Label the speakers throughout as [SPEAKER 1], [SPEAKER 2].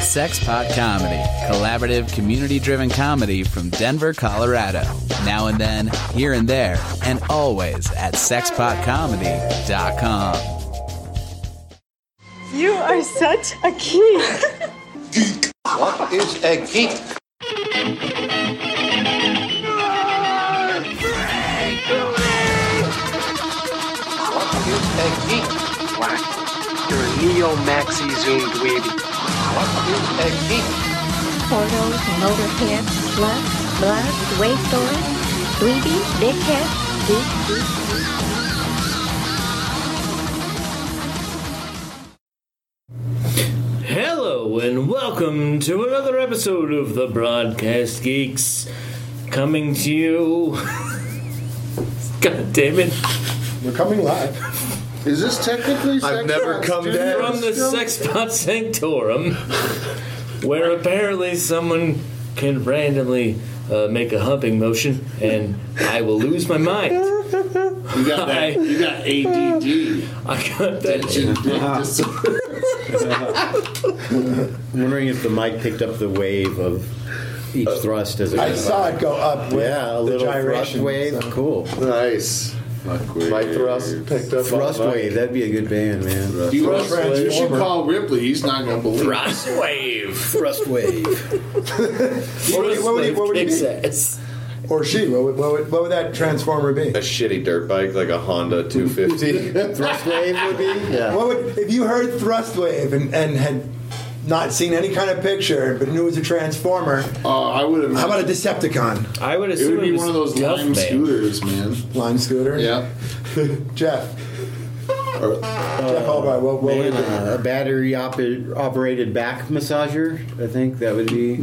[SPEAKER 1] Sex Pot Comedy, collaborative, community driven comedy from Denver, Colorado. Now and then, here and there, and always at sexpotcomedy.com.
[SPEAKER 2] You are such a geek.
[SPEAKER 3] What is a geek? What is a geek?
[SPEAKER 4] Black. You're a neo maxi zoom dweeb.
[SPEAKER 3] What is a geek?
[SPEAKER 5] Portos, motorhead, slut, blood, wasteland, dweeby, dickhead, geek, geek, geek.
[SPEAKER 6] Hello and welcome to another episode of the Broadcast Geeks coming to you. God damn it.
[SPEAKER 7] We're coming live. Is this technically? I've never come
[SPEAKER 6] From the Sexpot Sanctorum, where apparently someone can randomly uh, make a humping motion and I will lose my mind.
[SPEAKER 8] You got that. You got ADD.
[SPEAKER 6] I got that.
[SPEAKER 9] Uh-huh. I'm wondering if the mic picked up the wave of each thrust as it
[SPEAKER 7] I
[SPEAKER 9] went
[SPEAKER 7] saw
[SPEAKER 9] by.
[SPEAKER 7] it go up with
[SPEAKER 9] Yeah, a
[SPEAKER 7] the
[SPEAKER 9] little thrust
[SPEAKER 7] gyration.
[SPEAKER 9] wave.
[SPEAKER 7] so.
[SPEAKER 9] Cool.
[SPEAKER 8] nice. Mike Thrust picked up.
[SPEAKER 9] Thrust
[SPEAKER 8] on
[SPEAKER 9] wave. That'd be a good band, man.
[SPEAKER 8] that. You,
[SPEAKER 7] Thrust
[SPEAKER 8] should- you should
[SPEAKER 7] Transformer.
[SPEAKER 8] call Ripley. He's not going to believe. it.
[SPEAKER 6] Thrust wave.
[SPEAKER 9] Thrust wave.
[SPEAKER 7] What would, it- what would it- what would it
[SPEAKER 6] Kicks
[SPEAKER 7] be?
[SPEAKER 6] ass.
[SPEAKER 7] Or she? What would, what would, what would that transformer be?
[SPEAKER 10] a shitty dirt bike like a Honda 250.
[SPEAKER 9] thrust wave would be. Yeah.
[SPEAKER 7] What would if you heard thrust wave and, and had not seen any kind of picture but knew it was a transformer?
[SPEAKER 9] Uh,
[SPEAKER 8] Oh, I would have.
[SPEAKER 7] How about a Decepticon
[SPEAKER 6] I would
[SPEAKER 8] It
[SPEAKER 6] assume
[SPEAKER 8] would be
[SPEAKER 6] was
[SPEAKER 8] one of those
[SPEAKER 6] Guff
[SPEAKER 8] lime
[SPEAKER 6] Band.
[SPEAKER 8] scooters, man.
[SPEAKER 7] line scooter?
[SPEAKER 8] Yeah.
[SPEAKER 7] Jeff.
[SPEAKER 8] Or-
[SPEAKER 7] Jeff Albright. What, what would it
[SPEAKER 9] And,
[SPEAKER 7] be?
[SPEAKER 9] uh, a battery op- operated back massager. I think that would be.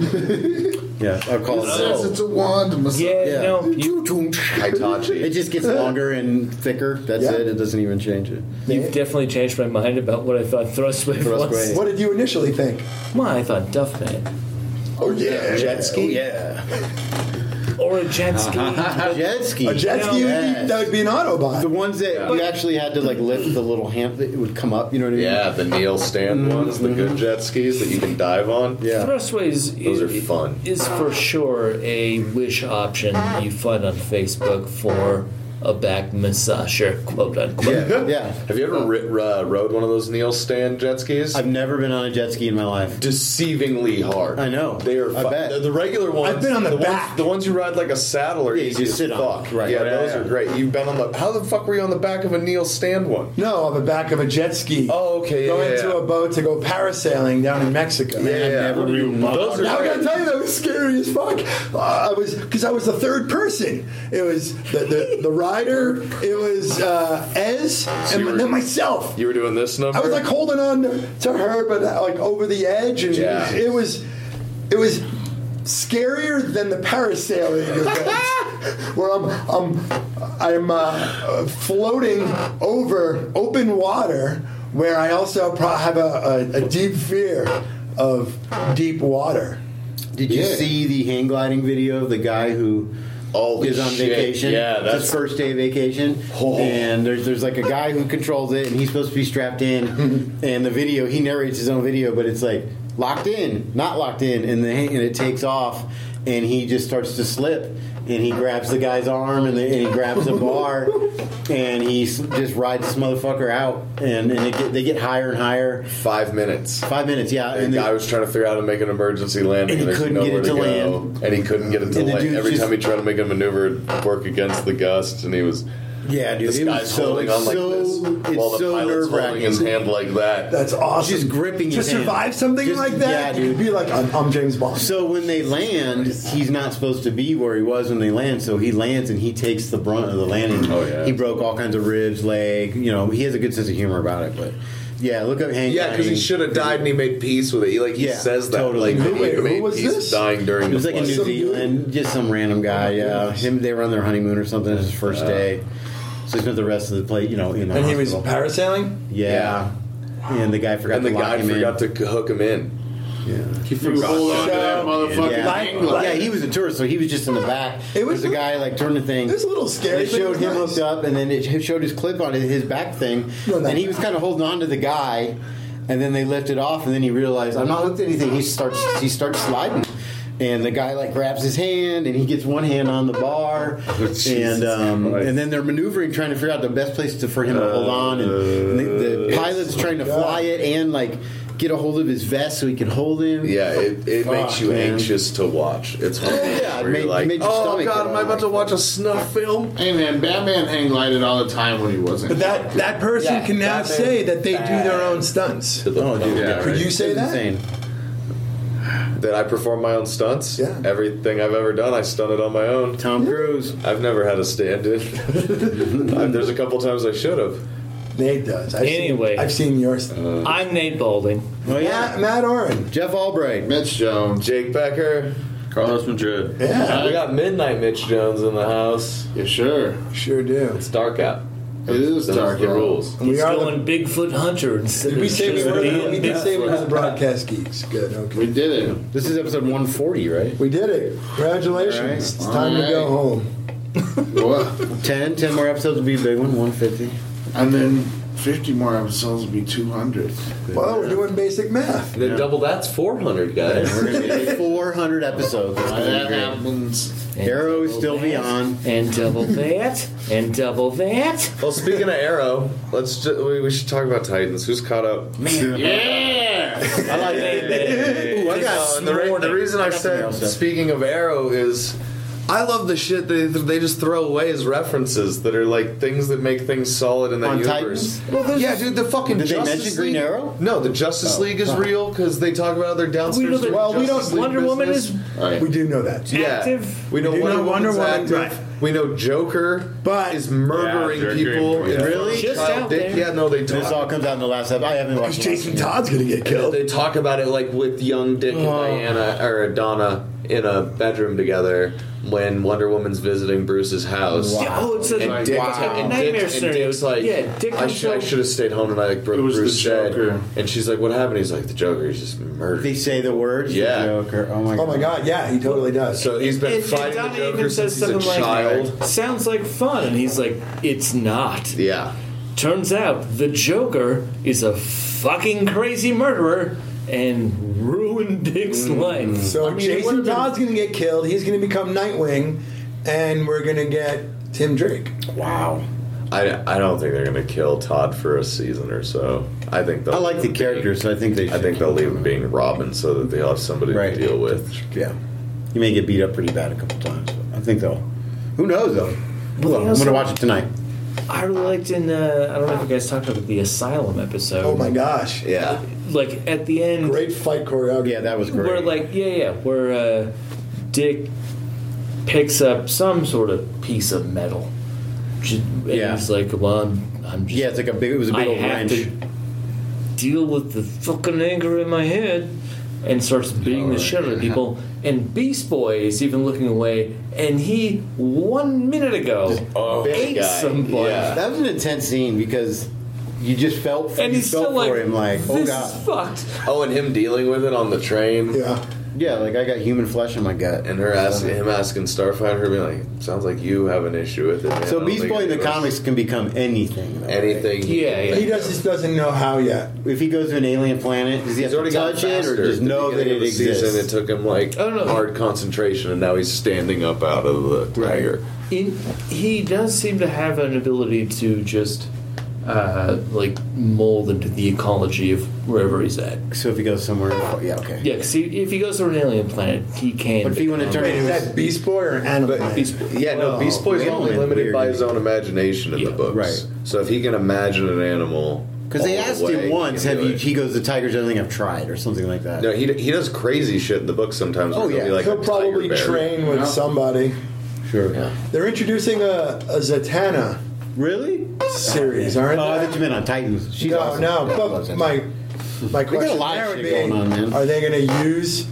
[SPEAKER 9] Yeah, I'll call it.
[SPEAKER 8] Yes,
[SPEAKER 9] that.
[SPEAKER 8] it's a wand. mas-
[SPEAKER 6] Oh. Yeah,
[SPEAKER 9] Yeah.
[SPEAKER 6] no. You,
[SPEAKER 9] It
[SPEAKER 10] Hitachi.
[SPEAKER 9] just gets longer and thicker. That's
[SPEAKER 7] Yeah.
[SPEAKER 9] it. It doesn't even change it.
[SPEAKER 6] you've definitely changed my mind about what I thought thrust wave
[SPEAKER 9] Thrust
[SPEAKER 6] was.
[SPEAKER 9] wave.
[SPEAKER 7] What did you initially think?
[SPEAKER 6] Well, I thought Duff Man.
[SPEAKER 7] Oh yeah,
[SPEAKER 9] Jet ski. yeah.
[SPEAKER 6] Or a jet ski.
[SPEAKER 9] Jet ski.
[SPEAKER 7] a jet ski. would be-
[SPEAKER 9] Yes.
[SPEAKER 7] That would be an Autobot.
[SPEAKER 9] The ones that you actually had to like lift the little hand that it would come up, you know what I mean?
[SPEAKER 10] Yeah, the Neil Stand ones, the good jet skis that you can dive on.
[SPEAKER 9] Mm-hmm. Yeah.
[SPEAKER 6] Thrustway is,
[SPEAKER 10] Those are
[SPEAKER 6] is-
[SPEAKER 10] fun.
[SPEAKER 6] is for sure a wish option you find on Facebook for a back massager, quote unquote.
[SPEAKER 9] Yeah. yeah.
[SPEAKER 10] Have you ever ri- uh, rode one of those Neil Stand jet skis?
[SPEAKER 9] I've never been on a jet ski in my life.
[SPEAKER 10] Deceivingly hard.
[SPEAKER 9] I know.
[SPEAKER 10] They are.
[SPEAKER 9] I
[SPEAKER 10] fu-
[SPEAKER 9] bet.
[SPEAKER 10] The, the regular ones.
[SPEAKER 7] I've been on the
[SPEAKER 10] ones-
[SPEAKER 7] back.
[SPEAKER 10] the ones you ride like a saddle are
[SPEAKER 9] Yeah, you
[SPEAKER 10] easy
[SPEAKER 9] just
[SPEAKER 10] as
[SPEAKER 9] sit on
[SPEAKER 10] fuck.
[SPEAKER 9] it. Right.
[SPEAKER 10] Yeah,
[SPEAKER 9] Yeah,
[SPEAKER 10] those
[SPEAKER 9] yeah.
[SPEAKER 10] are great. You've been on the. How the fuck were you on the back of a Neil Stand one?
[SPEAKER 7] No, on the back of a jet ski.
[SPEAKER 10] Oh, okay, yeah,
[SPEAKER 7] Going
[SPEAKER 10] yeah,
[SPEAKER 7] to
[SPEAKER 10] yeah.
[SPEAKER 7] a boat to go parasailing down in Mexico.
[SPEAKER 9] never really
[SPEAKER 10] Those
[SPEAKER 7] Now I
[SPEAKER 10] are
[SPEAKER 7] gotta
[SPEAKER 10] great.
[SPEAKER 7] tell you, that was scary as fuck. Uh, I was because I was the third person. It was the the, the rider. It was uh, Ez and
[SPEAKER 10] you
[SPEAKER 7] my-
[SPEAKER 10] were-
[SPEAKER 7] then myself.
[SPEAKER 10] You were doing this number.
[SPEAKER 7] I was like holding on to her, but uh, like over the edge, and
[SPEAKER 10] Yeah.
[SPEAKER 7] it was it was scarier than the parasailing events, where I'm I'm I'm uh, uh, floating over open water, where I also pro- have a, a, a deep fear of deep water.
[SPEAKER 9] Did you
[SPEAKER 7] Yeah.
[SPEAKER 9] see the hang gliding video of the guy who
[SPEAKER 10] Oh,
[SPEAKER 9] is on
[SPEAKER 10] shit.
[SPEAKER 9] vacation?
[SPEAKER 10] Yeah,
[SPEAKER 9] It's
[SPEAKER 10] that's
[SPEAKER 9] his first day of vacation.
[SPEAKER 10] Oh.
[SPEAKER 9] And there's there's like a guy who controls it and he's supposed to be strapped in and the video he narrates his own video, but it's like locked in, not locked in, and the hang- and it takes off and he just starts to slip and he grabs the guy's arm and, the, and he grabs a bar and he s- just rides this motherfucker out and, and it get, they get higher and higher.
[SPEAKER 10] five minutes.
[SPEAKER 9] Five minutes, yeah.
[SPEAKER 10] And the
[SPEAKER 9] then-
[SPEAKER 10] guy was trying to figure out how to make an emergency landing.
[SPEAKER 9] And he
[SPEAKER 10] There's
[SPEAKER 9] couldn't get
[SPEAKER 10] nowhere
[SPEAKER 9] it to
[SPEAKER 10] go.
[SPEAKER 9] land.
[SPEAKER 10] And he couldn't get it to
[SPEAKER 9] And the
[SPEAKER 10] land.
[SPEAKER 9] dude's
[SPEAKER 10] Every
[SPEAKER 9] just-
[SPEAKER 10] time he tried to make a maneuver, it'd work against the gust, and he was.
[SPEAKER 9] Yeah, dude,
[SPEAKER 10] This
[SPEAKER 9] it
[SPEAKER 10] guy's
[SPEAKER 9] was so,
[SPEAKER 10] holding on like
[SPEAKER 9] so
[SPEAKER 10] this, while
[SPEAKER 9] it's
[SPEAKER 10] the
[SPEAKER 9] so
[SPEAKER 10] pilot's
[SPEAKER 9] nerve
[SPEAKER 10] holding his
[SPEAKER 9] wracking.
[SPEAKER 10] hand like that.
[SPEAKER 7] That's awesome.
[SPEAKER 9] Just gripping
[SPEAKER 7] to
[SPEAKER 9] his hand.
[SPEAKER 7] survive something
[SPEAKER 9] Just-
[SPEAKER 7] like that.
[SPEAKER 9] yeah,
[SPEAKER 7] you
[SPEAKER 9] dude.
[SPEAKER 7] could be like I'm, I'm James Bond.
[SPEAKER 9] So when they land, he's not supposed to be where he was when they land. So he lands and he takes the brunt of the landing.
[SPEAKER 10] Oh, yeah.
[SPEAKER 9] he broke all kinds of ribs, leg. You know, he has a good sense of humor about it. But yeah, look up Hank.
[SPEAKER 10] Yeah, because he
[SPEAKER 9] Dining.
[SPEAKER 10] should have died, and he made peace with it. He like he
[SPEAKER 9] Yeah,
[SPEAKER 10] says that
[SPEAKER 9] totally.
[SPEAKER 10] like
[SPEAKER 7] Wait,
[SPEAKER 10] he
[SPEAKER 7] who
[SPEAKER 10] made
[SPEAKER 7] was
[SPEAKER 10] peace
[SPEAKER 7] this?
[SPEAKER 10] dying during
[SPEAKER 9] It was
[SPEAKER 10] the
[SPEAKER 9] like in
[SPEAKER 10] flight.
[SPEAKER 9] New Zealand, just some random guy. Yeah, him. They were on their honeymoon or something. It was his first day, so he spent the rest of the play. You know, in the
[SPEAKER 7] and he was
[SPEAKER 9] hospital.
[SPEAKER 7] parasailing.
[SPEAKER 9] yeah. And the guy forgot
[SPEAKER 10] and the
[SPEAKER 9] to lock
[SPEAKER 10] guy
[SPEAKER 9] him
[SPEAKER 10] forgot
[SPEAKER 9] in.
[SPEAKER 10] to hook him in.
[SPEAKER 8] You hold on to that motherfucking
[SPEAKER 9] Yeah.
[SPEAKER 8] thing.
[SPEAKER 9] yeah, he was a tourist, so he was just in the back.
[SPEAKER 7] It
[SPEAKER 9] It
[SPEAKER 7] was-
[SPEAKER 9] was the guy like turned the thing.
[SPEAKER 7] It was a little scary,
[SPEAKER 9] It
[SPEAKER 7] but it
[SPEAKER 9] showed
[SPEAKER 7] was
[SPEAKER 9] him
[SPEAKER 7] nice.
[SPEAKER 9] hooked up, and then it showed his clip on his back thing,
[SPEAKER 7] No, no.
[SPEAKER 9] and he was kind of holding on to the guy. and then they lift it off, and then he realized I'm not hooked to anything. He starts he starts sliding, and the guy like grabs his hand, and he gets one hand on the bar,
[SPEAKER 10] Oh, Jesus
[SPEAKER 9] and um,
[SPEAKER 10] Christ.
[SPEAKER 9] and then they're maneuvering, trying to figure out the best place to, for him to hold on, and, and the, the
[SPEAKER 10] Uh,
[SPEAKER 9] pilot's trying to fly it and like get a hold of his vest so he can hold him.
[SPEAKER 10] Yeah, it, it makes you
[SPEAKER 9] man.
[SPEAKER 10] anxious to watch. It's one of those
[SPEAKER 9] Yeah, it
[SPEAKER 10] where
[SPEAKER 9] made-
[SPEAKER 10] you're like,
[SPEAKER 9] made your
[SPEAKER 10] oh
[SPEAKER 9] stomach
[SPEAKER 10] god,
[SPEAKER 9] go
[SPEAKER 10] am I about
[SPEAKER 9] like
[SPEAKER 10] to watch a snuff film?
[SPEAKER 8] Hey man, Batman hang glided all the time when he wasn't.
[SPEAKER 11] But that that person
[SPEAKER 9] Yeah,
[SPEAKER 11] can now
[SPEAKER 9] that thing-
[SPEAKER 11] say that they do their own stunts.
[SPEAKER 10] To the
[SPEAKER 9] Oh, dude,
[SPEAKER 10] yeah,
[SPEAKER 9] yeah,
[SPEAKER 10] right.
[SPEAKER 7] Could you say
[SPEAKER 9] It's
[SPEAKER 7] that?
[SPEAKER 9] insane.
[SPEAKER 10] that I perform my own stunts.
[SPEAKER 7] Yeah.
[SPEAKER 10] Everything I've ever done, I stunt it on my own.
[SPEAKER 9] Tom Cruise.
[SPEAKER 10] I've never had a stand-in. I- There's a couple times I should have.
[SPEAKER 7] Nate does. I've
[SPEAKER 6] Anyway.
[SPEAKER 7] seen,
[SPEAKER 6] Oh,
[SPEAKER 7] I've seen yours.
[SPEAKER 6] I'm Nate Balding.
[SPEAKER 9] Oh
[SPEAKER 7] Matt,
[SPEAKER 9] yeah,
[SPEAKER 7] Matt Oren.
[SPEAKER 9] Jeff Albright.
[SPEAKER 8] Mitch Jones,
[SPEAKER 10] Jake Becker.
[SPEAKER 8] Carlos Madrid.
[SPEAKER 7] Yeah.
[SPEAKER 10] We got Midnight Mitch Jones in the house.
[SPEAKER 8] Yeah, sure.
[SPEAKER 7] Sure do.
[SPEAKER 10] It's dark out.
[SPEAKER 8] It is
[SPEAKER 10] Those
[SPEAKER 8] dark.
[SPEAKER 10] are the
[SPEAKER 8] out.
[SPEAKER 10] rules.
[SPEAKER 7] We
[SPEAKER 6] He's
[SPEAKER 7] are the-
[SPEAKER 6] going Bigfoot Hunter instead
[SPEAKER 7] Did
[SPEAKER 6] of
[SPEAKER 7] we say we
[SPEAKER 6] just
[SPEAKER 7] were?
[SPEAKER 6] being
[SPEAKER 7] the- We did say we were the
[SPEAKER 6] Bigfoot.
[SPEAKER 7] broadcast geeks. Good. Okay.
[SPEAKER 8] We did it.
[SPEAKER 9] This is episode 140, right?
[SPEAKER 7] We did it. Congratulations.
[SPEAKER 9] All right.
[SPEAKER 7] It's time to
[SPEAKER 8] All
[SPEAKER 7] go
[SPEAKER 8] right.
[SPEAKER 7] home.
[SPEAKER 8] What?
[SPEAKER 9] 10, 10 more episodes will be a big one. 150.
[SPEAKER 8] and then 50 more episodes will be 200.
[SPEAKER 7] Well, we're doing basic math.
[SPEAKER 10] Then double that's 400, guys.
[SPEAKER 9] We're gonna be 400 episodes. It's
[SPEAKER 8] By
[SPEAKER 9] gonna be
[SPEAKER 8] that
[SPEAKER 9] great.
[SPEAKER 8] happens.
[SPEAKER 6] And
[SPEAKER 9] Arrow is
[SPEAKER 6] double
[SPEAKER 9] still
[SPEAKER 6] that,
[SPEAKER 9] beyond.
[SPEAKER 6] And double that. And double that.
[SPEAKER 10] well, speaking of Arrow, let's ju- we, we should talk about Titans. Who's caught up?
[SPEAKER 8] Yeah!
[SPEAKER 9] I like Ooh, I
[SPEAKER 10] Uh,
[SPEAKER 9] got
[SPEAKER 10] and the, re- the reason I said speaking of Arrow is I love the shit they they just throw away as references that are like things that make things solid in that
[SPEAKER 9] On
[SPEAKER 10] universe.
[SPEAKER 9] Titans?
[SPEAKER 10] yeah, dude, the fucking
[SPEAKER 9] Did they
[SPEAKER 10] Justice
[SPEAKER 9] mention Green
[SPEAKER 10] League.
[SPEAKER 9] Arrow? Oh,
[SPEAKER 10] No, the Justice League is real because they talk about their
[SPEAKER 6] We
[SPEAKER 10] downstairs.
[SPEAKER 6] know that
[SPEAKER 10] doing
[SPEAKER 7] Well, we don't-
[SPEAKER 10] Justice League
[SPEAKER 6] Wonder Woman
[SPEAKER 10] business.
[SPEAKER 6] is
[SPEAKER 7] We do know that.
[SPEAKER 10] yeah.
[SPEAKER 6] active.
[SPEAKER 10] We know
[SPEAKER 11] do
[SPEAKER 10] Wonder,
[SPEAKER 11] know Wonder
[SPEAKER 10] Woman's
[SPEAKER 11] Woman,
[SPEAKER 10] active.
[SPEAKER 11] right.
[SPEAKER 10] We know Joker
[SPEAKER 11] But-
[SPEAKER 10] is murdering
[SPEAKER 8] Yeah, Joker,
[SPEAKER 10] people.
[SPEAKER 8] yeah.
[SPEAKER 10] and
[SPEAKER 9] Really?
[SPEAKER 10] child
[SPEAKER 6] Just out
[SPEAKER 10] dick-
[SPEAKER 6] there.
[SPEAKER 10] Yeah, no, they
[SPEAKER 9] This
[SPEAKER 10] talk.
[SPEAKER 9] all comes out in the last episode. I haven't watched. the last
[SPEAKER 7] Jason
[SPEAKER 9] one yet.
[SPEAKER 7] Todd's gonna get killed.
[SPEAKER 10] They talk about it like with young Dick
[SPEAKER 9] Oh.
[SPEAKER 10] and Diana or Donna in a bedroom together when Wonder Woman's visiting Bruce's house.
[SPEAKER 6] Yeah, oh, it's a
[SPEAKER 10] And Dick,
[SPEAKER 8] Wow.
[SPEAKER 10] and Dick-
[SPEAKER 6] nightmare
[SPEAKER 10] and
[SPEAKER 6] scenario.
[SPEAKER 10] Dick's like,
[SPEAKER 6] yeah, Dick
[SPEAKER 10] I,
[SPEAKER 6] comes
[SPEAKER 10] should, I
[SPEAKER 6] out-
[SPEAKER 10] should have stayed home tonight, like Bru-
[SPEAKER 8] It was the
[SPEAKER 10] Bruce said.
[SPEAKER 8] Joker.
[SPEAKER 10] And she's like, what happened? He's like, the Joker, he's just murdered.
[SPEAKER 9] They say the words.
[SPEAKER 10] Yeah.
[SPEAKER 9] Joker. Oh my.
[SPEAKER 7] Oh
[SPEAKER 9] God.
[SPEAKER 7] my god, yeah, he totally does.
[SPEAKER 10] so he's been
[SPEAKER 6] And- and
[SPEAKER 10] fighting
[SPEAKER 6] Donna
[SPEAKER 10] the Joker
[SPEAKER 6] even says
[SPEAKER 10] since he's a
[SPEAKER 6] something like,
[SPEAKER 10] child.
[SPEAKER 6] Sounds like fun. And he's like, it's not.
[SPEAKER 10] Yeah.
[SPEAKER 6] Turns out the Joker is a fucking crazy murderer and ruined Dick's life.
[SPEAKER 7] So
[SPEAKER 6] I mean, it
[SPEAKER 7] Jason
[SPEAKER 6] would've been-
[SPEAKER 7] Todd's gonna get killed. He's gonna become Nightwing, and we're gonna get Tim Drake.
[SPEAKER 9] Wow.
[SPEAKER 10] I, I don't think they're going to kill Todd for a season or so. I think they'll
[SPEAKER 9] I like the character, so I think they. Should.
[SPEAKER 10] I think they'll leave him being Robin so that they'll have somebody
[SPEAKER 9] Right.
[SPEAKER 10] to deal with.
[SPEAKER 9] Yeah. You may get beat up pretty bad a couple times. But I think they'll. Who knows though? Hold on, I'm
[SPEAKER 6] also-
[SPEAKER 9] gonna watch it tonight.
[SPEAKER 6] I really liked in, uh, I don't know if you guys talked about the Asylum episode.
[SPEAKER 7] Oh my gosh.
[SPEAKER 10] Yeah.
[SPEAKER 6] Like, at the end,
[SPEAKER 7] Great fight choreography.
[SPEAKER 9] Yeah, that was great.
[SPEAKER 6] where, like, yeah, yeah, where uh, Dick picks up some sort of piece of metal. Ju- And
[SPEAKER 9] Yeah.
[SPEAKER 6] he's like, well, I'm, I'm just
[SPEAKER 9] yeah, it's like a big. It was a big
[SPEAKER 6] I
[SPEAKER 9] old
[SPEAKER 6] have
[SPEAKER 9] wrench.
[SPEAKER 6] to deal with the fucking anger in my head and starts beating the shit out of people. And Beast Boy is even looking away, and he one minute ago
[SPEAKER 10] Oh,
[SPEAKER 6] ate somebody.
[SPEAKER 9] Uh, That was an intense scene because you just felt.
[SPEAKER 6] And
[SPEAKER 9] you
[SPEAKER 6] he's
[SPEAKER 9] felt
[SPEAKER 6] still like,
[SPEAKER 9] for him, like
[SPEAKER 6] this
[SPEAKER 9] oh god.
[SPEAKER 6] is fucked.
[SPEAKER 10] Oh, and him dealing with it on the train.
[SPEAKER 7] Yeah.
[SPEAKER 9] Yeah, like I got human flesh in my gut.
[SPEAKER 10] And her asking him asking Starfire, her being like, "Sounds like you have an issue with it." man." I
[SPEAKER 9] So
[SPEAKER 10] don't
[SPEAKER 9] Beast
[SPEAKER 10] think
[SPEAKER 9] Boy in the
[SPEAKER 10] it was
[SPEAKER 9] comics can become anything. though, right?
[SPEAKER 10] anything.
[SPEAKER 6] Yeah, yeah.
[SPEAKER 7] He does, just doesn't know how yet.
[SPEAKER 9] If he goes to an alien planet, does he have
[SPEAKER 10] He's
[SPEAKER 9] to
[SPEAKER 10] already got
[SPEAKER 9] touch it or
[SPEAKER 10] faster.
[SPEAKER 9] just
[SPEAKER 10] at the
[SPEAKER 9] know that
[SPEAKER 10] beginning
[SPEAKER 9] it
[SPEAKER 10] of the Season, it
[SPEAKER 9] exists?
[SPEAKER 10] took him like
[SPEAKER 6] Oh, no.
[SPEAKER 10] hard concentration, and now he's standing up out of the tiger.
[SPEAKER 6] In, he does seem to have an ability to just uh, like mold into the ecology of wherever he's at.
[SPEAKER 9] So if he goes somewhere, oh, yeah, okay.
[SPEAKER 6] Yeah, because if he goes to an alien planet, he can.
[SPEAKER 9] But if he wanted to turn
[SPEAKER 7] Wait, is
[SPEAKER 9] into
[SPEAKER 7] that Beast Boy or Animal Man?
[SPEAKER 6] Beast Boy.
[SPEAKER 10] Yeah, no. Beast Boy's
[SPEAKER 9] man,
[SPEAKER 10] only limited
[SPEAKER 9] weird.
[SPEAKER 10] by his own imagination in
[SPEAKER 6] Yeah,
[SPEAKER 10] the books.
[SPEAKER 9] right.
[SPEAKER 10] So if he can imagine an animal,
[SPEAKER 9] because they
[SPEAKER 10] all the
[SPEAKER 9] asked
[SPEAKER 10] way,
[SPEAKER 9] him
[SPEAKER 10] he
[SPEAKER 9] once,
[SPEAKER 10] can
[SPEAKER 9] "Have
[SPEAKER 10] do
[SPEAKER 9] you?"
[SPEAKER 10] it.
[SPEAKER 9] He goes, "The tigers, everything I've tried," or something like that.
[SPEAKER 10] No, he, he does crazy shit in the book sometimes. where
[SPEAKER 9] Oh,
[SPEAKER 10] he'll
[SPEAKER 9] yeah.
[SPEAKER 10] be like a
[SPEAKER 7] He'll
[SPEAKER 10] tiger
[SPEAKER 7] probably
[SPEAKER 10] bear.
[SPEAKER 7] train with somebody.
[SPEAKER 9] Sure.
[SPEAKER 7] They're introducing a, a Zatanna
[SPEAKER 9] Really?
[SPEAKER 7] series, aren't
[SPEAKER 9] Oh, I
[SPEAKER 7] they?
[SPEAKER 9] thought you meant on Titans. She's
[SPEAKER 7] no,
[SPEAKER 9] awesome.
[SPEAKER 7] no.
[SPEAKER 9] Yeah, I love
[SPEAKER 7] But
[SPEAKER 9] Zatanna.
[SPEAKER 7] my my
[SPEAKER 9] got a
[SPEAKER 7] question
[SPEAKER 9] lot of
[SPEAKER 7] there would
[SPEAKER 9] shit going
[SPEAKER 7] be:
[SPEAKER 9] on, man.
[SPEAKER 7] Are they going to use?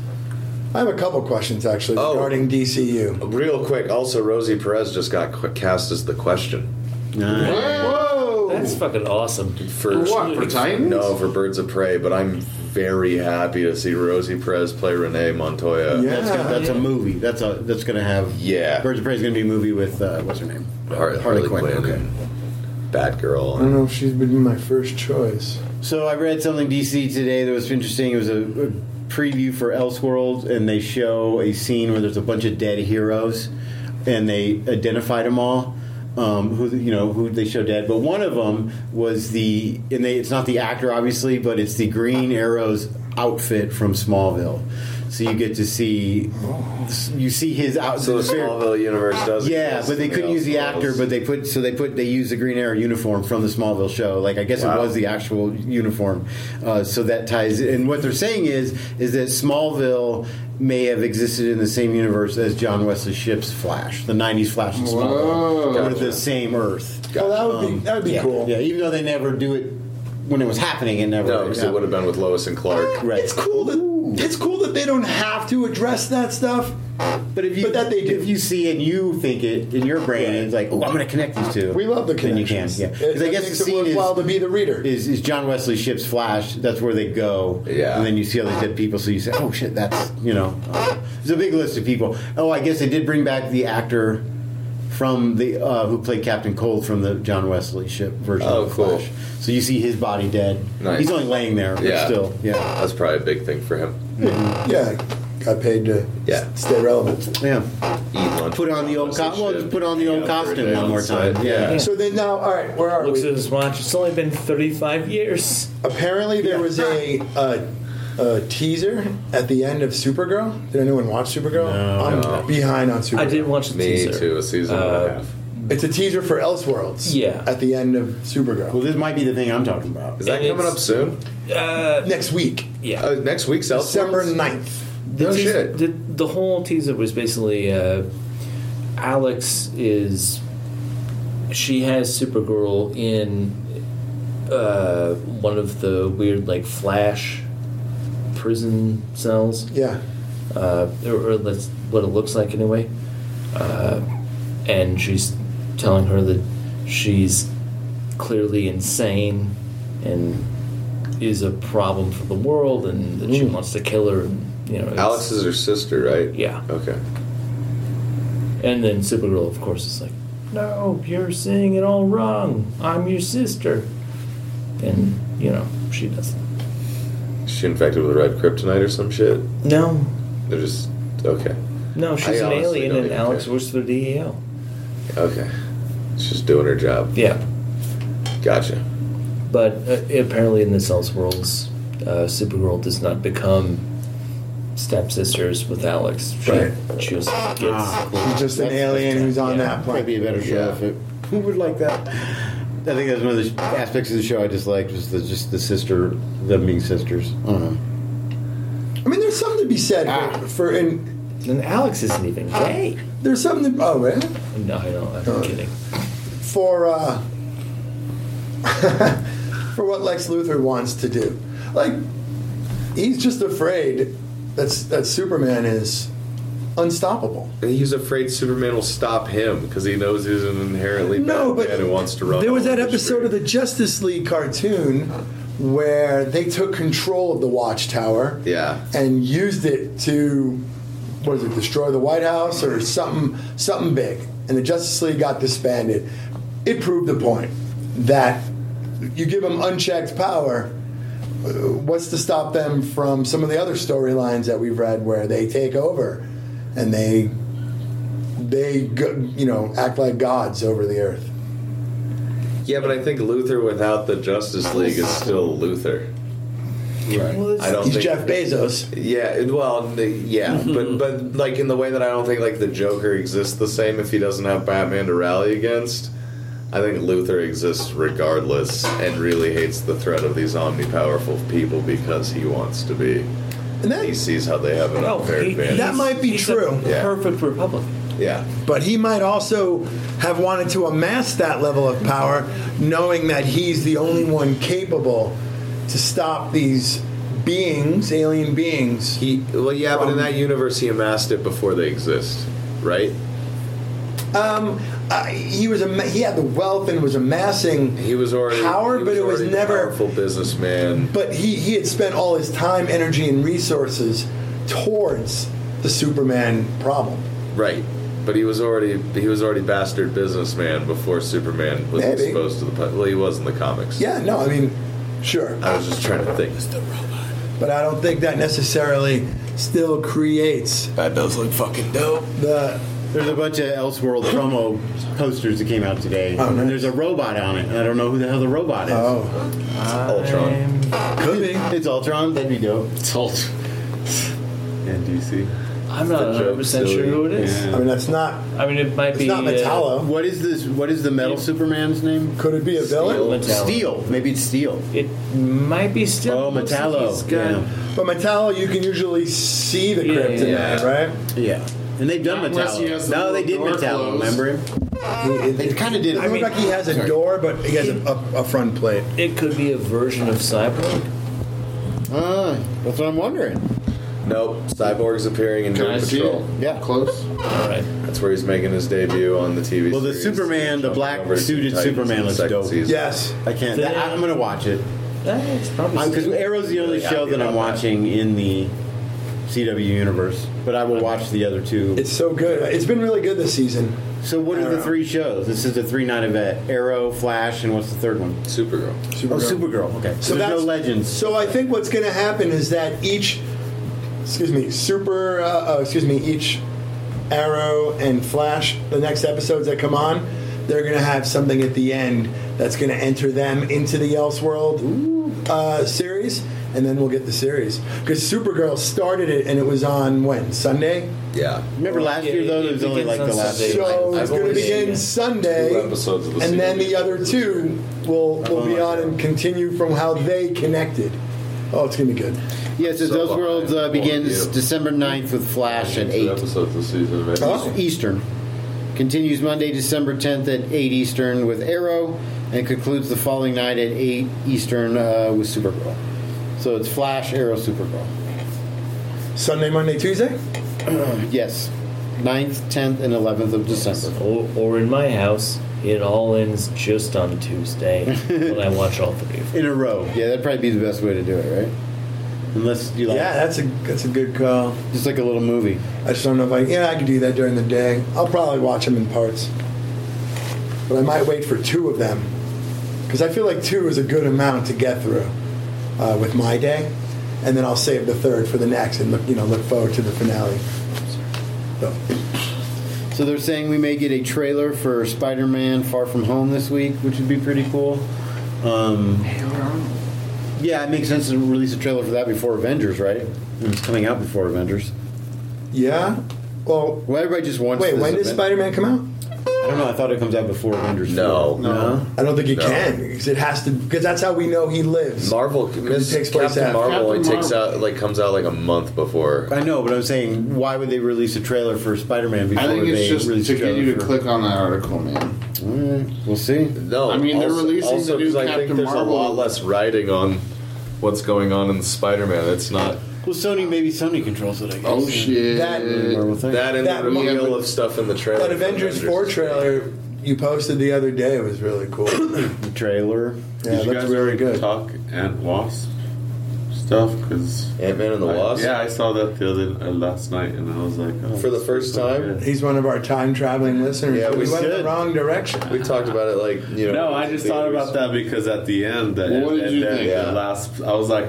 [SPEAKER 7] I have a couple questions actually
[SPEAKER 10] Oh.
[SPEAKER 7] regarding DCU.
[SPEAKER 10] Real quick, also Rosie Perez just got qu- cast as the question.
[SPEAKER 9] Nice.
[SPEAKER 6] That's fucking awesome.
[SPEAKER 10] For
[SPEAKER 8] What, for Titans?
[SPEAKER 10] No, for Birds of Prey, but I'm very happy to see Rosie Perez play Renee Montoya.
[SPEAKER 7] Yeah.
[SPEAKER 9] That's, gonna, that's a movie. That's a that's gonna have.
[SPEAKER 10] Yeah.
[SPEAKER 9] Birds of Prey is gonna be a movie with uh, what's her name?
[SPEAKER 10] Har- Harley, Quinn,
[SPEAKER 9] Okay. Mm-hmm.
[SPEAKER 10] and Batgirl.
[SPEAKER 7] I don't know if she's been my first choice.
[SPEAKER 9] So I read something DC today that was interesting. It was a, a preview for Elseworlds, and they show a scene where there's a bunch of dead heroes, and they identified them all. Um, who you know who they show dead, but one of them was the and they it's not the actor obviously, but it's the Green Arrow's outfit from Smallville. So you get to see you see his out.
[SPEAKER 10] So the Smallville universe doesn't.
[SPEAKER 9] Yeah, but they couldn't use the actor, but they put so they put they used the Green Arrow uniform from the Smallville show. Like I guess
[SPEAKER 10] Wow.
[SPEAKER 9] it was the actual uniform. Uh, so that ties. And what they're saying is is that Smallville may have existed in the same universe as John Wesley Shipp's Flash, the '90s Flash and Smallville,
[SPEAKER 7] Whoa.
[SPEAKER 9] or the same Earth.
[SPEAKER 7] Well, that would be
[SPEAKER 9] Um,
[SPEAKER 7] that would be
[SPEAKER 9] yeah,
[SPEAKER 7] cool.
[SPEAKER 9] Yeah, even though they never do it when it was happening, it never.
[SPEAKER 10] No, because it would have been with Lois and Clark.
[SPEAKER 9] Right.
[SPEAKER 7] It's cool that it's cool that they don't have to address that stuff.
[SPEAKER 9] But if you
[SPEAKER 7] But that they do.
[SPEAKER 9] if you see it and you think it in your brain, it's like, oh, I'm going to connect these two.
[SPEAKER 7] We love the
[SPEAKER 9] Then you can,
[SPEAKER 7] connections.
[SPEAKER 9] yeah.
[SPEAKER 7] It-
[SPEAKER 9] Because I
[SPEAKER 7] it
[SPEAKER 9] guess the
[SPEAKER 7] makes it
[SPEAKER 9] scene
[SPEAKER 7] worthwhile
[SPEAKER 9] is,
[SPEAKER 7] to be the reader.
[SPEAKER 9] is is John Wesley Ship's Flash. That's where they go.
[SPEAKER 10] Yeah.
[SPEAKER 9] And then you see all these dead people, so you say, oh shit, that's you know, uh, it's a big list of people. Oh, I guess they did bring back the actor from the uh, who played Captain Cold from the John Wesley Ship version.
[SPEAKER 10] Oh,
[SPEAKER 9] of the
[SPEAKER 10] cool.
[SPEAKER 9] Flash. So you see his body dead.
[SPEAKER 10] Nice.
[SPEAKER 9] He's only laying there, but
[SPEAKER 10] Yeah.
[SPEAKER 9] still, yeah,
[SPEAKER 10] That's probably a big thing for him.
[SPEAKER 7] Yeah, got paid to
[SPEAKER 10] Yeah.
[SPEAKER 7] s- stay relevant.
[SPEAKER 9] yeah.
[SPEAKER 10] Eat lunch.
[SPEAKER 9] Put on the old co- well, just put on the old costume one more time. Yeah.
[SPEAKER 6] Yeah.
[SPEAKER 7] So then now, all right, where are
[SPEAKER 6] Looks
[SPEAKER 7] we?
[SPEAKER 6] at his watch. It's only been 35 years.
[SPEAKER 7] Apparently, there was a, a a teaser at the end of Supergirl. Did anyone watch Supergirl? I'm behind on Supergirl.
[SPEAKER 6] I did watch the
[SPEAKER 10] Me
[SPEAKER 6] teaser.
[SPEAKER 10] too. A season
[SPEAKER 7] Uh,
[SPEAKER 10] and a half.
[SPEAKER 7] It's a teaser for Elseworlds.
[SPEAKER 6] Yeah.
[SPEAKER 7] At the end of Supergirl
[SPEAKER 9] Well, this might be the thing I'm talking about.
[SPEAKER 10] Is that
[SPEAKER 6] and
[SPEAKER 10] coming
[SPEAKER 6] it's-
[SPEAKER 10] up soon?
[SPEAKER 6] Uh,
[SPEAKER 7] next week,
[SPEAKER 6] yeah.
[SPEAKER 10] Uh, next week's Elseworlds.
[SPEAKER 7] December 9th.
[SPEAKER 6] The
[SPEAKER 10] No
[SPEAKER 6] teas-
[SPEAKER 10] shit.
[SPEAKER 6] The, the whole teaser was basically uh, Alex is she has Supergirl in uh, one of the weird like Flash prison cells,
[SPEAKER 7] Yeah.
[SPEAKER 6] uh, or, or that's what it looks like anyway. Uh, and she's telling her that she's clearly insane and is a problem for the world, and that she wants to kill her. And, you know, it's-
[SPEAKER 10] Mm. Alex is her sister, right?
[SPEAKER 6] yeah.
[SPEAKER 10] Okay.
[SPEAKER 6] And then Supergirl, of course, is like, No, you're saying it all wrong. I'm your sister. And, you know, she doesn't.
[SPEAKER 10] Is she infected with red kryptonite or some shit?
[SPEAKER 6] No,
[SPEAKER 10] They're just okay.
[SPEAKER 6] no, she's
[SPEAKER 10] I
[SPEAKER 6] an
[SPEAKER 10] honestly
[SPEAKER 6] alien,
[SPEAKER 10] don't
[SPEAKER 6] and
[SPEAKER 10] even
[SPEAKER 6] Alex
[SPEAKER 10] care.
[SPEAKER 6] works for E DEL.
[SPEAKER 10] Okay. She's just doing her job.
[SPEAKER 6] Yeah.
[SPEAKER 10] Gotcha.
[SPEAKER 6] But uh, apparently, in the Cells worlds, uh, Supergirl does not become stepsisters with Alex. She
[SPEAKER 7] Right.
[SPEAKER 6] just gets.
[SPEAKER 9] Ah.
[SPEAKER 7] She's just an
[SPEAKER 9] That's-
[SPEAKER 7] alien who's on
[SPEAKER 6] yeah.
[SPEAKER 7] that
[SPEAKER 9] Might
[SPEAKER 7] planet.
[SPEAKER 9] be a better show
[SPEAKER 10] Yeah.
[SPEAKER 9] if it. Who would like that? I think that's one of the aspects of the show I disliked was the, just the sister, them being sisters. I
[SPEAKER 7] Oh.
[SPEAKER 9] don't know.
[SPEAKER 7] I mean, there's something to be said for, for and
[SPEAKER 6] And Alex isn't even gay.
[SPEAKER 7] there's something. To, oh, really?
[SPEAKER 6] No, I know. I'm kidding.
[SPEAKER 7] for uh, for what Lex Luthor wants to do. Like he's just afraid that's that Superman is unstoppable.
[SPEAKER 10] And he's afraid Superman will stop him because he knows he's an inherently bad
[SPEAKER 7] No, but
[SPEAKER 10] man who wants to run.
[SPEAKER 7] There was
[SPEAKER 10] all
[SPEAKER 7] that
[SPEAKER 10] over
[SPEAKER 7] episode of the
[SPEAKER 10] street.
[SPEAKER 7] Justice League cartoon where they took control of the Watchtower
[SPEAKER 10] Yeah.
[SPEAKER 7] and used it to what is it, destroy the White House or something something big. And the Justice League got disbanded. It proved the point that you give them unchecked power. uh, What's to stop them from some of the other storylines that we've read where they take over and they they go, you know act like gods over the earth?
[SPEAKER 10] Yeah, but I think Luther without the Justice League is still Luther.
[SPEAKER 6] Well,
[SPEAKER 10] I don't
[SPEAKER 7] He's
[SPEAKER 10] think.
[SPEAKER 7] Jeff Bezos.
[SPEAKER 10] Yeah, it- well, the- yeah, but but like in the way that I don't think like the Joker exists the same if he doesn't have Batman to rally against. I think Luther exists regardless and really hates the threat of these omnipowerful people because he wants to be.
[SPEAKER 7] And that-
[SPEAKER 10] He sees how they have an
[SPEAKER 6] no,
[SPEAKER 10] unfair
[SPEAKER 6] he-
[SPEAKER 10] advantage.
[SPEAKER 7] That might be
[SPEAKER 6] he's a
[SPEAKER 7] true.
[SPEAKER 10] Yeah.
[SPEAKER 6] perfect Republican.
[SPEAKER 10] yeah.
[SPEAKER 7] But he might also have wanted to amass that level of power, knowing that he's the only one capable to stop these beings, alien beings.
[SPEAKER 10] He well, yeah, but in
[SPEAKER 7] From-
[SPEAKER 10] that universe, he amassed it before they exist, right?
[SPEAKER 7] Um, uh, he was ama- he had the wealth and was amassing.
[SPEAKER 10] He was already
[SPEAKER 7] power,
[SPEAKER 10] he
[SPEAKER 7] but it was
[SPEAKER 10] already a
[SPEAKER 7] never.
[SPEAKER 10] powerful businessman.
[SPEAKER 7] But he he had spent all his time, energy, and resources towards the Superman problem.
[SPEAKER 10] Right. But he was already he was already bastard businessman before Superman was
[SPEAKER 7] Maybe.
[SPEAKER 10] exposed to the pu- well he was in the comics.
[SPEAKER 7] Yeah, no, I mean, Sure.
[SPEAKER 10] I was just trying to think.
[SPEAKER 7] But I don't think that necessarily still creates
[SPEAKER 10] That does look fucking dope.
[SPEAKER 7] the.
[SPEAKER 9] There's a bunch of Elseworld promo posters that came out today,
[SPEAKER 7] Oh, nice.
[SPEAKER 9] and there's a robot on it, and I don't know who the hell the robot is.
[SPEAKER 7] Oh,
[SPEAKER 10] Ultron.
[SPEAKER 7] could be.
[SPEAKER 9] It's Ultron. That'd be dope.
[SPEAKER 6] It's old.
[SPEAKER 10] And DC.
[SPEAKER 6] I'm not
[SPEAKER 10] the joke,
[SPEAKER 6] 100 percent sure
[SPEAKER 10] silly.
[SPEAKER 6] who it is.
[SPEAKER 7] I mean, that's not.
[SPEAKER 6] I mean, it might
[SPEAKER 7] It's
[SPEAKER 6] be. uh,
[SPEAKER 7] not Metallo.
[SPEAKER 9] What is this? What is the metal Superman's name?
[SPEAKER 7] Could it be a villain?
[SPEAKER 6] Steel. Metallo.
[SPEAKER 9] Steel. Maybe it's Steel.
[SPEAKER 6] Uh, it might be still.
[SPEAKER 9] Oh,
[SPEAKER 6] looks like
[SPEAKER 9] Metallo.
[SPEAKER 6] he's got-
[SPEAKER 9] Yeah.
[SPEAKER 7] But Metallo, you can usually see the
[SPEAKER 6] Yeah,
[SPEAKER 7] crypt in
[SPEAKER 6] yeah.
[SPEAKER 7] that, right?
[SPEAKER 9] Yeah. And they've done
[SPEAKER 8] Unless he has
[SPEAKER 9] Metallo.
[SPEAKER 8] the
[SPEAKER 9] No,
[SPEAKER 8] little
[SPEAKER 9] they did
[SPEAKER 8] door
[SPEAKER 9] Metallo.
[SPEAKER 8] closed.
[SPEAKER 9] Remember him? They kind of did.
[SPEAKER 7] I, mean, like he has a
[SPEAKER 9] Sorry.
[SPEAKER 7] door, but he has a, a, a front plate.
[SPEAKER 6] It could be a version of Cyborg.
[SPEAKER 9] Ah, that's what I'm wondering.
[SPEAKER 10] Nope. Cyborg's appearing in
[SPEAKER 8] Can I
[SPEAKER 10] Doom
[SPEAKER 8] see
[SPEAKER 10] Patrol.
[SPEAKER 8] it?
[SPEAKER 9] Yeah.
[SPEAKER 8] Close.
[SPEAKER 6] All right.
[SPEAKER 10] That's where he's making his debut on the TV.
[SPEAKER 9] Well, the
[SPEAKER 10] series.
[SPEAKER 9] Superman, the
[SPEAKER 10] Jumping
[SPEAKER 9] black
[SPEAKER 10] over to
[SPEAKER 9] suited
[SPEAKER 10] Teen Titans
[SPEAKER 9] Superman
[SPEAKER 10] in the
[SPEAKER 9] looks
[SPEAKER 10] second
[SPEAKER 9] dope.
[SPEAKER 10] season.
[SPEAKER 7] Yes.
[SPEAKER 9] I can't.
[SPEAKER 6] Then-
[SPEAKER 9] I, am gonna watch it
[SPEAKER 6] That's probably.
[SPEAKER 9] because Arrow's the only
[SPEAKER 10] Yeah,
[SPEAKER 9] show
[SPEAKER 10] yeah,
[SPEAKER 9] that I'm
[SPEAKER 10] yeah.
[SPEAKER 9] watching in the CW universe, but I will watch the other two.
[SPEAKER 7] It's so good. It's been really good this season.
[SPEAKER 9] so, what are the
[SPEAKER 7] Arrow.
[SPEAKER 9] three shows? This is the three night event: Arrow, Flash, and what's the third one?
[SPEAKER 10] Supergirl.
[SPEAKER 9] Oh, Supergirl. Okay. So, there's no legends.
[SPEAKER 7] So I think what's going to happen is that each, excuse me, super, uh, uh, excuse me, each Arrow and Flash, the next episodes that come on, they're going to have something at the end that's going to enter them into the Elseworld uh, series, and then we'll get the series because Supergirl started it and it was on when Sunday,
[SPEAKER 10] Yeah.
[SPEAKER 9] Remember last year though,
[SPEAKER 6] it- it
[SPEAKER 9] there was only
[SPEAKER 6] begins
[SPEAKER 9] like
[SPEAKER 6] on
[SPEAKER 9] the last.
[SPEAKER 6] Sunday.
[SPEAKER 7] so
[SPEAKER 10] I've
[SPEAKER 7] it's going to
[SPEAKER 10] only
[SPEAKER 7] begin
[SPEAKER 10] seen
[SPEAKER 7] Sunday,
[SPEAKER 10] two episodes of the E.
[SPEAKER 7] and then
[SPEAKER 10] series.
[SPEAKER 7] the other two will will be
[SPEAKER 9] Oh,
[SPEAKER 7] on and continue from how they connected. Oh, it's going to be good.
[SPEAKER 9] Yes, yeah, so
[SPEAKER 10] So
[SPEAKER 9] those worlds uh,
[SPEAKER 10] behind.
[SPEAKER 9] begins
[SPEAKER 10] Yeah.
[SPEAKER 9] December 9th with Flash at
[SPEAKER 10] Two
[SPEAKER 9] eight
[SPEAKER 10] episodes this season. Of
[SPEAKER 7] Oh.
[SPEAKER 9] Eastern. Continues Monday, December 10th at 8 Eastern with Arrow, and concludes the following night at 8 Eastern uh, with Supergirl. So it's Flash, Arrow, Supergirl.
[SPEAKER 7] Sunday, Monday, Tuesday.
[SPEAKER 9] Yes. 9th, 10th, and 11th of December.
[SPEAKER 6] Or, or in my house, it all ends just on Tuesday when I watch all three of them.
[SPEAKER 9] In a row. Yeah, that'd probably be the best way to do it, right? Unless you like,
[SPEAKER 7] Yeah, that's a that's a good call.
[SPEAKER 9] just like a little movie.
[SPEAKER 7] I just don't know if I yeah I could do that during the day. I'll probably watch them in parts, but I might wait for two of them because I feel like two is a good amount to get through uh, with my day, and then I'll save the third for the next and look you know look forward to the finale. So,
[SPEAKER 9] So they're saying we may get a trailer for Spider-Man: Far From Home this week, which would be pretty cool. Um, yeah, it makes sense to release a trailer for that before Avengers, right? And it's coming out before Avengers.
[SPEAKER 7] yeah. Well,
[SPEAKER 9] Well, everybody just wants.
[SPEAKER 7] wait.
[SPEAKER 9] this
[SPEAKER 7] When does
[SPEAKER 9] event-
[SPEAKER 7] Spider Man come out?
[SPEAKER 9] I don't know. I thought it comes out before Avengers.
[SPEAKER 10] No.
[SPEAKER 9] four. no.
[SPEAKER 7] I don't think he
[SPEAKER 10] No.
[SPEAKER 7] can because it has to because that's how we know he lives.
[SPEAKER 10] Marvel Miss
[SPEAKER 7] takes place
[SPEAKER 10] Captain
[SPEAKER 7] after.
[SPEAKER 10] Marvel only
[SPEAKER 8] Captain
[SPEAKER 10] takes out like comes out like a month before.
[SPEAKER 9] I know, but I'm saying, why would they release a trailer for Spider-Man before
[SPEAKER 8] I think
[SPEAKER 9] they
[SPEAKER 8] it's just
[SPEAKER 9] release
[SPEAKER 8] to
[SPEAKER 9] a trailer
[SPEAKER 8] get you to
[SPEAKER 9] for-
[SPEAKER 8] click on that article, man.
[SPEAKER 9] Mm, we'll see.
[SPEAKER 10] No,
[SPEAKER 8] I mean, they're
[SPEAKER 10] also-
[SPEAKER 8] releasing the
[SPEAKER 10] also
[SPEAKER 8] new
[SPEAKER 10] 'cause I
[SPEAKER 8] Captain
[SPEAKER 10] think there's
[SPEAKER 8] Marvel.
[SPEAKER 10] a lot less writing on what's going on in Spider-Man. It's not
[SPEAKER 9] Well, Sony maybe Sony controls it. I guess.
[SPEAKER 8] Oh shit!
[SPEAKER 7] That-
[SPEAKER 9] Marvel thing.
[SPEAKER 10] that and
[SPEAKER 7] That
[SPEAKER 10] the reveal
[SPEAKER 7] mo-
[SPEAKER 10] of stuff in the trailer.
[SPEAKER 7] That
[SPEAKER 10] for
[SPEAKER 7] Avengers Four trailer you posted the other day was really cool.
[SPEAKER 9] The trailer.
[SPEAKER 7] Yeah, it looks really good.
[SPEAKER 12] Talk Ant Wasp stuff because
[SPEAKER 10] Ant-Man and the Wasp.
[SPEAKER 12] yeah, I saw that the other uh, last night, and I was like, oh,
[SPEAKER 10] For the first time?
[SPEAKER 7] He's one of our time traveling listeners.
[SPEAKER 10] Yeah,
[SPEAKER 7] but
[SPEAKER 10] we
[SPEAKER 7] we went in the
[SPEAKER 10] should.
[SPEAKER 7] wrong direction.
[SPEAKER 10] We talked about it like you know.
[SPEAKER 12] No, I just thought about that because at the end, the,
[SPEAKER 8] What did
[SPEAKER 12] at
[SPEAKER 8] you
[SPEAKER 12] the-
[SPEAKER 8] think?
[SPEAKER 12] the last, I was like,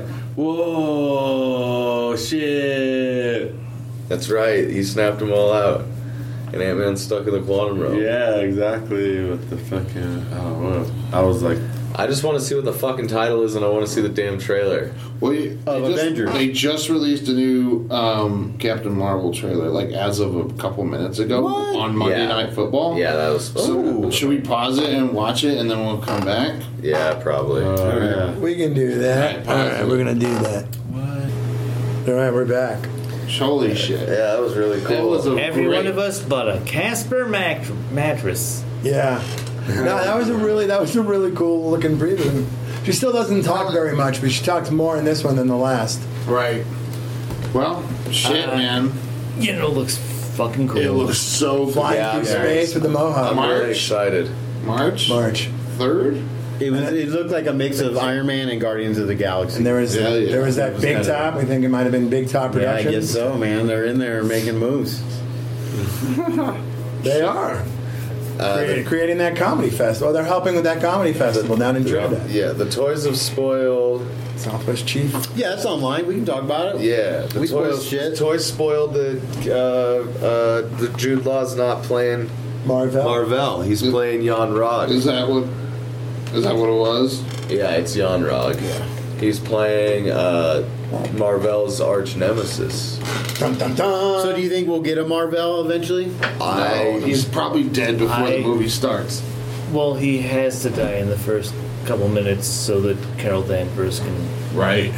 [SPEAKER 12] whoa, shit.
[SPEAKER 10] That's right. He snapped them all out, and Ant-Man's stuck in the quantum realm.
[SPEAKER 12] Yeah, exactly. With the fucking, oh, what? I was like,
[SPEAKER 10] I just want to see what the fucking title is, and I want to see the damn trailer.
[SPEAKER 8] Well, you,
[SPEAKER 12] "Oh,
[SPEAKER 9] Of
[SPEAKER 8] they just,
[SPEAKER 9] Avengers.
[SPEAKER 8] They just released a new um, Captain Marvel trailer, like as of a couple minutes ago on Monday
[SPEAKER 10] Yeah.
[SPEAKER 8] Night Football.
[SPEAKER 10] Yeah, that was.
[SPEAKER 8] So should we pause it and watch it, and then we'll come back?
[SPEAKER 10] Yeah, probably.
[SPEAKER 12] oh, yeah.
[SPEAKER 7] We can do that. All
[SPEAKER 8] All right,
[SPEAKER 7] right, we're gonna do that. All right, we're back.
[SPEAKER 8] Holy shit!
[SPEAKER 10] Yeah, that was really cool.
[SPEAKER 8] That was a
[SPEAKER 6] Every
[SPEAKER 8] great,
[SPEAKER 6] one of us but a Casper mat- mattress.
[SPEAKER 7] Yeah. No, that was a really that was a really cool looking preview. She still doesn't talk very much, but she talks more in this one than the last.
[SPEAKER 8] right. Well, shit,
[SPEAKER 6] Uh,
[SPEAKER 8] man,
[SPEAKER 6] You know, it looks fucking cool.
[SPEAKER 8] it looks so
[SPEAKER 7] Flying
[SPEAKER 8] good.
[SPEAKER 10] Yeah,
[SPEAKER 7] through
[SPEAKER 10] yeah.
[SPEAKER 7] space with the
[SPEAKER 10] I'm
[SPEAKER 7] mohawk.
[SPEAKER 8] March.
[SPEAKER 10] really excited.
[SPEAKER 8] March
[SPEAKER 7] March.
[SPEAKER 8] third.
[SPEAKER 9] It was. It looked like a mix of Iron Man and Guardians of the Galaxy.
[SPEAKER 7] And there was
[SPEAKER 8] Yeah, yeah.
[SPEAKER 7] there was that
[SPEAKER 9] That was
[SPEAKER 7] big
[SPEAKER 9] kinda-
[SPEAKER 7] top. We think it might have been big top
[SPEAKER 9] yeah, I
[SPEAKER 7] production.
[SPEAKER 9] guess so, man. They're in there making moves.
[SPEAKER 7] They are. Creating- creating that comedy festival. They're helping with that comedy festival down in Jordan.
[SPEAKER 10] Yeah, the Toys of Spoil.
[SPEAKER 7] Southwest Chief.
[SPEAKER 9] Yeah, it's online. We can talk about it.
[SPEAKER 10] Yeah, the
[SPEAKER 9] we spoil
[SPEAKER 10] toys,
[SPEAKER 9] shit.
[SPEAKER 10] Toys spoiled the uh, uh, the Jude Law's not playing
[SPEAKER 7] Marvel.
[SPEAKER 10] Marvel. He's playing Jan Rog.
[SPEAKER 8] Is that what? Is that what it was?
[SPEAKER 10] Yeah, it's Jan Rog. He's playing uh, Marvel's arch nemesis.
[SPEAKER 7] Dun, dun, dun.
[SPEAKER 9] So do you think we'll get a Marvel eventually?
[SPEAKER 10] I
[SPEAKER 8] no, he's probably dead before
[SPEAKER 6] I-
[SPEAKER 8] the movie starts.
[SPEAKER 6] Well, he has to die in the first couple minutes so that Carol Danvers can
[SPEAKER 12] Right.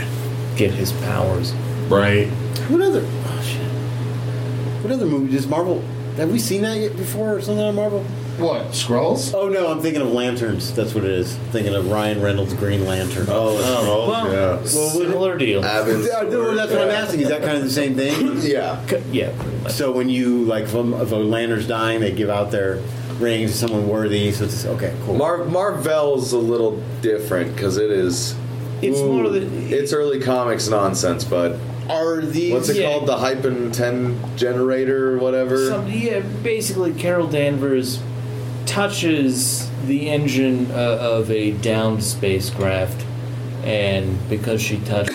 [SPEAKER 6] get his powers.
[SPEAKER 12] Right.
[SPEAKER 9] What other? Oh shit. What other movie does Marvel? Have we seen that yet before or something on Marvel?
[SPEAKER 8] What? Scrolls?
[SPEAKER 9] Oh no, I'm thinking of Lanterns. That's what it is. Thinking of Ryan Reynolds' Green Lantern.
[SPEAKER 10] Oh,
[SPEAKER 6] Oh, well, similar deal.
[SPEAKER 10] Evans.
[SPEAKER 9] Yeah, no, that's what I'm asking. Is that kind of the same thing?
[SPEAKER 10] Yeah.
[SPEAKER 6] C- yeah, pretty much.
[SPEAKER 9] So when you like, if a, if a lantern's dying, they give out their ring to someone worthy. So it's okay, cool.
[SPEAKER 10] Mar- Marvel's a little different because it is.
[SPEAKER 6] It's more
[SPEAKER 10] Ooh,
[SPEAKER 6] than-
[SPEAKER 10] it's early comics nonsense, bud.
[SPEAKER 9] Are these?
[SPEAKER 10] What's it
[SPEAKER 6] Yeah.
[SPEAKER 10] called? The hype and ten generator or whatever.
[SPEAKER 6] Some, yeah, basically, Carol Danvers touches the engine uh, of a downed spacecraft, and because she touched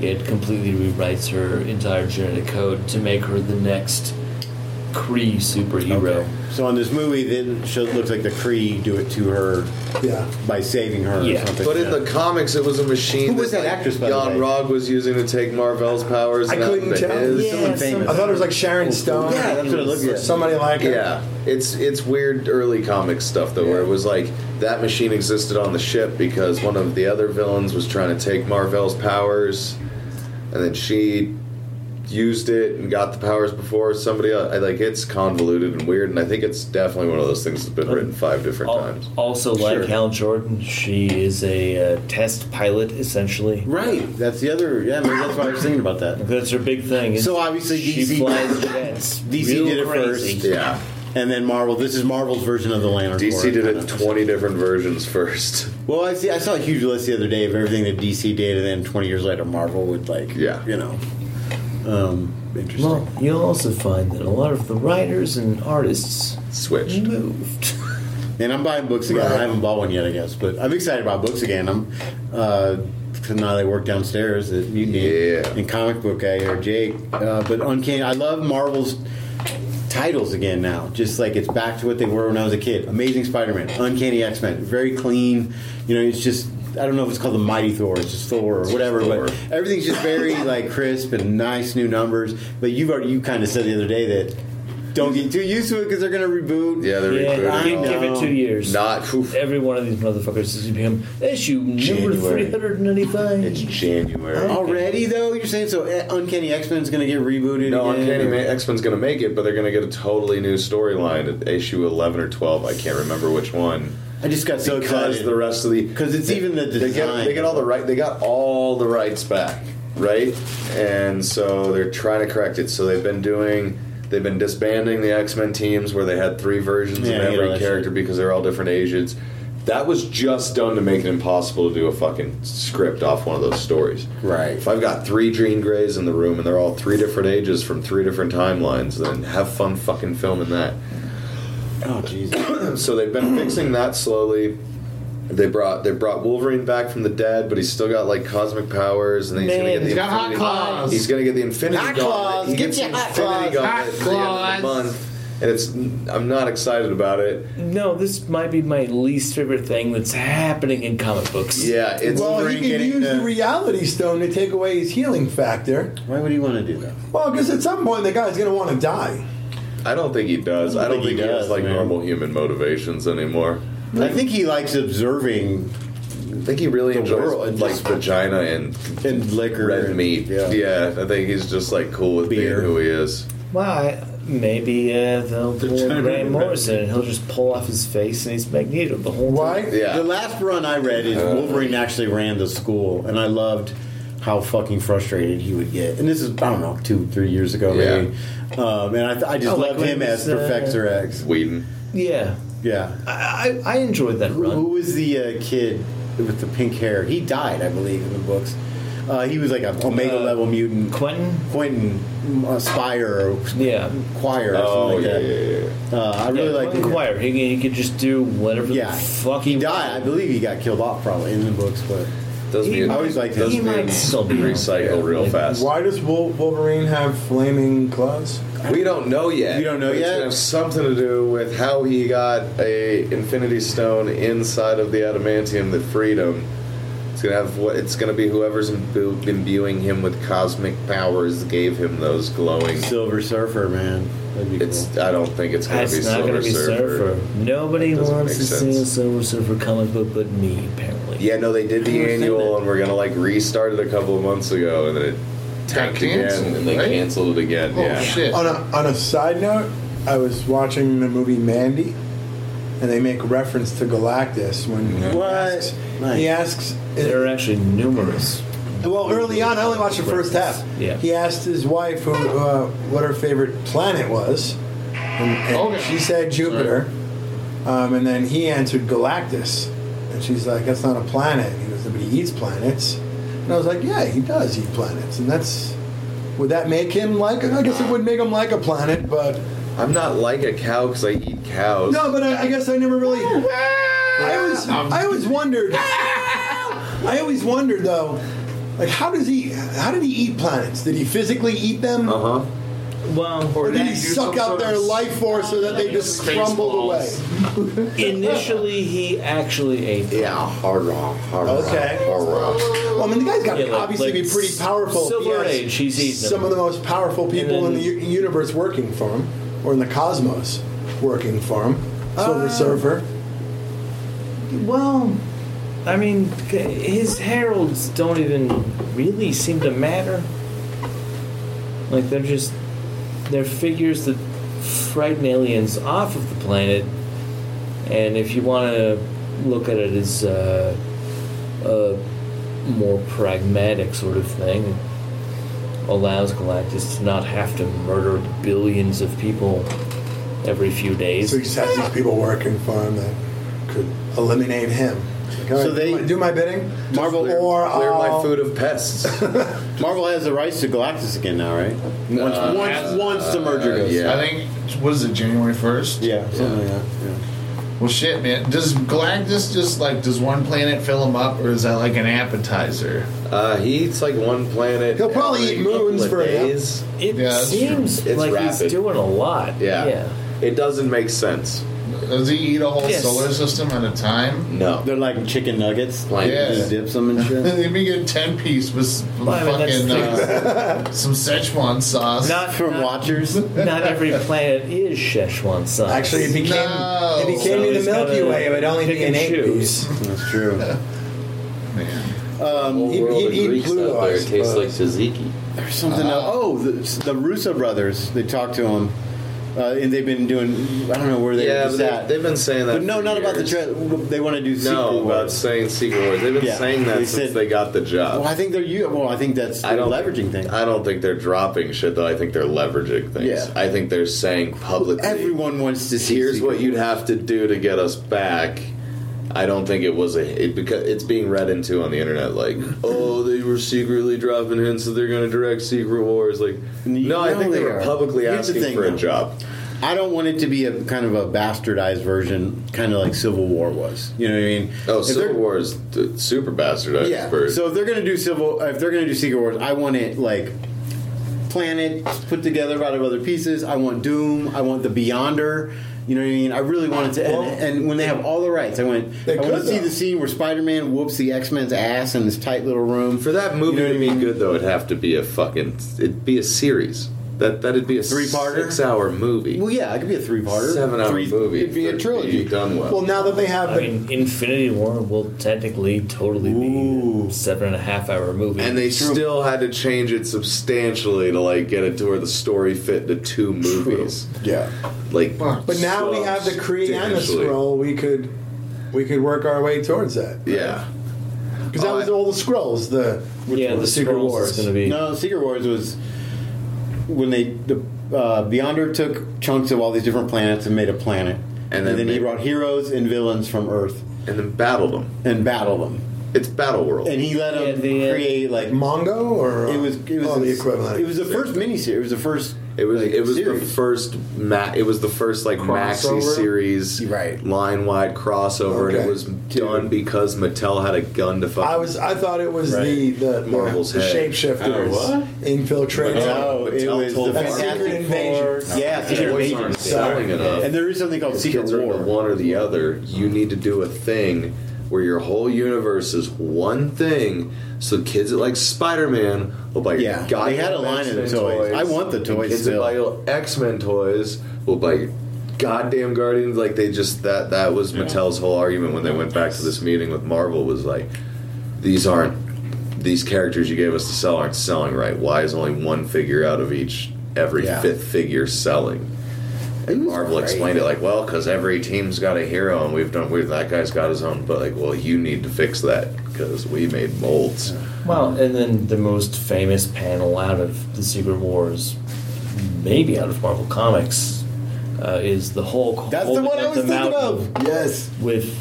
[SPEAKER 6] it, it completely rewrites her entire genetic code to make her the next Kree superhero.
[SPEAKER 9] So on this movie, then show looks like the Kree do it to her
[SPEAKER 7] Yeah.
[SPEAKER 9] by saving her
[SPEAKER 6] Yeah.
[SPEAKER 9] or something.
[SPEAKER 10] But in the comics, it was a machine.
[SPEAKER 9] Who was that actress, by the
[SPEAKER 10] Jan
[SPEAKER 9] way?
[SPEAKER 10] Rog was using to take Marvel's powers.
[SPEAKER 7] I
[SPEAKER 10] and out
[SPEAKER 7] couldn't
[SPEAKER 10] into
[SPEAKER 7] tell.
[SPEAKER 10] his.
[SPEAKER 9] Yeah, someone famous.
[SPEAKER 7] I thought it was like Sharon Stone.
[SPEAKER 9] Oh, Yeah, that's what it looked
[SPEAKER 7] Or
[SPEAKER 9] like.
[SPEAKER 7] Somebody like her.
[SPEAKER 10] Yeah, it's it's weird early comic stuff though, where it was like that machine existed on the ship because one of the other villains was trying to take Marvel's powers, and then she used it and got the powers before somebody else. I, like it's convoluted and weird, and I think it's definitely one of those things that's
[SPEAKER 9] Oh.
[SPEAKER 10] been written five different
[SPEAKER 6] Al-
[SPEAKER 10] times.
[SPEAKER 6] Also,
[SPEAKER 10] Sure.
[SPEAKER 6] like Hal Jordan, she is a uh, test pilot essentially.
[SPEAKER 9] right, that's the other. Yeah, maybe that's why I was thinking about that.
[SPEAKER 6] That's her big thing. is
[SPEAKER 9] So obviously
[SPEAKER 6] she
[SPEAKER 9] DC
[SPEAKER 6] flies jets.
[SPEAKER 9] DC
[SPEAKER 6] Real
[SPEAKER 9] did it
[SPEAKER 6] crazy.
[SPEAKER 9] first.
[SPEAKER 10] Yeah,
[SPEAKER 9] And then Marvel. This is Marvel's version of the Lantern. Corps,
[SPEAKER 10] DC did
[SPEAKER 9] kind
[SPEAKER 10] it
[SPEAKER 9] of.
[SPEAKER 10] twenty different versions first.
[SPEAKER 9] Well, I see. I saw a huge list the other day of everything that DC did, and then 20 years later, Marvel would like.
[SPEAKER 10] Yeah.
[SPEAKER 9] You know. Um, interesting.
[SPEAKER 6] Well, you'll also find that a lot of the writers and artists
[SPEAKER 10] Switched.
[SPEAKER 6] moved.
[SPEAKER 9] And I'm buying books again.
[SPEAKER 7] Right.
[SPEAKER 9] I haven't bought one yet, I guess, but I'm excited about books again. I'm uh, 'cause now they work downstairs at Mutiny
[SPEAKER 10] Yeah.
[SPEAKER 9] and Comic Book Guy or Jake. Uh, but Uncanny, I love Marvel's titles again now. Just like it's back to what they were when I was a kid. Amazing Spider-Man, Uncanny X-Men, very clean. You know, it's just. I don't know if it's called the Mighty Thor, it's just Thor or whatever,
[SPEAKER 10] Thor.
[SPEAKER 9] but everything's just very like crisp and nice new numbers. But you've already you kind of said the other day that don't get too used to it because they're going to reboot.
[SPEAKER 10] Yeah, they're
[SPEAKER 6] Yeah,
[SPEAKER 10] rebooting.
[SPEAKER 6] you
[SPEAKER 9] I
[SPEAKER 6] give it
[SPEAKER 9] know.
[SPEAKER 6] two years.
[SPEAKER 10] Not oof,
[SPEAKER 6] Every one of these motherfuckers is going to become issue number
[SPEAKER 10] January.
[SPEAKER 6] 395.
[SPEAKER 10] it's January.
[SPEAKER 9] Already though, you're saying so? eh, Uncanny X Men is going to get rebooted.
[SPEAKER 10] No,
[SPEAKER 9] again,
[SPEAKER 10] Uncanny
[SPEAKER 9] or-
[SPEAKER 10] X Men's going to make it, but they're going to get a totally new storyline at issue 11 or 12. I can't remember which one.
[SPEAKER 9] I just got so
[SPEAKER 10] Because
[SPEAKER 9] excited
[SPEAKER 10] the rest of the.
[SPEAKER 9] 'Cause it's even the
[SPEAKER 10] They get,
[SPEAKER 9] design.
[SPEAKER 10] they get all the right. They got all the rights back, right? And so they're trying to correct it. So they've been doing. They've been disbanding the X Men teams where they had three versions
[SPEAKER 9] Yeah, I
[SPEAKER 10] of
[SPEAKER 9] hate all
[SPEAKER 10] every
[SPEAKER 9] that
[SPEAKER 10] character
[SPEAKER 9] shit.
[SPEAKER 10] because they're all different Asians. That was just done to make it impossible to do a fucking script off one of those stories.
[SPEAKER 9] right.
[SPEAKER 10] If I've got three Jean Greys in the room and they're all three different ages from three different timelines, then have fun fucking filming that.
[SPEAKER 9] Oh jeez.
[SPEAKER 10] So they've been fixing that slowly. They brought they brought Wolverine back from the dead, but he's still got like cosmic powers, and then he's gonna
[SPEAKER 6] Man,
[SPEAKER 10] get the
[SPEAKER 6] he's
[SPEAKER 8] got hot
[SPEAKER 10] Infinity-
[SPEAKER 8] claws.
[SPEAKER 10] He's gonna get the Infinity
[SPEAKER 9] Hot
[SPEAKER 10] Gauntlet.
[SPEAKER 9] claws.
[SPEAKER 10] He
[SPEAKER 9] Get
[SPEAKER 10] gets
[SPEAKER 9] your
[SPEAKER 10] the
[SPEAKER 9] hot claws.
[SPEAKER 10] Infinity Gauntlet at the end of the
[SPEAKER 8] Hot claws.
[SPEAKER 10] month, and it's I'm not excited about it.
[SPEAKER 6] No, this might be my least favorite thing that's happening in comic books.
[SPEAKER 10] Yeah, it's uh,
[SPEAKER 7] Well,
[SPEAKER 9] Wolverine
[SPEAKER 7] he could
[SPEAKER 9] getting
[SPEAKER 7] use
[SPEAKER 9] the-
[SPEAKER 7] the reality stone to take away his healing factor.
[SPEAKER 9] Why would you want to do that?
[SPEAKER 7] Well, because at some point the guy's going to want to die.
[SPEAKER 10] I don't think he does. I don't think, he, has
[SPEAKER 9] does,
[SPEAKER 10] like
[SPEAKER 9] man.
[SPEAKER 10] normal human motivations anymore.
[SPEAKER 9] I think he likes observing
[SPEAKER 10] I think he really
[SPEAKER 9] The
[SPEAKER 10] enjoys
[SPEAKER 9] world.
[SPEAKER 10] like vagina and
[SPEAKER 9] and liquor
[SPEAKER 10] red
[SPEAKER 9] and-
[SPEAKER 10] meat. Yeah.
[SPEAKER 9] Yeah.
[SPEAKER 10] I think he's just like cool with
[SPEAKER 9] Beer.
[SPEAKER 10] being who he is.
[SPEAKER 6] Why? Maybe uh, they'll pull
[SPEAKER 12] trying to
[SPEAKER 6] Grant
[SPEAKER 12] remember.
[SPEAKER 6] Morrison and he'll just pull off his face and he's Magneto the whole
[SPEAKER 7] Why?
[SPEAKER 6] time.
[SPEAKER 10] Yeah. Uh-huh.
[SPEAKER 9] The last run I read is Wolverine actually ran the school, and I loved how fucking frustrated he would get. And this is I don't know two three years ago maybe. Um, and I, th- I just
[SPEAKER 6] Oh, like
[SPEAKER 9] loved
[SPEAKER 6] when
[SPEAKER 9] him
[SPEAKER 6] it
[SPEAKER 9] as
[SPEAKER 6] was, uh,
[SPEAKER 9] Professor X.
[SPEAKER 10] Whedon.
[SPEAKER 6] Yeah.
[SPEAKER 9] Yeah.
[SPEAKER 6] I, I, I enjoyed that
[SPEAKER 9] Who
[SPEAKER 6] run.
[SPEAKER 9] was the uh, kid with the pink hair? He died, I believe, in the books. Uh, he was like an Omega level mutant.
[SPEAKER 6] Quentin?
[SPEAKER 9] Quentin uh, Spire or
[SPEAKER 6] yeah.
[SPEAKER 9] Choir or
[SPEAKER 10] Oh,
[SPEAKER 9] something like that. Uh, I really like the
[SPEAKER 6] choir. He, he could just do whatever
[SPEAKER 9] yeah.
[SPEAKER 6] the fuck he
[SPEAKER 9] died. I believe he got killed off probably in the books, but
[SPEAKER 10] Does
[SPEAKER 9] I always liked him.
[SPEAKER 10] recycle real fast?
[SPEAKER 7] Why does Wol- Wolverine have flaming claws?
[SPEAKER 10] We don't know yet.
[SPEAKER 9] You don't know
[SPEAKER 10] It's
[SPEAKER 9] yet?
[SPEAKER 10] gonna have something to do with how he got a Infinity Stone inside of the adamantium that freed him. It's gonna have what? It's gonna be whoever's imbu- imbuing him with cosmic powers gave him those glowing.
[SPEAKER 9] Silver Surfer, man. That'd be
[SPEAKER 10] It's. I don't think it's gonna
[SPEAKER 6] That's
[SPEAKER 10] be
[SPEAKER 6] not
[SPEAKER 10] Silver
[SPEAKER 6] gonna be
[SPEAKER 10] Surfer.
[SPEAKER 6] Surfer. Nobody
[SPEAKER 10] Doesn't
[SPEAKER 6] wants to
[SPEAKER 10] make
[SPEAKER 6] see a
[SPEAKER 10] sense.
[SPEAKER 6] Silver Surfer comic book but me, apparently.
[SPEAKER 10] Yeah, no, they did the annual, and we're gonna like restart it a couple of months ago, and then it tanked again,
[SPEAKER 8] canceled,
[SPEAKER 10] and they
[SPEAKER 8] right?
[SPEAKER 10] canceled it again.
[SPEAKER 8] Oh,
[SPEAKER 10] yeah.
[SPEAKER 8] shit.
[SPEAKER 7] On a, on a side note, I was watching the movie Mandy, and they make reference to Galactus when he
[SPEAKER 9] What?
[SPEAKER 7] asks.
[SPEAKER 9] Nice.
[SPEAKER 7] He asks uh,
[SPEAKER 6] There are actually numerous.
[SPEAKER 7] Well, early on, I only watched the first half.
[SPEAKER 6] Yeah.
[SPEAKER 7] He asked his wife who, uh, what her favorite planet was, and, and
[SPEAKER 8] Okay.
[SPEAKER 7] she said Jupiter. Um, and then he answered Galactus, and she's like, "That's not a planet." And he goes, "Nobody eats planets." And I was like, "Yeah, he does eat planets, and that's." Would that make him like? I guess it would make him like a planet, but
[SPEAKER 10] I'm not like a cow because I eat cows.
[SPEAKER 7] no. But I, I guess I never really. I always, I always wondered. I always wondered though, like how does he? How did he eat planets? Did he physically eat them?
[SPEAKER 6] Oh,
[SPEAKER 10] Uh huh.
[SPEAKER 6] Well,
[SPEAKER 7] Or did he
[SPEAKER 8] do
[SPEAKER 7] suck
[SPEAKER 8] some
[SPEAKER 7] out
[SPEAKER 8] sort
[SPEAKER 7] their
[SPEAKER 8] of
[SPEAKER 7] life force so that they just crumbled away?
[SPEAKER 6] initially he actually ate.
[SPEAKER 10] Yeah, hard rock, hard rock,
[SPEAKER 7] Okay.
[SPEAKER 10] hard rock.
[SPEAKER 7] Well, I mean, the guy's got
[SPEAKER 6] Yeah,
[SPEAKER 7] to
[SPEAKER 6] like-
[SPEAKER 7] obviously
[SPEAKER 6] like
[SPEAKER 7] be pretty powerful. if he
[SPEAKER 6] Silver
[SPEAKER 7] has
[SPEAKER 6] Age, he's eating
[SPEAKER 7] some of
[SPEAKER 6] them.
[SPEAKER 7] the most powerful people in
[SPEAKER 6] then-
[SPEAKER 7] the u- universe working for him, or in the cosmos working for him. Silver
[SPEAKER 6] Uh,
[SPEAKER 7] Surfer.
[SPEAKER 6] Well, I mean, c- his heralds don't even really seem to matter. Like they're just they're figures that frighten aliens off of the planet. And if you want to look at it as uh, a more pragmatic sort of thing, it allows Galactus to not have to murder billions of people every few days.
[SPEAKER 7] So he just has these people working for him that could eliminate him. Like, all
[SPEAKER 9] So
[SPEAKER 7] right,
[SPEAKER 9] they-
[SPEAKER 7] do my bidding.
[SPEAKER 9] Marvel-
[SPEAKER 10] Clear,
[SPEAKER 7] or um,
[SPEAKER 10] clear my
[SPEAKER 7] I'll-
[SPEAKER 10] food of pests.
[SPEAKER 9] Marvel has the rights to Galactus again now, right? Once, once, once the merger goes.
[SPEAKER 10] Uh, yeah.
[SPEAKER 8] I think what is it, January first?
[SPEAKER 9] Yeah, something like that. Yeah.
[SPEAKER 8] Well, shit, man. Does Galactus just like does one planet fill him up, or is that like an appetizer?
[SPEAKER 10] Uh, he eats like one planet.
[SPEAKER 7] He'll probably
[SPEAKER 10] every
[SPEAKER 7] eat moons
[SPEAKER 10] couple of
[SPEAKER 7] for a nap.
[SPEAKER 10] days.
[SPEAKER 6] It
[SPEAKER 8] Yeah, that's true.
[SPEAKER 6] seems
[SPEAKER 10] It's
[SPEAKER 6] like
[SPEAKER 10] rapid.
[SPEAKER 6] he's doing a lot.
[SPEAKER 10] Yeah.
[SPEAKER 6] yeah.
[SPEAKER 10] It doesn't make sense.
[SPEAKER 8] Does he eat a whole
[SPEAKER 6] Yes.
[SPEAKER 8] solar system at a time?
[SPEAKER 10] No.
[SPEAKER 9] They're like chicken nuggets. Like,
[SPEAKER 10] Yeah.
[SPEAKER 9] just dips them and shit.
[SPEAKER 8] Let me get a ten piece with s-
[SPEAKER 6] Well, I mean, that's
[SPEAKER 8] fucking uh, some Szechuan sauce.
[SPEAKER 6] Not
[SPEAKER 9] From
[SPEAKER 6] not,
[SPEAKER 9] Watchers.
[SPEAKER 6] Not every planet is Szechuan size.
[SPEAKER 7] Actually, it became
[SPEAKER 8] No.
[SPEAKER 7] it became
[SPEAKER 6] So
[SPEAKER 7] in the
[SPEAKER 6] he's gotta
[SPEAKER 7] Milky Way. It would only
[SPEAKER 6] pick
[SPEAKER 7] be an
[SPEAKER 6] and
[SPEAKER 7] eight
[SPEAKER 6] choose.
[SPEAKER 7] piece.
[SPEAKER 9] That's true. Um,
[SPEAKER 13] Whole
[SPEAKER 7] he'd-
[SPEAKER 13] world
[SPEAKER 7] he'd
[SPEAKER 13] of
[SPEAKER 7] eat
[SPEAKER 13] Greeks
[SPEAKER 7] Pluto,
[SPEAKER 13] out
[SPEAKER 7] I
[SPEAKER 13] there tastes like tzatziki.
[SPEAKER 9] There's something else. Oh, the, the Russo brothers. They talked to him, uh, and they've been doing. I don't know where they were
[SPEAKER 10] yeah,
[SPEAKER 9] just
[SPEAKER 10] but they,
[SPEAKER 9] at.
[SPEAKER 10] they've been saying that.
[SPEAKER 9] but no,
[SPEAKER 10] for
[SPEAKER 9] not about the.
[SPEAKER 10] years.
[SPEAKER 9] Tra- they want to do sequel
[SPEAKER 10] No, about
[SPEAKER 9] wars.
[SPEAKER 10] saying secret wars. They've been
[SPEAKER 9] Yeah,
[SPEAKER 10] saying that
[SPEAKER 9] they
[SPEAKER 10] since
[SPEAKER 9] said-
[SPEAKER 10] they got the job.
[SPEAKER 9] Well, I think they're. You. Well, I think that's
[SPEAKER 10] I
[SPEAKER 9] the
[SPEAKER 10] don't
[SPEAKER 9] leveraging thing.
[SPEAKER 10] I don't think they're dropping shit though. I think they're leveraging things.
[SPEAKER 9] Yeah.
[SPEAKER 10] I think they're saying publicly.
[SPEAKER 9] Everyone wants to see.
[SPEAKER 10] here's
[SPEAKER 9] sequel
[SPEAKER 10] what you'd
[SPEAKER 9] wars.
[SPEAKER 10] have to do to get us back. I don't think it was a it because it's being read into on the internet like oh they were secretly dropping hints that they're going to direct Secret Wars like no I
[SPEAKER 9] No,
[SPEAKER 10] think they
[SPEAKER 9] they
[SPEAKER 10] were
[SPEAKER 9] are.
[SPEAKER 10] publicly
[SPEAKER 9] Here's the
[SPEAKER 10] asking
[SPEAKER 9] thing,
[SPEAKER 10] for a
[SPEAKER 9] though.
[SPEAKER 10] job
[SPEAKER 9] I don't want it to be a kind of a bastardized version, kind of like Civil War was. You know what I mean?
[SPEAKER 10] oh
[SPEAKER 9] If
[SPEAKER 10] Civil
[SPEAKER 9] they're-
[SPEAKER 10] War is the super bastardized
[SPEAKER 9] Yeah.
[SPEAKER 10] version.
[SPEAKER 9] So if they're gonna do Civil, if they're gonna do Secret Wars, I want it like planet put together out of other pieces. I want Doom. I want the Beyonder. You know what I mean? I really want it to. and, and when they have all the rights, I went. I
[SPEAKER 7] They
[SPEAKER 9] want to
[SPEAKER 7] could,
[SPEAKER 9] see
[SPEAKER 7] though.
[SPEAKER 9] the scene where Spider-Man whoops the X-Men's ass in this tight little room.
[SPEAKER 10] for that movie
[SPEAKER 9] You know
[SPEAKER 10] to
[SPEAKER 9] what
[SPEAKER 10] be
[SPEAKER 9] I mean?
[SPEAKER 10] good though it'd have to be a fucking it'd be a series that that'd be a
[SPEAKER 9] Three-parter?
[SPEAKER 10] six hour movie
[SPEAKER 9] Well, yeah, it could be a three-parter,
[SPEAKER 10] seven hour
[SPEAKER 9] Three-
[SPEAKER 10] movie
[SPEAKER 9] It'd be
[SPEAKER 10] for
[SPEAKER 9] a
[SPEAKER 10] it to
[SPEAKER 9] trilogy.
[SPEAKER 10] be done well.
[SPEAKER 7] Well, now that they have
[SPEAKER 6] I
[SPEAKER 7] the
[SPEAKER 6] mean, Infinity War will technically totally be a seven and a half hour movie.
[SPEAKER 10] and they still had to change it substantially to like get it to where the story fit into two movies.
[SPEAKER 9] Yeah.
[SPEAKER 10] Like,
[SPEAKER 7] But now we have the Kriana
[SPEAKER 10] Substantially.
[SPEAKER 7] scroll. We could we could work our way towards that
[SPEAKER 10] yeah,
[SPEAKER 7] because that
[SPEAKER 10] Oh,
[SPEAKER 7] was
[SPEAKER 10] I-
[SPEAKER 7] all the scrolls. The which
[SPEAKER 6] yeah,
[SPEAKER 7] were
[SPEAKER 6] the
[SPEAKER 7] Secret
[SPEAKER 6] Scrolls
[SPEAKER 7] Wars.
[SPEAKER 6] is going to be.
[SPEAKER 9] No, Secret Wars was when they the uh, Beyonder took chunks of all these different planets and made a planet,
[SPEAKER 10] And
[SPEAKER 9] and
[SPEAKER 10] then
[SPEAKER 9] then, he
[SPEAKER 10] they-
[SPEAKER 9] brought heroes and villains from Earth
[SPEAKER 10] and then battled them.
[SPEAKER 9] and battled them.
[SPEAKER 10] It's Battle World.
[SPEAKER 9] and he let him create like
[SPEAKER 11] Mongo or
[SPEAKER 9] it was it was
[SPEAKER 10] oh, the
[SPEAKER 9] the
[SPEAKER 10] equivalent.
[SPEAKER 9] equivalent. It was the first miniseries. It was the first.
[SPEAKER 10] It was
[SPEAKER 9] like,
[SPEAKER 10] it was the
[SPEAKER 9] series.
[SPEAKER 10] first ma- it was the first like maxi
[SPEAKER 9] Crossover?
[SPEAKER 10] series
[SPEAKER 9] right.
[SPEAKER 10] line wide crossover and
[SPEAKER 11] Okay.
[SPEAKER 10] it was done because Mattel had a gun to fuck.
[SPEAKER 11] I was. I thought it was
[SPEAKER 10] Right.
[SPEAKER 11] the the,
[SPEAKER 10] Marvel's
[SPEAKER 11] the
[SPEAKER 10] head.
[SPEAKER 11] shapeshifters
[SPEAKER 10] Oh, what?
[SPEAKER 11] infiltrating.
[SPEAKER 9] Oh,
[SPEAKER 10] No, it
[SPEAKER 11] Mattel
[SPEAKER 10] was
[SPEAKER 11] told
[SPEAKER 10] the
[SPEAKER 11] Marvel.
[SPEAKER 10] Fantastic
[SPEAKER 11] secret invasion.
[SPEAKER 9] Yeah,
[SPEAKER 10] Kids
[SPEAKER 9] Secret
[SPEAKER 10] aren't
[SPEAKER 9] Invasion.
[SPEAKER 10] selling enough.
[SPEAKER 9] And there is something called
[SPEAKER 10] If
[SPEAKER 9] Secret
[SPEAKER 10] kids are into
[SPEAKER 9] War.
[SPEAKER 10] One or the other. You need to do a thing where your whole universe is one thing. So kids that like Spider Man will buy your
[SPEAKER 9] Yeah, they
[SPEAKER 10] goddamn
[SPEAKER 9] had a line of
[SPEAKER 10] X-Men
[SPEAKER 9] toys. I want the
[SPEAKER 10] And
[SPEAKER 9] toys
[SPEAKER 10] Kids
[SPEAKER 9] still.
[SPEAKER 10] that buy your X Men toys will buy your goddamn Guardians. Like they just that that was Mattel's whole argument when they went back to this meeting with Marvel was like, these aren't these characters you gave us to sell aren't selling right. Why is only one figure out of each every
[SPEAKER 9] Yeah.
[SPEAKER 10] fifth figure selling? And Marvel explained it like, well, because every team's got a hero, and we've done. We that guy's got his own, but like, well, you need to fix that because we made molds.
[SPEAKER 6] Well, and then the most famous panel out of the Secret Wars, maybe out of Marvel Comics, uh, is the Hulk.
[SPEAKER 9] That's the
[SPEAKER 6] holding
[SPEAKER 9] one I
[SPEAKER 6] up
[SPEAKER 9] was
[SPEAKER 6] the
[SPEAKER 9] thinking
[SPEAKER 6] mountain
[SPEAKER 9] of. Yes.
[SPEAKER 6] With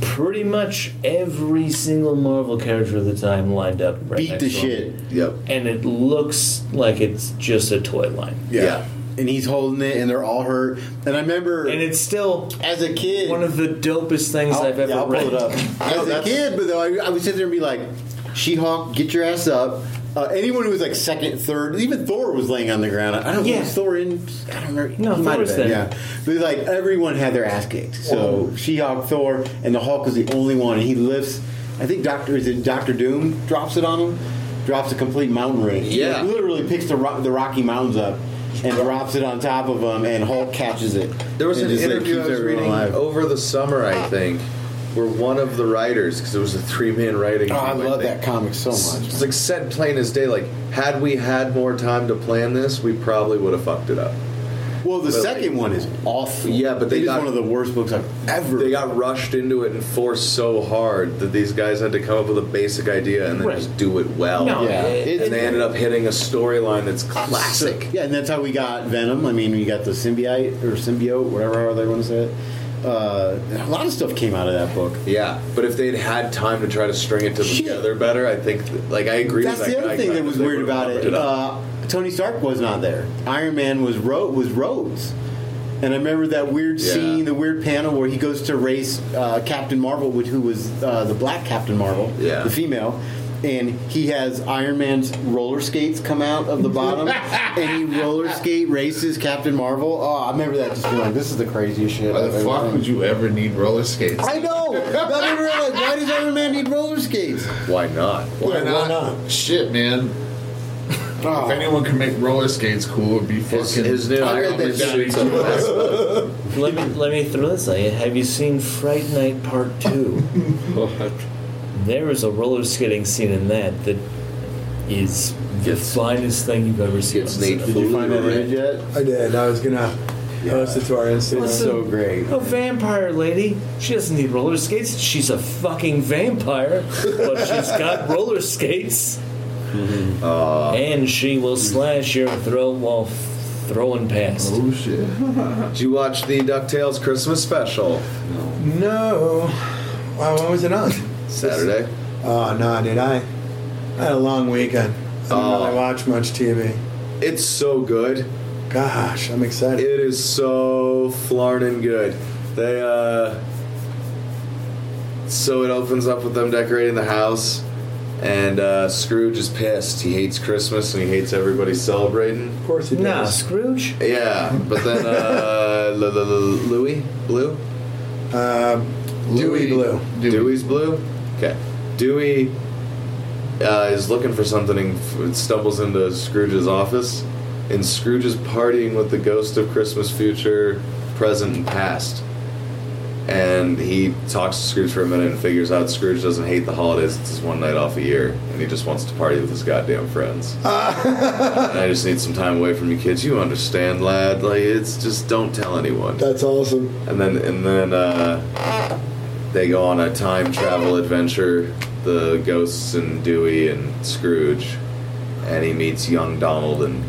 [SPEAKER 6] pretty much every single Marvel character of the time lined up. Right
[SPEAKER 9] Beat
[SPEAKER 6] next
[SPEAKER 9] the
[SPEAKER 6] to
[SPEAKER 9] shit.
[SPEAKER 6] him.
[SPEAKER 10] Yep.
[SPEAKER 6] And it looks like it's just a toy line.
[SPEAKER 9] Yeah. And he's holding it, and they're all hurt. And I remember, and
[SPEAKER 6] it's still
[SPEAKER 9] as a kid
[SPEAKER 6] one of the dopest things
[SPEAKER 9] I'll,
[SPEAKER 6] I've ever
[SPEAKER 9] yeah, I'll
[SPEAKER 6] read.
[SPEAKER 9] Pull it up. as a kid, but though I, I would sit there and be like, "She-Hulk, get your ass up." Uh, anyone who was like second, third, even Thor was laying on the ground. I don't know.
[SPEAKER 6] Yeah.
[SPEAKER 9] Was Thor in? I don't know.
[SPEAKER 6] No,
[SPEAKER 9] He
[SPEAKER 6] Thor
[SPEAKER 9] might have
[SPEAKER 6] was
[SPEAKER 9] been,
[SPEAKER 6] there.
[SPEAKER 9] Yeah, but like everyone had their ass kicked. So She-Hulk, Thor, and the Hulk was the only one. And he lifts. I think Doctor is it Doctor Doom drops it on him, drops a complete mountain range.
[SPEAKER 10] Yeah.
[SPEAKER 9] He literally picks the ro- the Rocky Mountains up. And drops it on top of him, and Hulk catches it.
[SPEAKER 10] There was
[SPEAKER 9] And
[SPEAKER 10] an
[SPEAKER 9] just, like,
[SPEAKER 10] interview
[SPEAKER 9] keeps
[SPEAKER 10] I was
[SPEAKER 9] everyone
[SPEAKER 10] reading
[SPEAKER 9] alive.
[SPEAKER 10] over the summer, I think, where one of the writers, because it was a three-man writing.
[SPEAKER 9] Oh, I
[SPEAKER 10] group,
[SPEAKER 9] love
[SPEAKER 10] think,
[SPEAKER 9] that comic so
[SPEAKER 10] s-
[SPEAKER 9] much.
[SPEAKER 10] It's like said plain as day. Like, had we had more time to plan this, we probably would have fucked it up.
[SPEAKER 9] Well, the
[SPEAKER 10] But,
[SPEAKER 9] second
[SPEAKER 10] like,
[SPEAKER 9] one is awful.
[SPEAKER 10] Yeah, but they
[SPEAKER 9] it is
[SPEAKER 10] got-
[SPEAKER 9] one of the worst books I've ever.
[SPEAKER 10] They got rushed into it and forced so hard that these guys had to come up with a basic idea and then
[SPEAKER 9] Right.
[SPEAKER 10] just do it well.
[SPEAKER 9] No, Yeah. it-
[SPEAKER 10] and they ended up hitting a storyline that's classic.
[SPEAKER 9] Yeah, and that's how we got Venom. I mean, we got the symbiote or symbiote, whatever they want to say it. Uh, a lot of stuff came out of that book.
[SPEAKER 10] Yeah, but if they'd had time to try to string it to together better, I think, th- like, I agree
[SPEAKER 9] That's
[SPEAKER 10] with that
[SPEAKER 9] the
[SPEAKER 10] guy,
[SPEAKER 9] other thing
[SPEAKER 10] kind
[SPEAKER 9] that
[SPEAKER 10] of,
[SPEAKER 9] was
[SPEAKER 10] they
[SPEAKER 9] weird
[SPEAKER 10] would've
[SPEAKER 9] about
[SPEAKER 10] covered
[SPEAKER 9] it. Uh, Tony Stark was not there. Iron Man was Ro- was Rhodes, and I remember that weird
[SPEAKER 10] Yeah.
[SPEAKER 9] scene, the weird panel where he goes to race uh, Captain Marvel, which who was uh, the black Captain Marvel,
[SPEAKER 10] Yeah.
[SPEAKER 9] the female. And he has Iron Man's roller skates come out of the bottom, and he roller skate races Captain Marvel. Oh, I remember that just being like, "This is the craziest shit."
[SPEAKER 8] Why
[SPEAKER 9] I've
[SPEAKER 8] the
[SPEAKER 9] ever
[SPEAKER 8] fuck
[SPEAKER 9] seen.
[SPEAKER 8] would you ever need roller skates?
[SPEAKER 9] I know. I didn't realize why does Iron Man need roller skates?
[SPEAKER 10] Why not?
[SPEAKER 8] Why,
[SPEAKER 9] Yeah,
[SPEAKER 8] not?
[SPEAKER 9] why
[SPEAKER 8] Shit, man. If anyone can make roller skates cool, it'd be fucking.
[SPEAKER 6] his new
[SPEAKER 8] I'll
[SPEAKER 6] Iron
[SPEAKER 8] get
[SPEAKER 6] Man
[SPEAKER 8] that
[SPEAKER 6] suit's
[SPEAKER 8] shit.
[SPEAKER 6] let me let me throw this at you. Have you seen Fright Night Part Two? There is a roller skating scene in that that is the finest thing you've ever seen.
[SPEAKER 10] Gets
[SPEAKER 6] on
[SPEAKER 10] Nate
[SPEAKER 6] cinema.
[SPEAKER 10] Food over it.
[SPEAKER 9] yet?
[SPEAKER 11] I did. I was gonna post it to our Instagram.
[SPEAKER 6] What's the- A vampire lady. She doesn't need roller skates. She's a fucking vampire, but she's got roller skates. and she will slash your throat while f- throwing past.
[SPEAKER 8] Oh shit!
[SPEAKER 10] Did you watch the DuckTales Christmas special
[SPEAKER 11] No. Wow, when was it on?
[SPEAKER 10] Saturday?
[SPEAKER 11] Oh no, did I? I had a long weekend. I didn't
[SPEAKER 10] Oh.
[SPEAKER 11] really watch much TV.
[SPEAKER 10] It's so good.
[SPEAKER 11] Gosh, I'm excited.
[SPEAKER 10] It is so flarnin' good. They uh so it opens up with them decorating the house and uh Scrooge is pissed. He hates Christmas and he hates everybody celebrating.
[SPEAKER 11] Of course it
[SPEAKER 6] Nah,
[SPEAKER 11] does.
[SPEAKER 6] Scrooge.
[SPEAKER 10] Yeah, but then uh Lu- Lu- Lu- Louis Blue?
[SPEAKER 11] Um, Dewey Blue.
[SPEAKER 10] Dewey's blue. Okay, Dewey uh, is looking for something. and f- Stumbles into Scrooge's office, and Scrooge is partying with the ghost of Christmas future, present, and past. And he talks to Scrooge for a minute and figures out Scrooge doesn't hate the holidays. It's his one night off a year, and he just wants to party with his goddamn friends. and I just need some time away from you kids. You understand, lad? Like it's just don't tell anyone
[SPEAKER 11] That's awesome.
[SPEAKER 10] and then and then uh, they go on a time travel adventure. The ghosts and Dewey and Scrooge, and he meets young Donald and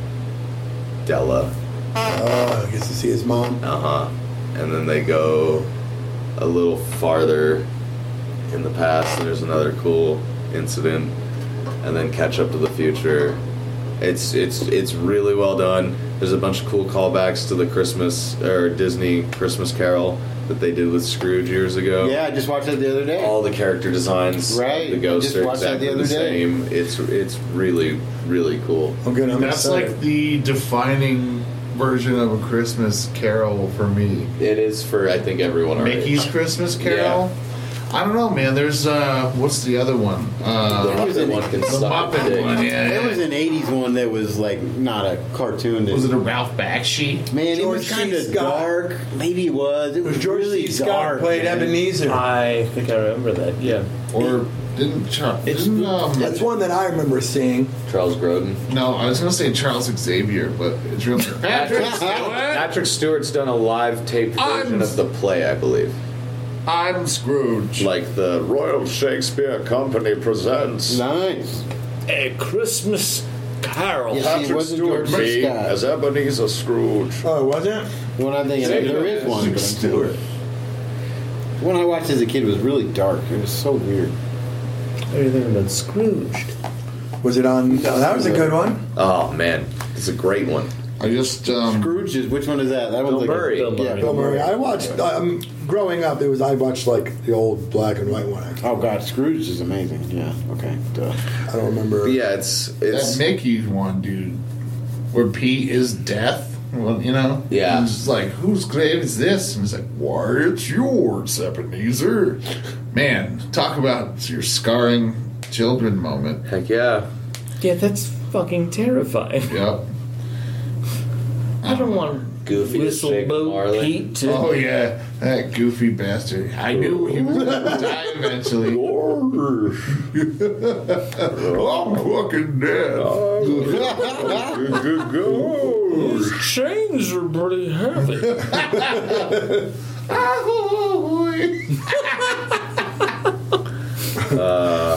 [SPEAKER 10] Della.
[SPEAKER 11] Oh, I gets to see his mom.
[SPEAKER 10] Uh huh. And then they go a little farther in the past, and there's another cool incident, and then catch up to the future. It's it's it's really well done. There's a bunch of cool callbacks to the Christmas or Disney Christmas Carol that they did with Scrooge years ago.
[SPEAKER 9] Yeah, I just watched that the other day.
[SPEAKER 10] All the character designs,
[SPEAKER 9] Right,
[SPEAKER 10] The
[SPEAKER 9] I
[SPEAKER 10] ghosts
[SPEAKER 9] just
[SPEAKER 10] are
[SPEAKER 9] watched that
[SPEAKER 10] exactly
[SPEAKER 9] the
[SPEAKER 10] the,
[SPEAKER 9] other day.
[SPEAKER 10] same. It's it's really really cool.
[SPEAKER 7] I'm good. I'm
[SPEAKER 8] That's
[SPEAKER 7] excited.
[SPEAKER 8] like the defining version of a Christmas Carol for me.
[SPEAKER 10] It is for I think everyone. our
[SPEAKER 8] Mickey's
[SPEAKER 10] age.
[SPEAKER 8] Christmas Carol. I don't know, man. There's uh, what's the other one? Uh,
[SPEAKER 10] The Muppet one can
[SPEAKER 8] the
[SPEAKER 10] suck a
[SPEAKER 8] Muppet
[SPEAKER 10] dick.
[SPEAKER 8] one. Yeah,
[SPEAKER 9] There was an '80s one that was like not a cartoon.
[SPEAKER 8] Was it a Ralph Bakshi?
[SPEAKER 9] Man, it
[SPEAKER 8] George
[SPEAKER 9] was
[SPEAKER 8] C.
[SPEAKER 9] kind of
[SPEAKER 8] Scott.
[SPEAKER 9] dark. Maybe it was. It was George really
[SPEAKER 7] C. Scott
[SPEAKER 9] dark.
[SPEAKER 7] played
[SPEAKER 9] man.
[SPEAKER 7] Ebenezer.
[SPEAKER 6] I think I remember that. Yeah.
[SPEAKER 8] Or didn't Charles? Didn't, um,
[SPEAKER 7] That's one that I remember seeing.
[SPEAKER 10] Charles Grodin.
[SPEAKER 8] no, I was gonna say Charles Xavier, but it's really
[SPEAKER 10] Patrick Stewart. Patrick Stewart's done a live taped version
[SPEAKER 8] I'm-
[SPEAKER 10] of the play, I believe.
[SPEAKER 8] I'm Scrooge.
[SPEAKER 10] Like the Royal Shakespeare Company presents.
[SPEAKER 9] Nice.
[SPEAKER 6] A Christmas Carol.
[SPEAKER 9] Yeah, see, it wasn't George C. Scott.
[SPEAKER 10] as Ebenezer Scrooge.
[SPEAKER 7] Oh, was it?
[SPEAKER 9] When I think
[SPEAKER 10] Xavier
[SPEAKER 9] there is one. but I'm-
[SPEAKER 8] Stewart.
[SPEAKER 9] When I watched as a kid, it was really dark. It was so weird.
[SPEAKER 6] What are you thinking about Scrooge?
[SPEAKER 7] Was it on? No, that was a good one.
[SPEAKER 10] Oh man, it's a great one.
[SPEAKER 8] I just um,
[SPEAKER 9] Scrooge is which one is that? That one's
[SPEAKER 10] Bill
[SPEAKER 9] like
[SPEAKER 10] Murray.
[SPEAKER 9] A,
[SPEAKER 6] Bill
[SPEAKER 9] yeah,
[SPEAKER 6] Murray.
[SPEAKER 9] Bill
[SPEAKER 7] Bill
[SPEAKER 9] Murray.
[SPEAKER 7] Murray. I watched. Um, growing up, it was I watched like the old black and white one. I,
[SPEAKER 9] Oh god, Scrooge is amazing. Yeah. Okay. Duh.
[SPEAKER 7] I don't remember.
[SPEAKER 10] But yeah, it's
[SPEAKER 8] that
[SPEAKER 10] it's
[SPEAKER 8] Mickey one, dude, where Pete is death. Well, you know,
[SPEAKER 10] Yeah.
[SPEAKER 8] And He's like, whose grave is this? And he's like, why, it's yours, Ebenezer. Man, talk about your scarring children moment.
[SPEAKER 10] heck yeah.
[SPEAKER 6] Yeah, that's fucking terrifying.
[SPEAKER 8] Yep.
[SPEAKER 6] I don't want
[SPEAKER 10] Goofy as Jake
[SPEAKER 6] Whistleboat
[SPEAKER 10] Marley.
[SPEAKER 6] Pete to.
[SPEAKER 8] Oh yeah, that goofy bastard. I knew he was gonna die eventually. I'm fucking dead.
[SPEAKER 6] These chains are pretty heavy.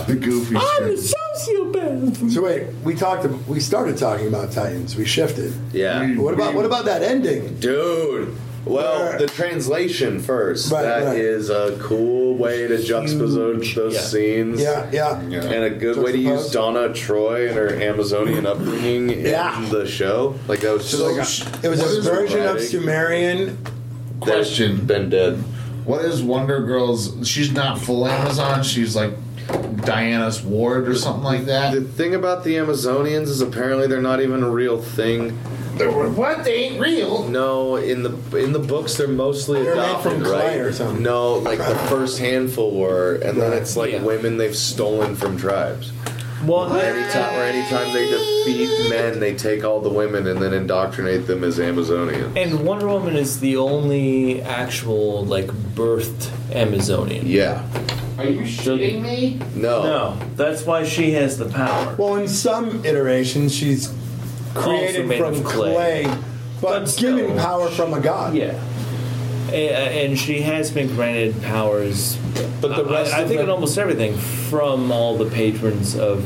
[SPEAKER 8] the goofy.
[SPEAKER 6] I'm a
[SPEAKER 8] script.
[SPEAKER 6] sociopath.
[SPEAKER 7] So wait, we talked. ab- We started talking about Titans. We shifted.
[SPEAKER 10] Yeah.
[SPEAKER 7] What about what about that ending?
[SPEAKER 10] Dude. Well,
[SPEAKER 7] Brr.
[SPEAKER 10] the translation first.
[SPEAKER 7] Right,
[SPEAKER 10] That
[SPEAKER 7] right.
[SPEAKER 10] is a cool way to juxtapose those
[SPEAKER 6] Yeah.
[SPEAKER 10] scenes.
[SPEAKER 7] Yeah, yeah.
[SPEAKER 10] And a good way to use
[SPEAKER 7] Juxtapose.
[SPEAKER 10] Donna Troy and her Amazonian upbringing in
[SPEAKER 7] Yeah.
[SPEAKER 10] the show. Like that was just
[SPEAKER 7] So
[SPEAKER 10] like
[SPEAKER 7] it was
[SPEAKER 8] what
[SPEAKER 7] a
[SPEAKER 8] is
[SPEAKER 7] version of
[SPEAKER 10] Friday?
[SPEAKER 7] Sumerian.
[SPEAKER 8] Question.
[SPEAKER 10] been dead.
[SPEAKER 8] What is Wonder Girl's? She's not full Amazon. She's like Diana's ward or something like
[SPEAKER 10] The
[SPEAKER 8] that.
[SPEAKER 10] thing about the Amazonians is apparently they're not even a real thing.
[SPEAKER 8] What? They ain't real.
[SPEAKER 10] No, in the in the books they're mostly
[SPEAKER 7] They're made
[SPEAKER 10] adopted,
[SPEAKER 7] from clay
[SPEAKER 10] right?
[SPEAKER 7] or something.
[SPEAKER 10] No, like the first handful were, and then it's like
[SPEAKER 6] Yeah.
[SPEAKER 10] women they've stolen from tribes.
[SPEAKER 6] Well,
[SPEAKER 10] Every time, or anytime they defeat men, they take all the women and then indoctrinate them as Amazonian.
[SPEAKER 6] and Wonder Woman is the only actual like birthed Amazonian.
[SPEAKER 10] Yeah.
[SPEAKER 14] Are you shitting me?
[SPEAKER 10] No.
[SPEAKER 6] No, that's why she has the power.
[SPEAKER 7] Well, in some iterations, she's created
[SPEAKER 6] made
[SPEAKER 7] from
[SPEAKER 6] of clay.
[SPEAKER 7] clay, but,
[SPEAKER 6] But still.
[SPEAKER 7] given power from a god.
[SPEAKER 6] Yeah. A- a- And she has been granted powers,
[SPEAKER 10] But the
[SPEAKER 6] I-
[SPEAKER 10] rest
[SPEAKER 6] I,
[SPEAKER 10] of
[SPEAKER 6] think
[SPEAKER 10] them-
[SPEAKER 6] in almost everything from all the patrons of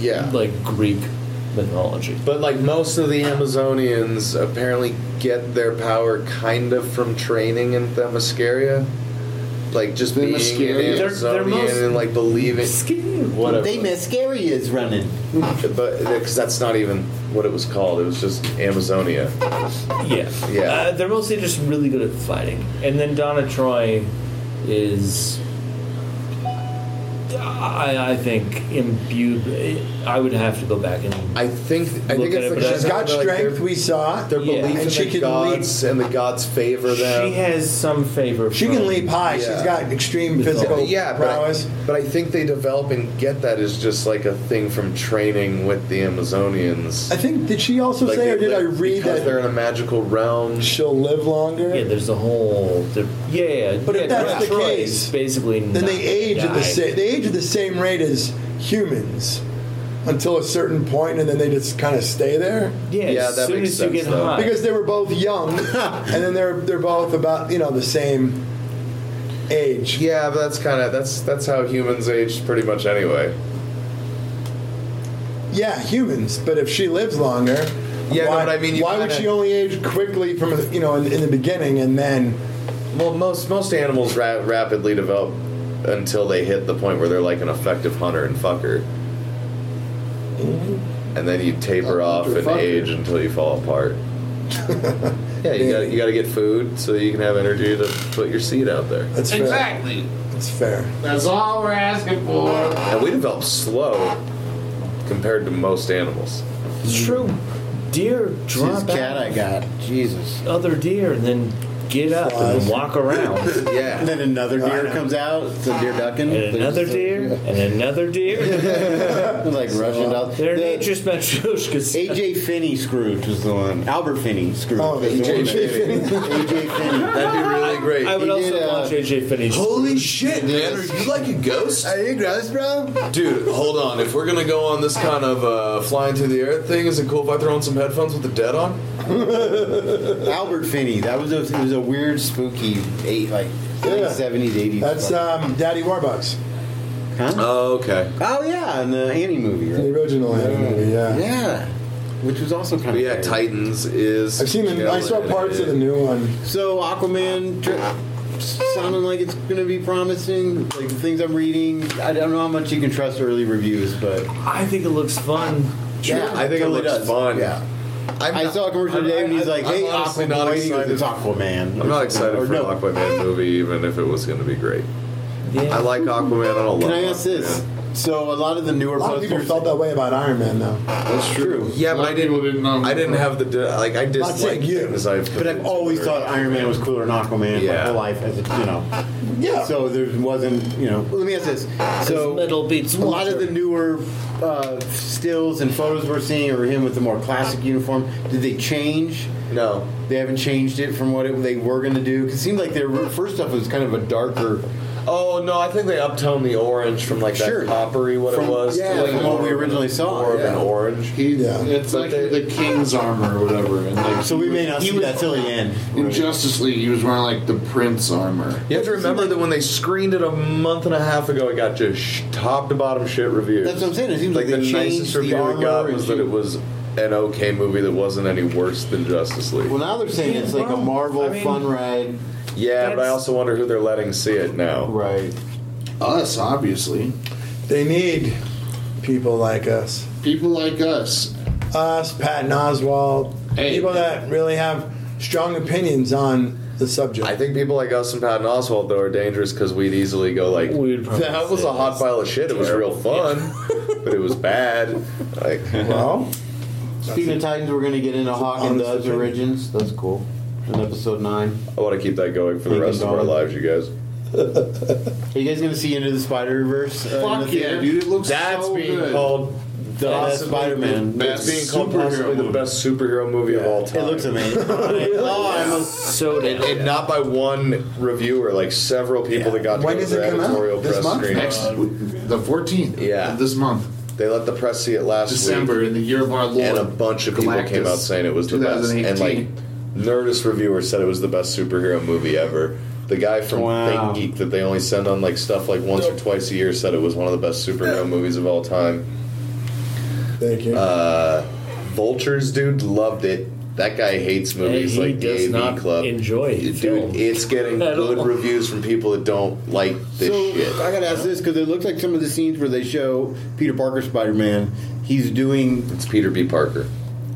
[SPEAKER 10] Yeah.
[SPEAKER 6] like Greek mythology.
[SPEAKER 10] But like most of the Amazonians apparently get their power kind of from training in Themyscira. Like just being
[SPEAKER 14] Themyscira?
[SPEAKER 10] an
[SPEAKER 6] They're- they're
[SPEAKER 10] Amazonian
[SPEAKER 6] most-
[SPEAKER 10] and like believing whatever.
[SPEAKER 9] They miss scary is running.
[SPEAKER 10] but because that's not even what it was called. It was just Amazonia.
[SPEAKER 6] Yeah,
[SPEAKER 10] Yeah.
[SPEAKER 6] Uh, they're mostly just really good at fighting, and then Donna Troy is, I, I think, imbued. I would have to go back and
[SPEAKER 10] I think I
[SPEAKER 6] Look at
[SPEAKER 10] think
[SPEAKER 6] it,
[SPEAKER 10] it's
[SPEAKER 6] but
[SPEAKER 10] the
[SPEAKER 7] She's got
[SPEAKER 10] like,
[SPEAKER 7] strength,
[SPEAKER 10] their-
[SPEAKER 7] we saw.
[SPEAKER 10] Their
[SPEAKER 6] Yeah.
[SPEAKER 10] belief
[SPEAKER 7] And
[SPEAKER 10] in
[SPEAKER 7] she
[SPEAKER 10] the
[SPEAKER 7] can
[SPEAKER 10] gods and the gods favor them.
[SPEAKER 6] she has some favor.
[SPEAKER 7] She
[SPEAKER 6] from-
[SPEAKER 7] can leap high.
[SPEAKER 10] Yeah.
[SPEAKER 7] She's got extreme physical
[SPEAKER 10] yeah, but I,
[SPEAKER 7] prowess.
[SPEAKER 10] but I think they develop and get that as just like a thing from training with the Amazonians.
[SPEAKER 7] I think did she also
[SPEAKER 10] Like,
[SPEAKER 7] say,
[SPEAKER 10] they
[SPEAKER 7] or did I
[SPEAKER 10] live-
[SPEAKER 7] read
[SPEAKER 10] because they're
[SPEAKER 7] that
[SPEAKER 10] in a magical realm?
[SPEAKER 7] she'll live longer?
[SPEAKER 6] Yeah, there's a whole. there- Yeah,
[SPEAKER 7] But
[SPEAKER 6] yeah,
[SPEAKER 7] if that's
[SPEAKER 6] Donna
[SPEAKER 7] the
[SPEAKER 6] Troy
[SPEAKER 7] case,
[SPEAKER 6] is basically
[SPEAKER 7] then
[SPEAKER 6] not
[SPEAKER 7] they age at the
[SPEAKER 6] died.
[SPEAKER 7] same they age at the same rate as humans until a certain point, and then they just kind of stay there
[SPEAKER 6] Yeah,
[SPEAKER 10] Yeah,
[SPEAKER 6] as
[SPEAKER 10] that
[SPEAKER 6] soon
[SPEAKER 10] makes
[SPEAKER 6] as
[SPEAKER 10] sense,
[SPEAKER 6] you get
[SPEAKER 10] though.
[SPEAKER 6] high,
[SPEAKER 7] because they were both young, and then they're they're both about you know the same age.
[SPEAKER 10] Yeah, but that's kind of that's that's how humans age pretty much anyway.
[SPEAKER 7] Yeah, humans. But if she lives longer,
[SPEAKER 10] Yeah, no,
[SPEAKER 7] why,
[SPEAKER 10] but I mean, you
[SPEAKER 7] why would
[SPEAKER 10] kinda-
[SPEAKER 7] she only age quickly from you know in, in the beginning and then?
[SPEAKER 10] Well, most most animals ra- rapidly develop until they hit the point where they're like an effective hunter and fucker. And then you taper off and
[SPEAKER 12] fucker.
[SPEAKER 10] age until you fall apart. yeah, you got you got to get food so you can have energy to put your seed out there.
[SPEAKER 11] That's fair.
[SPEAKER 8] exactly.
[SPEAKER 11] That's fair.
[SPEAKER 8] That's all we're asking for.
[SPEAKER 10] And we develop slow compared to most animals.
[SPEAKER 6] It's true. Deer drop
[SPEAKER 9] cat
[SPEAKER 6] out
[SPEAKER 9] I got. Jesus.
[SPEAKER 6] other deer and then get up and
[SPEAKER 9] Flies.
[SPEAKER 6] walk around.
[SPEAKER 10] Yeah.
[SPEAKER 9] And then another deer comes out. It's a deer ducking.
[SPEAKER 6] And another deer, and another deer.
[SPEAKER 9] like Russian dogs.
[SPEAKER 6] They're
[SPEAKER 9] The-
[SPEAKER 6] nature's matryoshkas.
[SPEAKER 9] AJ Finney Scrooge was the one. Albert Finney Scrooge.
[SPEAKER 11] Oh,
[SPEAKER 9] was the
[SPEAKER 11] A.J.
[SPEAKER 9] one that- AJ Finney.
[SPEAKER 10] That'd be really great.
[SPEAKER 6] I would
[SPEAKER 9] He
[SPEAKER 6] also
[SPEAKER 9] did, uh,
[SPEAKER 6] watch AJ finish.
[SPEAKER 10] Holy shit, man! Are you like a ghost?
[SPEAKER 9] Are you gross, bro?
[SPEAKER 10] Dude, hold on. If we're gonna go on this kind of uh, flying through the air thing, is it cool if I throw on some headphones with the dead on?
[SPEAKER 9] Albert Finney. That was a, it was a weird, spooky eight like
[SPEAKER 11] Yeah.
[SPEAKER 9] seventies, eighties.
[SPEAKER 11] That's
[SPEAKER 7] uh,
[SPEAKER 11] um, Daddy Warbucks,
[SPEAKER 9] huh?
[SPEAKER 10] Oh, okay.
[SPEAKER 9] Oh yeah, in the Annie movie,
[SPEAKER 11] the
[SPEAKER 9] right?
[SPEAKER 11] original anime movie. Yeah.
[SPEAKER 9] Yeah, which was also kind
[SPEAKER 10] But
[SPEAKER 9] of
[SPEAKER 10] yeah, Titans is.
[SPEAKER 11] I've seen the. I saw parts of the new one.
[SPEAKER 9] So Aquaman tr- sounding like it's gonna be promising. Like the things I'm reading, I don't know how much you can trust early reviews, but
[SPEAKER 6] I think it looks fun.
[SPEAKER 9] yeah,
[SPEAKER 10] I think it
[SPEAKER 9] totally
[SPEAKER 10] looks fun.
[SPEAKER 9] Yeah.
[SPEAKER 10] I'm
[SPEAKER 9] I
[SPEAKER 10] not-
[SPEAKER 9] saw a commercial
[SPEAKER 10] I'm-
[SPEAKER 9] today, and he's
[SPEAKER 10] I'm-
[SPEAKER 9] like,
[SPEAKER 10] I'm
[SPEAKER 9] "Hey,
[SPEAKER 10] honestly not
[SPEAKER 9] Aquaman, waiting
[SPEAKER 10] excited.
[SPEAKER 9] it's Aquaman."
[SPEAKER 10] I'm not excited
[SPEAKER 9] Or
[SPEAKER 10] for
[SPEAKER 9] no.
[SPEAKER 10] an Aquaman movie, even if it was gonna be great.
[SPEAKER 6] Yeah.
[SPEAKER 10] I
[SPEAKER 9] Oh,
[SPEAKER 10] like Aquaman. I don't love.
[SPEAKER 9] Can I ask this? So a lot of the newer
[SPEAKER 11] A lot of people
[SPEAKER 9] posters,
[SPEAKER 11] felt that way about Iron Man, though.
[SPEAKER 9] that's true.
[SPEAKER 10] Yeah,
[SPEAKER 12] A
[SPEAKER 10] but
[SPEAKER 12] lot
[SPEAKER 10] I
[SPEAKER 12] of people
[SPEAKER 10] didn't.
[SPEAKER 12] didn't know.
[SPEAKER 10] I didn't have the di- like. I
[SPEAKER 11] Not saying
[SPEAKER 10] dislike
[SPEAKER 11] you,
[SPEAKER 10] as I've.
[SPEAKER 9] But I've always thought Iron Man was cooler than Aquaman my
[SPEAKER 10] Yeah.
[SPEAKER 9] whole life, as a, you know.
[SPEAKER 11] Yeah.
[SPEAKER 9] So there wasn't, you know. Let me ask this. So
[SPEAKER 6] metal beats
[SPEAKER 9] a lot of the newer uh, stills and photos we're seeing are him with the more classic uniform. Did they change?
[SPEAKER 10] No.
[SPEAKER 9] They haven't changed it from what it, they were going to do. 'Cause it seemed like their first stuff was kind of a darker.
[SPEAKER 10] Oh no! I think they uptoned the orange from like
[SPEAKER 9] Sure.
[SPEAKER 10] that coppery what
[SPEAKER 9] From-
[SPEAKER 10] it was
[SPEAKER 9] yeah,
[SPEAKER 10] to like
[SPEAKER 9] from what we
[SPEAKER 10] more
[SPEAKER 9] originally
[SPEAKER 10] of an-
[SPEAKER 9] saw,
[SPEAKER 10] More of
[SPEAKER 9] yeah.
[SPEAKER 10] an orange.
[SPEAKER 12] He,
[SPEAKER 11] Yeah.
[SPEAKER 12] It's
[SPEAKER 10] But
[SPEAKER 12] like
[SPEAKER 10] they-
[SPEAKER 12] the king's armor or whatever. And like
[SPEAKER 9] So we may not
[SPEAKER 12] he
[SPEAKER 9] see
[SPEAKER 12] was-
[SPEAKER 9] that till the end.
[SPEAKER 12] In Justice League, he was wearing like the prince armor.
[SPEAKER 10] You have to remember that when they screened it a month and a half ago, it got just sh- top to bottom shit reviews.
[SPEAKER 9] That's what I'm saying. It seems
[SPEAKER 10] like
[SPEAKER 9] like,
[SPEAKER 10] the
[SPEAKER 9] they changed
[SPEAKER 10] nicest
[SPEAKER 9] the
[SPEAKER 10] review
[SPEAKER 9] armor
[SPEAKER 10] it got
[SPEAKER 9] and
[SPEAKER 10] was that
[SPEAKER 9] changed-
[SPEAKER 10] it was an okay movie that wasn't any worse than Justice League.
[SPEAKER 9] Well, now they're saying it's like a Marvel
[SPEAKER 6] I mean-
[SPEAKER 9] fun ride.
[SPEAKER 10] yeah, but I
[SPEAKER 6] that's-
[SPEAKER 10] also wonder who they're letting see it now.
[SPEAKER 9] Right.
[SPEAKER 12] Us, obviously.
[SPEAKER 11] They need people like us,
[SPEAKER 12] People like us.
[SPEAKER 11] us, Patton Oswald,
[SPEAKER 12] Hey.
[SPEAKER 11] people that really have strong opinions on the subject.
[SPEAKER 10] I think people like us and Patton Oswald though are dangerous because we'd easily go like,
[SPEAKER 6] We would probably
[SPEAKER 10] "That was
[SPEAKER 6] say
[SPEAKER 10] a hot
[SPEAKER 6] that's
[SPEAKER 10] pile of shit. It was real fun, but it was bad." Like,
[SPEAKER 11] well,
[SPEAKER 9] Speaking of Titans, we're going to get into Hawk and
[SPEAKER 11] honest
[SPEAKER 9] Dove's
[SPEAKER 11] opinion.
[SPEAKER 9] origins. That's cool. In episode nine,
[SPEAKER 10] I want to keep that going for the
[SPEAKER 9] Thinking
[SPEAKER 10] rest of our
[SPEAKER 9] dog.
[SPEAKER 10] lives, you guys.
[SPEAKER 9] are you guys going to see Into the Spider Verse? Uh, in
[SPEAKER 12] Fuck
[SPEAKER 9] the
[SPEAKER 12] yeah,
[SPEAKER 9] theater?
[SPEAKER 12] dude! It looks
[SPEAKER 10] That's
[SPEAKER 12] so
[SPEAKER 10] being
[SPEAKER 12] good.
[SPEAKER 10] called
[SPEAKER 9] And that's
[SPEAKER 10] possibly
[SPEAKER 9] Spider-Man.
[SPEAKER 10] the
[SPEAKER 12] Best
[SPEAKER 10] best- being called
[SPEAKER 12] superhero
[SPEAKER 10] possibly the
[SPEAKER 12] movie.
[SPEAKER 10] best superhero movie of all time.
[SPEAKER 9] It looks amazing. oh, I'm a-
[SPEAKER 6] So
[SPEAKER 10] and,
[SPEAKER 6] did
[SPEAKER 10] and not by one reviewer, like several people that got to
[SPEAKER 11] When
[SPEAKER 10] go to
[SPEAKER 11] does
[SPEAKER 10] the
[SPEAKER 11] it come out?
[SPEAKER 10] editorial
[SPEAKER 11] This
[SPEAKER 10] press
[SPEAKER 11] month?
[SPEAKER 10] screening.
[SPEAKER 12] Next, the 14th.
[SPEAKER 10] Yeah.
[SPEAKER 12] of this month,
[SPEAKER 10] They let the press see it last
[SPEAKER 12] December,
[SPEAKER 10] week,
[SPEAKER 12] in the year of our Lord.
[SPEAKER 10] and a bunch of people came
[SPEAKER 12] Galactus,
[SPEAKER 10] out saying it was the best. And like
[SPEAKER 12] 2018.
[SPEAKER 10] Nerdist reviewers said it was the best superhero movie ever. The guy from
[SPEAKER 9] Wow.
[SPEAKER 10] Think Geek that they only send on like stuff like once or twice a year said it was one of the best superhero movies of all time.
[SPEAKER 11] thank you.
[SPEAKER 10] Uh, Vultures, dude, loved it. That guy hates movies
[SPEAKER 6] he
[SPEAKER 10] like the
[SPEAKER 6] does
[SPEAKER 10] AV
[SPEAKER 6] not
[SPEAKER 10] Club.
[SPEAKER 6] enjoy
[SPEAKER 10] dude.
[SPEAKER 6] film
[SPEAKER 10] It's getting
[SPEAKER 6] at
[SPEAKER 10] good
[SPEAKER 6] all.
[SPEAKER 10] reviews from people that don't like this
[SPEAKER 9] so
[SPEAKER 10] shit.
[SPEAKER 9] I gotta ask this because it looks like some of the scenes where they show Peter Parker Spider-Man, he's doing
[SPEAKER 10] It's Peter B. Parker.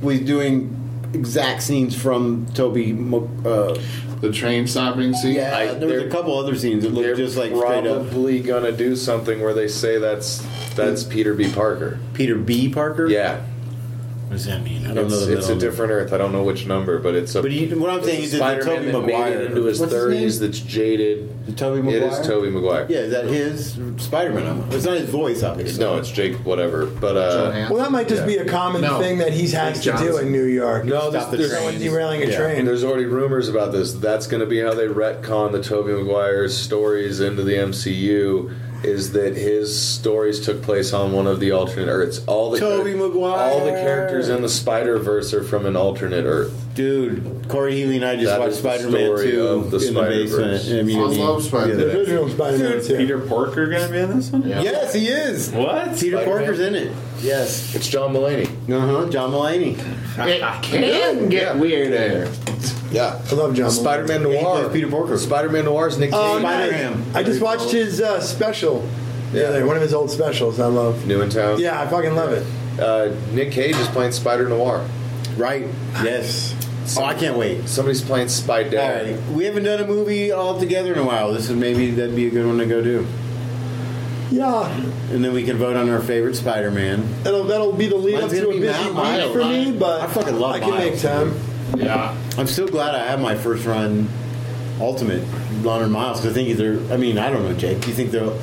[SPEAKER 9] he's doing exact scenes from Toby. Mo- Uh,
[SPEAKER 12] the train stopping scene.
[SPEAKER 9] yeah,
[SPEAKER 10] I-
[SPEAKER 9] there was
[SPEAKER 10] they're-
[SPEAKER 9] a couple other scenes that
[SPEAKER 10] They're
[SPEAKER 9] look just like straight up
[SPEAKER 10] probably gonna do something where they say that's that's Peter B. Parker.
[SPEAKER 9] Peter B. Parker.
[SPEAKER 10] Yeah,
[SPEAKER 9] what does that mean? I don't know.
[SPEAKER 10] it's,
[SPEAKER 9] the
[SPEAKER 10] it's a
[SPEAKER 9] middle.
[SPEAKER 10] different Earth. I don't know which number, but it's a.
[SPEAKER 9] But he, what I'm
[SPEAKER 10] it's a
[SPEAKER 9] saying is, that the Toby
[SPEAKER 10] Spider-Man that made
[SPEAKER 9] Maguire
[SPEAKER 10] it into his
[SPEAKER 9] What's name?
[SPEAKER 10] thirties. That's jaded.
[SPEAKER 9] The Toby
[SPEAKER 10] It
[SPEAKER 9] Maguire.
[SPEAKER 10] is Toby Maguire.
[SPEAKER 9] Yeah, is that his Spider-Man? It's not his voice, obviously.
[SPEAKER 10] No, it's Jake. Whatever. But uh,
[SPEAKER 12] Johansson.
[SPEAKER 11] well, that might just
[SPEAKER 10] yeah.
[SPEAKER 11] be a common
[SPEAKER 12] No.
[SPEAKER 11] thing that he has to do
[SPEAKER 12] Johnson.
[SPEAKER 11] in New York.
[SPEAKER 10] no,
[SPEAKER 9] Stop the
[SPEAKER 10] there's,
[SPEAKER 9] train.
[SPEAKER 10] there's,
[SPEAKER 11] Someone's derailing a
[SPEAKER 9] Yeah.
[SPEAKER 11] train.
[SPEAKER 10] there's already rumors about this. That's going to be how they retcon the Toby Maguire stories into the MCU. Is that his stories took place on one of the alternate Earths? All the
[SPEAKER 9] Tobey Maguire.
[SPEAKER 10] all the characters in the Spider Verse are from an alternate Earth.
[SPEAKER 9] Dude, Corey Healy and I just
[SPEAKER 10] That
[SPEAKER 9] watched
[SPEAKER 10] is the
[SPEAKER 9] Spider-Man
[SPEAKER 10] story
[SPEAKER 9] Two
[SPEAKER 10] of the
[SPEAKER 9] in the
[SPEAKER 10] Spider-Verse.
[SPEAKER 9] basement. I mean,
[SPEAKER 12] I love
[SPEAKER 11] the
[SPEAKER 12] Spider-Man.
[SPEAKER 9] yeah.
[SPEAKER 11] original Spider-Man too.
[SPEAKER 15] Parker gonna be in this one?
[SPEAKER 12] Yeah.
[SPEAKER 9] Yes, he is.
[SPEAKER 15] What?
[SPEAKER 9] Peter
[SPEAKER 10] Spider-Man.
[SPEAKER 9] Parker's in it. Uh-huh. Yes.
[SPEAKER 10] It's John Mulaney.
[SPEAKER 9] Uh huh. John Mulaney.
[SPEAKER 12] It can get weirder.
[SPEAKER 10] Yeah,
[SPEAKER 11] I love John.
[SPEAKER 10] Spider-Man Noir. Peter Parker. Spider-Man Noir's Nick
[SPEAKER 11] Oh,
[SPEAKER 10] Cage.
[SPEAKER 11] nice. I just watched his uh, special.
[SPEAKER 10] Yeah.
[SPEAKER 11] Yeah, one of his old specials. I love.
[SPEAKER 10] New in town.
[SPEAKER 11] Yeah, I fucking love it.
[SPEAKER 10] Uh, Nick Cage is playing Spider Noir.
[SPEAKER 9] Right. Yes. oh, I can't wait.
[SPEAKER 10] Somebody's playing Spy Dad.
[SPEAKER 9] All right. We haven't done a movie all together in a while. This is maybe that'd be a good one to go do.
[SPEAKER 11] Yeah,
[SPEAKER 9] And then we can vote on our favorite Spider-Man.
[SPEAKER 11] that'll that'll be the lead
[SPEAKER 9] Mine's
[SPEAKER 11] up to
[SPEAKER 9] gonna
[SPEAKER 11] a
[SPEAKER 9] be
[SPEAKER 11] busy
[SPEAKER 9] Matt
[SPEAKER 11] week
[SPEAKER 9] Miles.
[SPEAKER 11] for me, but
[SPEAKER 9] I fucking love
[SPEAKER 11] I can
[SPEAKER 9] Miles,
[SPEAKER 11] make time.
[SPEAKER 9] Yeah. I'm still glad I have my first run ultimate Leonard Miles 'cause I think either I mean I don't know Jake. Do you think they'll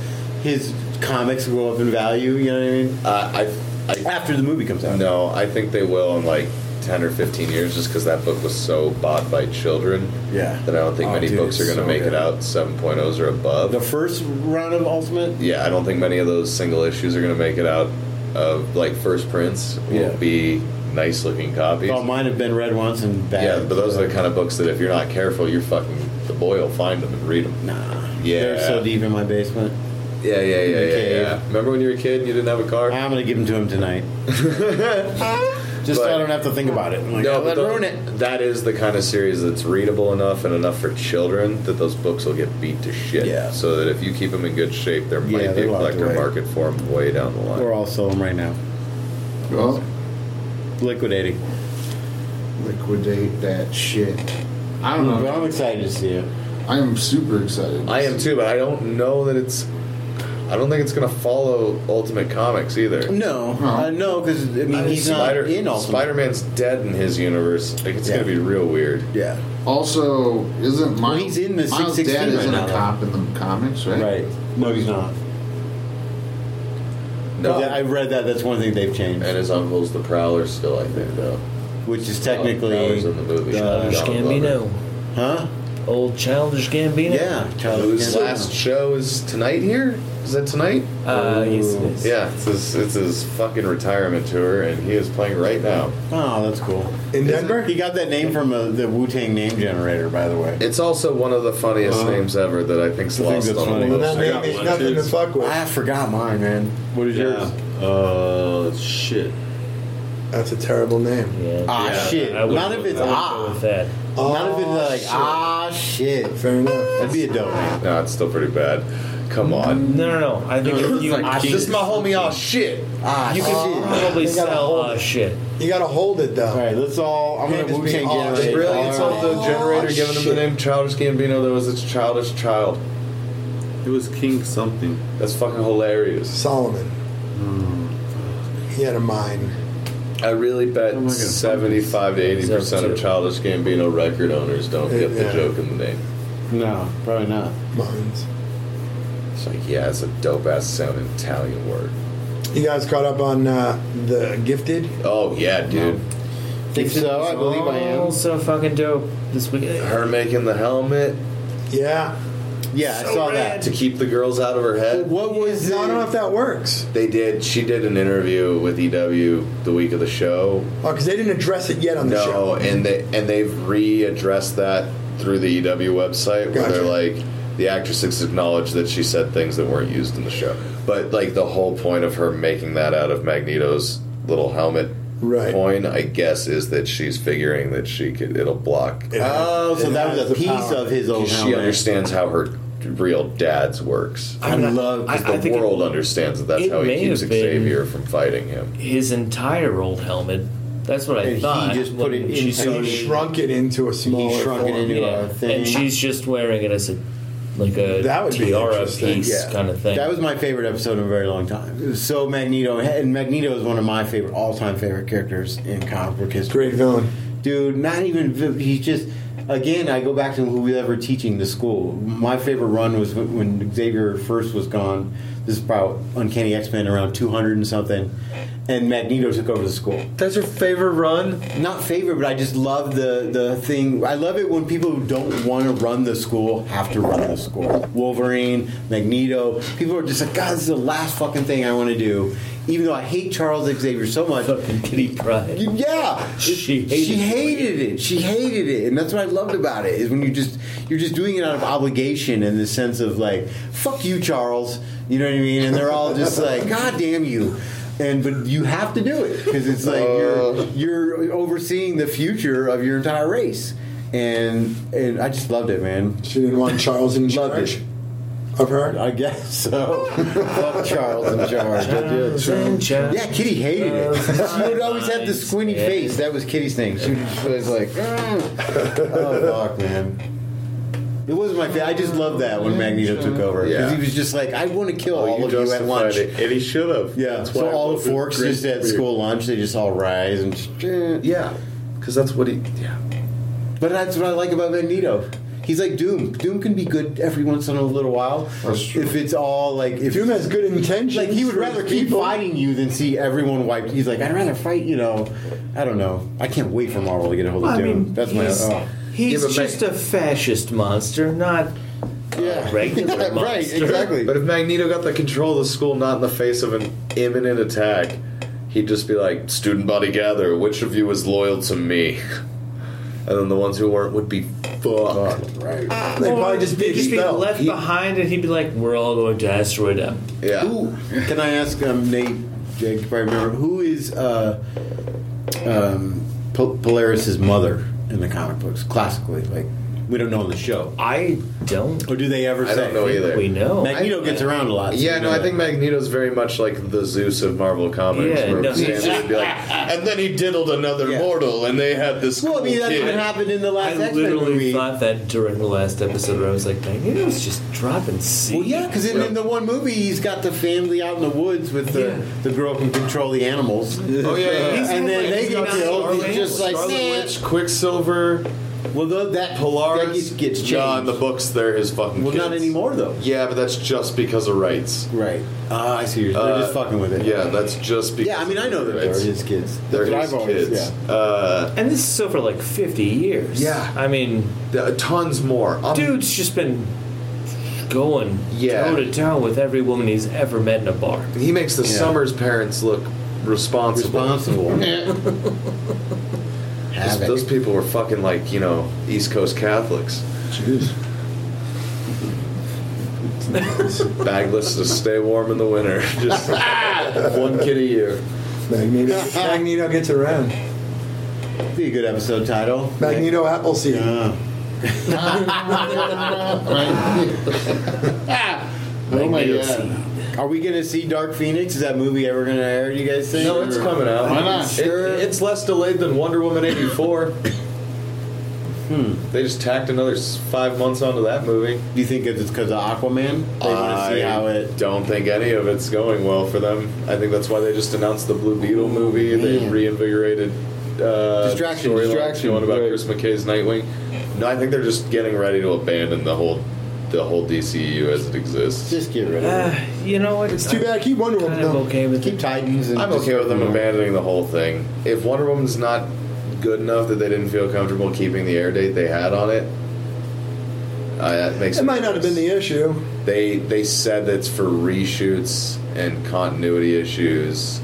[SPEAKER 9] his comics will go up in value? You know what I mean?
[SPEAKER 10] Uh, I, I
[SPEAKER 9] after the movie comes out.
[SPEAKER 10] No, I think they will in like ten or fifteen years, just because that book was so bought by children.
[SPEAKER 9] Yeah.
[SPEAKER 10] That I don't think
[SPEAKER 9] Oh,
[SPEAKER 10] many
[SPEAKER 9] dude,
[SPEAKER 10] books are
[SPEAKER 9] it's
[SPEAKER 10] going to
[SPEAKER 9] so
[SPEAKER 10] make
[SPEAKER 9] good.
[SPEAKER 10] it out 7.0s or above.
[SPEAKER 9] The first run of Ultimate.
[SPEAKER 10] yeah, I don't think many of those single issues are going to make it out. Of like first prints will
[SPEAKER 9] Yeah.
[SPEAKER 10] be nice looking copies.
[SPEAKER 9] Oh, mine have been read once and bad.
[SPEAKER 10] Yeah, but those are the kind of books that if you're not careful, you're fucking the boy will find them and read them.
[SPEAKER 9] Nah.
[SPEAKER 10] Yeah.
[SPEAKER 9] They're so deep in my basement.
[SPEAKER 10] Yeah, yeah, yeah,
[SPEAKER 9] In the
[SPEAKER 10] yeah,
[SPEAKER 9] cave.
[SPEAKER 10] yeah. Remember when you were a kid and you didn't have a car?
[SPEAKER 9] I'm gonna give them to him tonight. Just so I don't have to think about it. I'm like,
[SPEAKER 10] No,
[SPEAKER 9] "I'll
[SPEAKER 10] but
[SPEAKER 9] let
[SPEAKER 10] the-
[SPEAKER 9] ruin it.
[SPEAKER 10] that is the kind of series that's readable enough and enough for children that those books will get beat to shit.
[SPEAKER 9] Yeah.
[SPEAKER 10] So that if you keep them in good shape, there might
[SPEAKER 9] Yeah,
[SPEAKER 10] be a
[SPEAKER 9] they're locked
[SPEAKER 10] collector
[SPEAKER 9] away.
[SPEAKER 10] market for them way down the line.
[SPEAKER 9] We're all selling right now.
[SPEAKER 12] Well,
[SPEAKER 9] Liquidating.
[SPEAKER 12] liquidate that shit. I don't
[SPEAKER 9] But
[SPEAKER 12] know.
[SPEAKER 9] I'm excited to see it.
[SPEAKER 12] I am super excited.
[SPEAKER 10] I am too, but I don't know that it's. I don't think it's going to follow Ultimate Comics either.
[SPEAKER 9] No, uh, no, because I mean he's
[SPEAKER 10] Spider-
[SPEAKER 9] not in Ultimate.
[SPEAKER 10] Spider-Man's dead in his universe. Like it's
[SPEAKER 9] Yeah.
[SPEAKER 10] going to be real weird.
[SPEAKER 9] Yeah,
[SPEAKER 12] Also, isn't Miles?
[SPEAKER 9] Well, he's in the
[SPEAKER 12] Miles'
[SPEAKER 9] 616
[SPEAKER 12] dad
[SPEAKER 9] right
[SPEAKER 12] isn't
[SPEAKER 9] now,
[SPEAKER 12] a
[SPEAKER 9] though.
[SPEAKER 12] cop in the comics, right?
[SPEAKER 9] right. No, he's not.
[SPEAKER 10] No.
[SPEAKER 9] Yeah, I read that. That's one thing they've changed,
[SPEAKER 10] And his uncle's the Prowler still, I think, though.
[SPEAKER 9] which is
[SPEAKER 10] Prowler's
[SPEAKER 9] technically,
[SPEAKER 10] in Oh, the movie.
[SPEAKER 9] uh,
[SPEAKER 10] Donald Glover.
[SPEAKER 6] Gambino.
[SPEAKER 9] huh?
[SPEAKER 6] Old Childish Gambino.
[SPEAKER 9] Yeah, Child of
[SPEAKER 10] Whose
[SPEAKER 9] Gambino.
[SPEAKER 10] last show is tonight here? Is that tonight?
[SPEAKER 6] Uh, yes, it is.
[SPEAKER 10] Yeah, it's his, it's his fucking retirement tour, and he is playing right now.
[SPEAKER 9] Oh, that's cool.
[SPEAKER 11] In Denver?
[SPEAKER 9] he got that name from uh the Wu Tang name generator, by the way.
[SPEAKER 10] It's also one of the funniest names ever that Uh-huh. I think's
[SPEAKER 9] I think
[SPEAKER 10] lost
[SPEAKER 9] that's
[SPEAKER 10] on
[SPEAKER 9] funny.
[SPEAKER 10] all
[SPEAKER 11] Well,
[SPEAKER 10] of
[SPEAKER 11] that
[SPEAKER 10] us.
[SPEAKER 11] name is nothing to fuck with.
[SPEAKER 9] I forgot mine, man. What is yours?
[SPEAKER 15] Uh, shit.
[SPEAKER 11] That's a terrible name.
[SPEAKER 6] Yeah,
[SPEAKER 9] Ah,
[SPEAKER 6] yeah,
[SPEAKER 9] shit.
[SPEAKER 6] I would-
[SPEAKER 9] None of it's
[SPEAKER 6] I would go
[SPEAKER 9] ah.
[SPEAKER 6] with that.
[SPEAKER 9] None of it's like ah shit.
[SPEAKER 11] Fair enough.
[SPEAKER 9] That'd be a dope name.
[SPEAKER 10] No, it's still pretty bad. Come on.
[SPEAKER 6] No, no, no. I think if you,
[SPEAKER 9] like
[SPEAKER 6] you
[SPEAKER 9] Jesus.
[SPEAKER 10] This is my homie, all shit.
[SPEAKER 9] Ah
[SPEAKER 6] could
[SPEAKER 9] shit.
[SPEAKER 6] probably
[SPEAKER 11] They gotta
[SPEAKER 6] sell
[SPEAKER 11] hold
[SPEAKER 6] uh,
[SPEAKER 11] it.
[SPEAKER 6] shit.
[SPEAKER 11] You gotta hold it though.
[SPEAKER 9] All right, let's all. I'm
[SPEAKER 11] Can't
[SPEAKER 9] gonna
[SPEAKER 11] just
[SPEAKER 9] Wu
[SPEAKER 11] be
[SPEAKER 9] Tang
[SPEAKER 11] all
[SPEAKER 9] generator.
[SPEAKER 11] It's
[SPEAKER 10] The
[SPEAKER 11] shit.
[SPEAKER 10] brilliance
[SPEAKER 9] All
[SPEAKER 10] of the
[SPEAKER 9] right.
[SPEAKER 10] generator giving him the
[SPEAKER 9] shit.
[SPEAKER 10] name Childish Gambino, though, is its childish child.
[SPEAKER 15] It was King something.
[SPEAKER 10] That's fucking hilarious.
[SPEAKER 11] Solomon.
[SPEAKER 9] Hmm.
[SPEAKER 11] He had a mind.
[SPEAKER 10] I really bet 75 to 80% of Childish Gambino record owners don't
[SPEAKER 11] Yeah.
[SPEAKER 10] get the joke in the name.
[SPEAKER 9] No, probably not.
[SPEAKER 11] Minds.
[SPEAKER 10] It's like, yeah, it's a dope ass sounding Italian word.
[SPEAKER 11] You guys caught up on uh, the Gifted?
[SPEAKER 10] Oh yeah, dude.
[SPEAKER 9] Think so? I believe I am.
[SPEAKER 6] Also fucking dope this week.
[SPEAKER 10] Her making the helmet
[SPEAKER 11] Yeah.
[SPEAKER 9] Yeah, I saw that.
[SPEAKER 10] to keep the girls out of her head.
[SPEAKER 9] What was
[SPEAKER 11] No, I don't know
[SPEAKER 9] it?
[SPEAKER 11] if that works.
[SPEAKER 10] They did. She did an interview with EW the week of the show.
[SPEAKER 11] Oh, because they didn't address it yet on the show.
[SPEAKER 10] No, and they and they've readdressed that through the EW website where they're
[SPEAKER 11] Gotcha.
[SPEAKER 10] like the actress has acknowledged that she said things that weren't used in the show. But like the whole point of her making that out of Magneto's little helmet
[SPEAKER 11] Right.
[SPEAKER 10] coin, I guess, is that she's figuring that she could it'll block
[SPEAKER 11] It has-
[SPEAKER 9] Oh, so
[SPEAKER 11] it
[SPEAKER 9] that
[SPEAKER 11] has
[SPEAKER 9] was a
[SPEAKER 11] the
[SPEAKER 9] piece
[SPEAKER 11] power.
[SPEAKER 9] of his old
[SPEAKER 10] she
[SPEAKER 9] helmet.
[SPEAKER 10] understands how her real dad's works.
[SPEAKER 9] I love.
[SPEAKER 6] I-
[SPEAKER 10] Because the
[SPEAKER 6] think it-
[SPEAKER 10] world understands that that's
[SPEAKER 6] it
[SPEAKER 10] how he
[SPEAKER 6] may
[SPEAKER 10] keeps
[SPEAKER 6] have been-
[SPEAKER 10] Xavier from fighting him.
[SPEAKER 6] His entire old helmet. That's what I
[SPEAKER 9] And he
[SPEAKER 6] thought.
[SPEAKER 9] just put it
[SPEAKER 6] when
[SPEAKER 9] in
[SPEAKER 6] she
[SPEAKER 9] so
[SPEAKER 6] said-
[SPEAKER 9] he
[SPEAKER 11] Shrunk it into a smaller
[SPEAKER 9] shrunk it
[SPEAKER 11] form.
[SPEAKER 9] into-
[SPEAKER 6] yeah.
[SPEAKER 9] a thing.
[SPEAKER 6] And she's just wearing it as a like a
[SPEAKER 11] That would be
[SPEAKER 6] tiara
[SPEAKER 11] interesting.
[SPEAKER 6] piece
[SPEAKER 9] Yeah.
[SPEAKER 6] kind of thing.
[SPEAKER 9] That was my favorite episode in a very long time. It was so Magneto, and Magneto is one of my favorite, all-time favorite characters in comic book history.
[SPEAKER 11] Great villain.
[SPEAKER 9] dude. Not even he's just. Again, I go back to who we were teaching the school. My favorite run was when- when Xavier first was gone. This is about Uncanny X Men around 200 and something, and Magneto took over the school.
[SPEAKER 6] That's your favorite run?
[SPEAKER 9] Not favorite, but I just love the the thing. I love it when people who don't want to run the school have to run the school. Wolverine, Magneto, people are just like, God, this is the last fucking thing I want to do. Even though I hate Charles Xavier so much,
[SPEAKER 6] Fucking Kitty Pride.
[SPEAKER 9] yeah,
[SPEAKER 6] She hated
[SPEAKER 9] she
[SPEAKER 6] it.
[SPEAKER 9] hated it. She hated it, and that's what I loved about it is when you just you're just doing it out of obligation and the sense of like fuck you, Charles. You know what I mean? And they're all just like, God damn you. And but you have
[SPEAKER 6] Uh.
[SPEAKER 9] to do it because it's like you're you're overseeing the future of your entire race. and and I just loved it, man.
[SPEAKER 11] She didn't want Charles in
[SPEAKER 9] charge
[SPEAKER 11] of her.
[SPEAKER 9] I guess so. Fuck Charles in charge.
[SPEAKER 6] Charles in charge.
[SPEAKER 9] Yeah, Kitty hated it.
[SPEAKER 6] Charles
[SPEAKER 9] She would always have the squinty
[SPEAKER 6] Yeah.
[SPEAKER 9] face. That was Kitty's thing. She was just always like, "Mm." oh fuck, man. It wasn't my favorite. I just loved that when Magneto took over because
[SPEAKER 10] Yeah.
[SPEAKER 9] he was just like, "I want to
[SPEAKER 10] Oh,
[SPEAKER 9] kill all of you at lunch."
[SPEAKER 10] It. And he should have.
[SPEAKER 9] Yeah. So all the forks just at school lunch, they just all rise and just, eh.
[SPEAKER 10] Yeah. Because that's what he. Yeah.
[SPEAKER 9] But that's what I like about Magneto. He's like Doom. Doom can be good every once in a little while. If it's all like if
[SPEAKER 11] Doom has good intentions.
[SPEAKER 9] Like he would
[SPEAKER 11] for
[SPEAKER 9] rather
[SPEAKER 11] his
[SPEAKER 9] keep
[SPEAKER 11] people.
[SPEAKER 9] fighting you than see everyone wiped. He's like, I'd rather fight, you know. I don't know. I can't wait for Marvel to get a hold of
[SPEAKER 6] I
[SPEAKER 9] Doom.
[SPEAKER 6] mean,
[SPEAKER 9] that's my
[SPEAKER 6] he's,
[SPEAKER 9] oh.
[SPEAKER 6] he's
[SPEAKER 10] Yeah, but
[SPEAKER 6] just a fascist monster, not a regular
[SPEAKER 9] Yeah, right,
[SPEAKER 6] monster.
[SPEAKER 9] exactly.
[SPEAKER 10] But if Magneto got the control of the school not in the face of an imminent attack, he'd just be like, student body gather, which of you is loyal to me? And then the ones who weren't would be fucked.
[SPEAKER 9] right.
[SPEAKER 11] They'd
[SPEAKER 6] Or
[SPEAKER 11] probably just be
[SPEAKER 6] they'd just be
[SPEAKER 11] expelled.
[SPEAKER 6] left behind, and he'd be like, "We're all going to asteroid them."
[SPEAKER 10] Yeah.
[SPEAKER 9] Who can I ask um, Nate, Jake, if I remember, who is uh, um, Pol- Polaris's mother in the comic books classically? Like we don't know in the show,
[SPEAKER 6] I don't.
[SPEAKER 9] or do they ever
[SPEAKER 10] I
[SPEAKER 9] say?
[SPEAKER 10] don't know either.
[SPEAKER 6] We know.
[SPEAKER 9] Magneto gets around a lot. so
[SPEAKER 10] Yeah,
[SPEAKER 9] we
[SPEAKER 10] no,
[SPEAKER 9] know
[SPEAKER 10] I
[SPEAKER 9] that.
[SPEAKER 10] think Magneto's very much like the Zeus of Marvel Comics.
[SPEAKER 6] Yeah,
[SPEAKER 10] where
[SPEAKER 6] no.
[SPEAKER 10] Stan would be like, and then he diddled another
[SPEAKER 9] Yeah.
[SPEAKER 10] mortal, and they had this
[SPEAKER 9] Well, I
[SPEAKER 10] cool
[SPEAKER 9] mean, that
[SPEAKER 10] kid.
[SPEAKER 9] even happened in the
[SPEAKER 6] I
[SPEAKER 9] last X Men
[SPEAKER 6] literally
[SPEAKER 9] movie.
[SPEAKER 6] thought that during the last episode where I was like, Magneto's just dropping C.
[SPEAKER 9] Well, yeah, because in, in the one movie, he's got the family out in the woods with the,
[SPEAKER 6] Yeah.
[SPEAKER 9] the girl who can control the animals.
[SPEAKER 10] Oh yeah, yeah.
[SPEAKER 6] He's
[SPEAKER 9] and then
[SPEAKER 6] like-
[SPEAKER 9] they
[SPEAKER 6] he's
[SPEAKER 9] get
[SPEAKER 6] got
[SPEAKER 9] killed.
[SPEAKER 6] Scarlet
[SPEAKER 9] He's just like,
[SPEAKER 6] Scarlet
[SPEAKER 9] "Nah."
[SPEAKER 10] Witch, Quicksilver,
[SPEAKER 9] well, tho- that
[SPEAKER 10] Polaris
[SPEAKER 9] that gets changed.
[SPEAKER 10] No, in the books they're his fucking.
[SPEAKER 9] well, not
[SPEAKER 10] kids.
[SPEAKER 9] anymore though.
[SPEAKER 10] Yeah, but that's just because of rights.
[SPEAKER 9] Right. Ah, I see. You're,
[SPEAKER 10] Uh,
[SPEAKER 9] they're just fucking with it.
[SPEAKER 10] Yeah, that's just because.
[SPEAKER 9] Yeah, I mean, I know that they're
[SPEAKER 10] rights.
[SPEAKER 9] his kids.
[SPEAKER 10] They're
[SPEAKER 9] That's what
[SPEAKER 10] his
[SPEAKER 9] I've always-
[SPEAKER 10] kids.
[SPEAKER 9] yeah.
[SPEAKER 10] Uh,
[SPEAKER 6] and this is so for like 50 years.
[SPEAKER 11] Yeah.
[SPEAKER 6] I mean,
[SPEAKER 10] th- uh, tons more. Um,
[SPEAKER 6] dude's just been going
[SPEAKER 10] Yeah.
[SPEAKER 6] toe to toe with every woman he's ever met in a bar.
[SPEAKER 10] he makes the
[SPEAKER 9] Yeah.
[SPEAKER 10] Summers parents look responsible.
[SPEAKER 9] Responsible.
[SPEAKER 12] Eh, oh
[SPEAKER 10] Those-
[SPEAKER 9] Havoc.
[SPEAKER 10] those people were fucking like you know East Coast Catholics.
[SPEAKER 11] Jeez.
[SPEAKER 10] bagless to stay warm in the winter. Just one kid a year.
[SPEAKER 11] Magneto. Magneto gets around.
[SPEAKER 9] Be a good episode title.
[SPEAKER 11] Magneto Appleseed.
[SPEAKER 9] Yeah.
[SPEAKER 8] Oh my
[SPEAKER 6] Magneto
[SPEAKER 8] god.
[SPEAKER 9] Are we gonna see Dark Phoenix? Is that movie ever gonna air? Do you guys think?
[SPEAKER 10] No, it's
[SPEAKER 9] Or-
[SPEAKER 10] coming out.
[SPEAKER 8] Why not?
[SPEAKER 10] It- it's less delayed than Wonder Woman 84. They just tacked another s- five months onto that movie.
[SPEAKER 9] Do you think it's because of Aquaman? They want to see how it.
[SPEAKER 10] don't think any of it's going well for them. I think that's why they just announced the Blue Beetle movie. They
[SPEAKER 9] Man.
[SPEAKER 10] reinvigorated uh,
[SPEAKER 9] Distraction,
[SPEAKER 10] storyline
[SPEAKER 9] distraction,
[SPEAKER 10] going about
[SPEAKER 9] right.
[SPEAKER 10] Chris McKay's Nightwing. No, I think they're just getting ready to abandon the whole the whole DCU as it exists.
[SPEAKER 9] Just get rid of
[SPEAKER 6] Uh,
[SPEAKER 9] it.
[SPEAKER 6] you know what?
[SPEAKER 11] It's too bad. I keep Wonder Woman.
[SPEAKER 6] I'm
[SPEAKER 11] though.
[SPEAKER 6] okay with
[SPEAKER 9] Keep
[SPEAKER 6] it.
[SPEAKER 9] Titans. And
[SPEAKER 10] I'm
[SPEAKER 9] just-
[SPEAKER 10] okay with them
[SPEAKER 9] you know.
[SPEAKER 10] abandoning the whole thing. If Wonder Woman's not good enough that they didn't feel comfortable keeping the air date they had on it, uh, that makes
[SPEAKER 11] It might not have been the issue.
[SPEAKER 10] They they said that's for reshoots and continuity issues,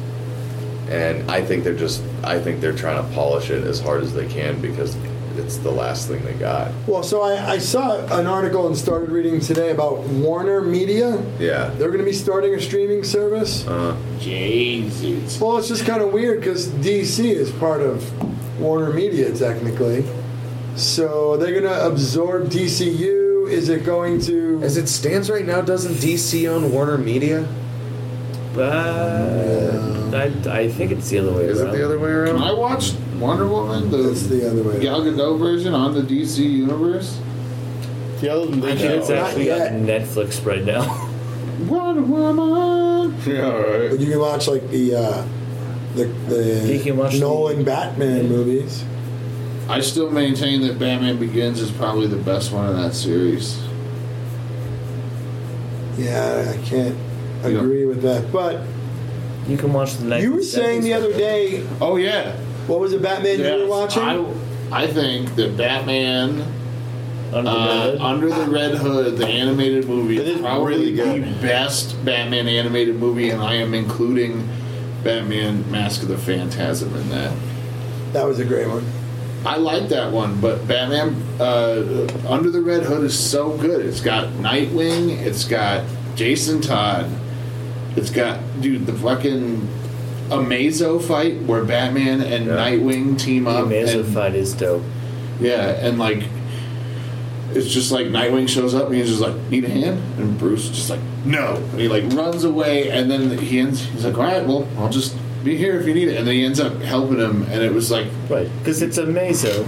[SPEAKER 10] and I think they're just I think they're trying to polish it as hard as they can because it's the last thing they got.
[SPEAKER 11] Well, so I, I saw an article and started reading today about Warner Media.
[SPEAKER 10] Yeah.
[SPEAKER 11] They're going to be starting a streaming service.
[SPEAKER 10] Uh,
[SPEAKER 15] Jesus.
[SPEAKER 11] Well, it's just kind of weird because DC is part of Warner Media technically. So they're going to absorb DCU. Is it going to?
[SPEAKER 10] as it stands right now, doesn't DC own Warner Media?
[SPEAKER 6] Uh, I, I think it's the other way
[SPEAKER 10] Is
[SPEAKER 6] around.
[SPEAKER 10] it the other way
[SPEAKER 8] When
[SPEAKER 10] around?
[SPEAKER 8] I watched Wonder Woman, the,
[SPEAKER 11] It's the other way.
[SPEAKER 8] Gal Gadot version on the DC universe.
[SPEAKER 9] The other one,
[SPEAKER 6] I think it's
[SPEAKER 9] no.
[SPEAKER 6] actually
[SPEAKER 11] not
[SPEAKER 6] on Netflix right now.
[SPEAKER 8] Wonder Woman. Yeah, all
[SPEAKER 11] But
[SPEAKER 8] right.
[SPEAKER 11] you can watch like the uh, the,
[SPEAKER 6] You can watch
[SPEAKER 11] the
[SPEAKER 6] the-
[SPEAKER 11] Nolan Batman movies.
[SPEAKER 8] I still maintain that Batman Begins is probably the best one in that series.
[SPEAKER 11] Yeah, I can't
[SPEAKER 8] Yeah.
[SPEAKER 11] agree with that. But
[SPEAKER 6] You can watch the next.
[SPEAKER 11] you were saying the other day,
[SPEAKER 8] Oh yeah,
[SPEAKER 11] what was the Batman you were
[SPEAKER 8] Yes,
[SPEAKER 11] watching?
[SPEAKER 8] I, I think that Batman
[SPEAKER 6] Under the
[SPEAKER 8] Uh,
[SPEAKER 6] Hood.
[SPEAKER 8] Under the Red Hood, the animated movie,
[SPEAKER 9] It is
[SPEAKER 8] probably
[SPEAKER 9] really good.
[SPEAKER 8] the best Batman animated movie, and I am including Batman: Mask of the Phantasm in that.
[SPEAKER 11] that was a great one.
[SPEAKER 8] I like that one, but Batman uh, Under the Red Hood is so good. It's got Nightwing, it's got Jason Todd, it's got dude the fucking Amazo fight where Batman and Nightwing team
[SPEAKER 6] The
[SPEAKER 8] up.
[SPEAKER 6] Amazing
[SPEAKER 8] and
[SPEAKER 6] fight is dope.
[SPEAKER 8] Yeah, and like it's just like Nightwing shows up and he's just like, "Need a hand?" And Bruce is just like, "No," and he like runs away, and then he ends. He's like, "All right, well, I'll just be here if you need it," and then he ends up helping him, and it was like,
[SPEAKER 6] right, because it's a meso.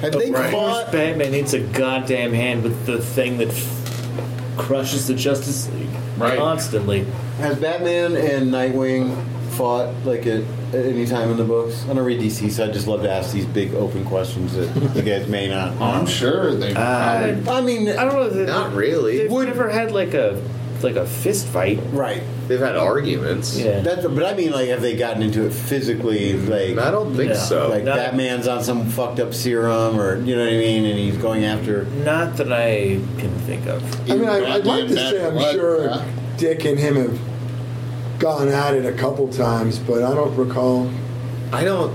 [SPEAKER 8] Have they fought-
[SPEAKER 6] Batman needs a goddamn hand with the thing that f- crushes the Justice League constantly.
[SPEAKER 9] Has Batman and Nightwing fought like at, at any time in the books? I don't read DC, so I just love to ask these big open questions that you guys may not. Know.
[SPEAKER 8] "Oh, I'm sure they.
[SPEAKER 6] Ah,
[SPEAKER 9] Uh, I mean,
[SPEAKER 6] I don't know. If they-
[SPEAKER 10] Not really.
[SPEAKER 6] They've never had like a like a fist fight,
[SPEAKER 9] right?
[SPEAKER 10] They've had arguments.
[SPEAKER 6] Yeah.
[SPEAKER 9] That's, but I mean, like, have they gotten into it physically? Like,
[SPEAKER 10] I don't think No. so.
[SPEAKER 9] Like,
[SPEAKER 10] Not-
[SPEAKER 9] Batman's on some fucked up serum, or you know what I mean, and he's going after.
[SPEAKER 6] Not that I can think of.
[SPEAKER 11] I mean, I, I'd like to say I'm sure Dick and him have gone at it a couple times, but I don't recall.
[SPEAKER 10] I don't.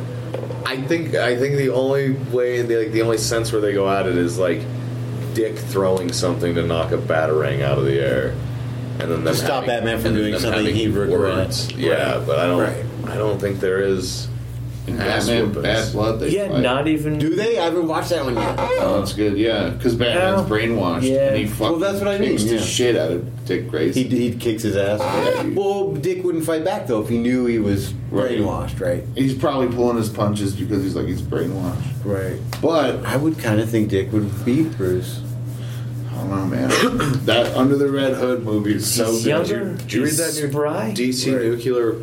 [SPEAKER 10] I think I think the only way, the, like the only sense where they go at it is like Dick throwing something to knock a batarang out of the air, and then them
[SPEAKER 9] To stop
[SPEAKER 10] having-
[SPEAKER 9] Batman from
[SPEAKER 10] and then
[SPEAKER 9] doing
[SPEAKER 10] them
[SPEAKER 9] something
[SPEAKER 10] having
[SPEAKER 9] he regrets.
[SPEAKER 10] words. Yeah, but I don't.
[SPEAKER 9] Right.
[SPEAKER 10] I don't think there is. ass whoopings.
[SPEAKER 6] not even.
[SPEAKER 9] Do they? I haven't watched that one yet.
[SPEAKER 8] Oh, that's good. Yeah, because Batman's brainwashed.
[SPEAKER 9] Yeah.
[SPEAKER 8] And he fucking
[SPEAKER 9] Well, that's what I mean,
[SPEAKER 8] kicks the
[SPEAKER 9] yeah.
[SPEAKER 8] shit out of Dick Grayson.
[SPEAKER 9] He, he kicks his ass. Well, Dick wouldn't fight back though if he knew he was brainwashed, right?
[SPEAKER 8] He's probably pulling his punches because he's like he's brainwashed.
[SPEAKER 9] Right.
[SPEAKER 8] But
[SPEAKER 9] I would kind of think Dick would beat Bruce.
[SPEAKER 8] I don't know, man. that Under the Red Hood movie is so
[SPEAKER 6] He's
[SPEAKER 8] good.
[SPEAKER 6] younger,
[SPEAKER 8] Did
[SPEAKER 10] Did you read
[SPEAKER 6] he's
[SPEAKER 10] that new
[SPEAKER 6] spry.
[SPEAKER 10] DC Nuclear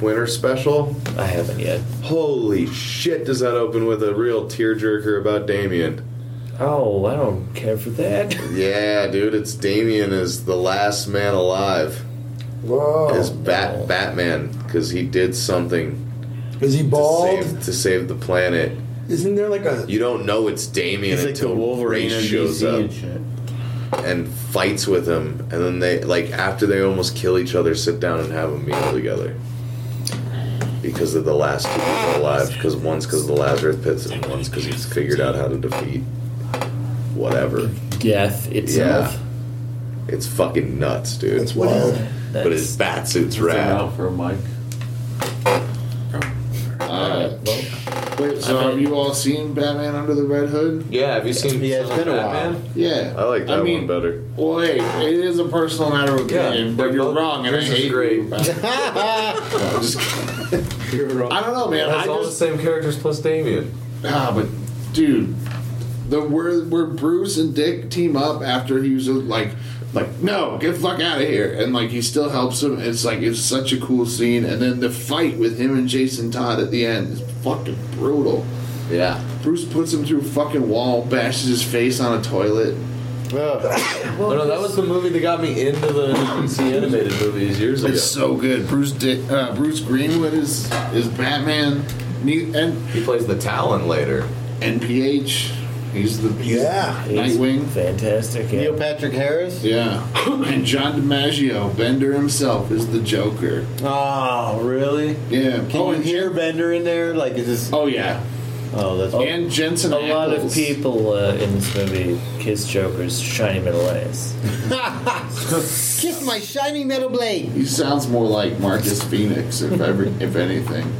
[SPEAKER 10] Winter Special?
[SPEAKER 6] I haven't yet.
[SPEAKER 10] Holy shit! Does that open with a real tearjerker about Damien?
[SPEAKER 6] Oh, I don't care for that.
[SPEAKER 10] Yeah, dude, it's Damien is the last man alive.
[SPEAKER 11] Whoa.
[SPEAKER 10] As Bat Batman, because he did something
[SPEAKER 11] Is he
[SPEAKER 10] to
[SPEAKER 11] bald?
[SPEAKER 10] save, to save the planet.
[SPEAKER 11] Isn't there like a
[SPEAKER 10] You don't know it's Damien
[SPEAKER 9] He's like
[SPEAKER 10] until
[SPEAKER 9] the Wolverine
[SPEAKER 10] Ray
[SPEAKER 9] in
[SPEAKER 10] shows
[SPEAKER 9] DC
[SPEAKER 10] up
[SPEAKER 9] and shit.
[SPEAKER 10] and fights with him, and then they like after they almost kill each other, sit down and have a meal together because of the last two people alive. Because one's because of the Lazarus pits, and one's because he's figured out how to defeat whatever.
[SPEAKER 6] Death itself.
[SPEAKER 10] Yeah. It's fucking nuts, dude. That's
[SPEAKER 11] wild.
[SPEAKER 10] But his bat suit's rad.
[SPEAKER 15] out for a mic.
[SPEAKER 8] Uh, wait, so have you all seen Batman Under the Red Hood?
[SPEAKER 10] Yeah, have you seen?
[SPEAKER 9] Yeah, it's been a while.
[SPEAKER 10] Batman?
[SPEAKER 8] Yeah.
[SPEAKER 6] Uh,
[SPEAKER 10] I like that
[SPEAKER 8] I mean,
[SPEAKER 10] one better.
[SPEAKER 8] Well, hey, it is a personal matter of
[SPEAKER 10] Yeah,
[SPEAKER 8] opinion,
[SPEAKER 10] they're
[SPEAKER 8] but you're
[SPEAKER 10] both-
[SPEAKER 8] wrong, and I
[SPEAKER 10] yours is
[SPEAKER 8] hate you
[SPEAKER 10] great.
[SPEAKER 8] about it. No, I'm just kidding. I don't know, man. I just,
[SPEAKER 10] same characters plus Damien.
[SPEAKER 8] Ah, but dude, the where where Bruce and Dick team up after he was uh, like like no, get the fuck out of here, and like he still helps him. It's like it's such a cool scene, and then the fight with him and Jason Todd at the end is fucking brutal.
[SPEAKER 10] Yeah.
[SPEAKER 8] Bruce puts him through a fucking wall, bashes his face on a toilet.
[SPEAKER 10] no, no, that was the movie that got me into the DC animated movies years ago.
[SPEAKER 8] It's so good. Bruce Dick, uh, Bruce Greenwood is is Batman. Ne- and
[SPEAKER 10] he plays the Talon later.
[SPEAKER 8] NPH. He's the he's
[SPEAKER 11] Yeah.
[SPEAKER 8] Nightwing.
[SPEAKER 6] Fantastic.
[SPEAKER 9] Neil Patrick Harris.
[SPEAKER 8] Yeah, and John DiMaggio, Bender himself, is the Joker.
[SPEAKER 9] Oh, really?
[SPEAKER 8] Yeah.
[SPEAKER 9] Can
[SPEAKER 8] Oh,
[SPEAKER 9] you
[SPEAKER 8] and,
[SPEAKER 9] hear Bender in there? Like, is this?
[SPEAKER 8] oh yeah.
[SPEAKER 9] Oh, that's
[SPEAKER 8] And Jensen.
[SPEAKER 6] A lot of
[SPEAKER 8] Ackles.
[SPEAKER 6] people uh, in this movie kiss Joker's shiny middle ass.
[SPEAKER 9] kiss my shiny metal blade.
[SPEAKER 8] He sounds more like Marcus Phoenix, if ever, if anything,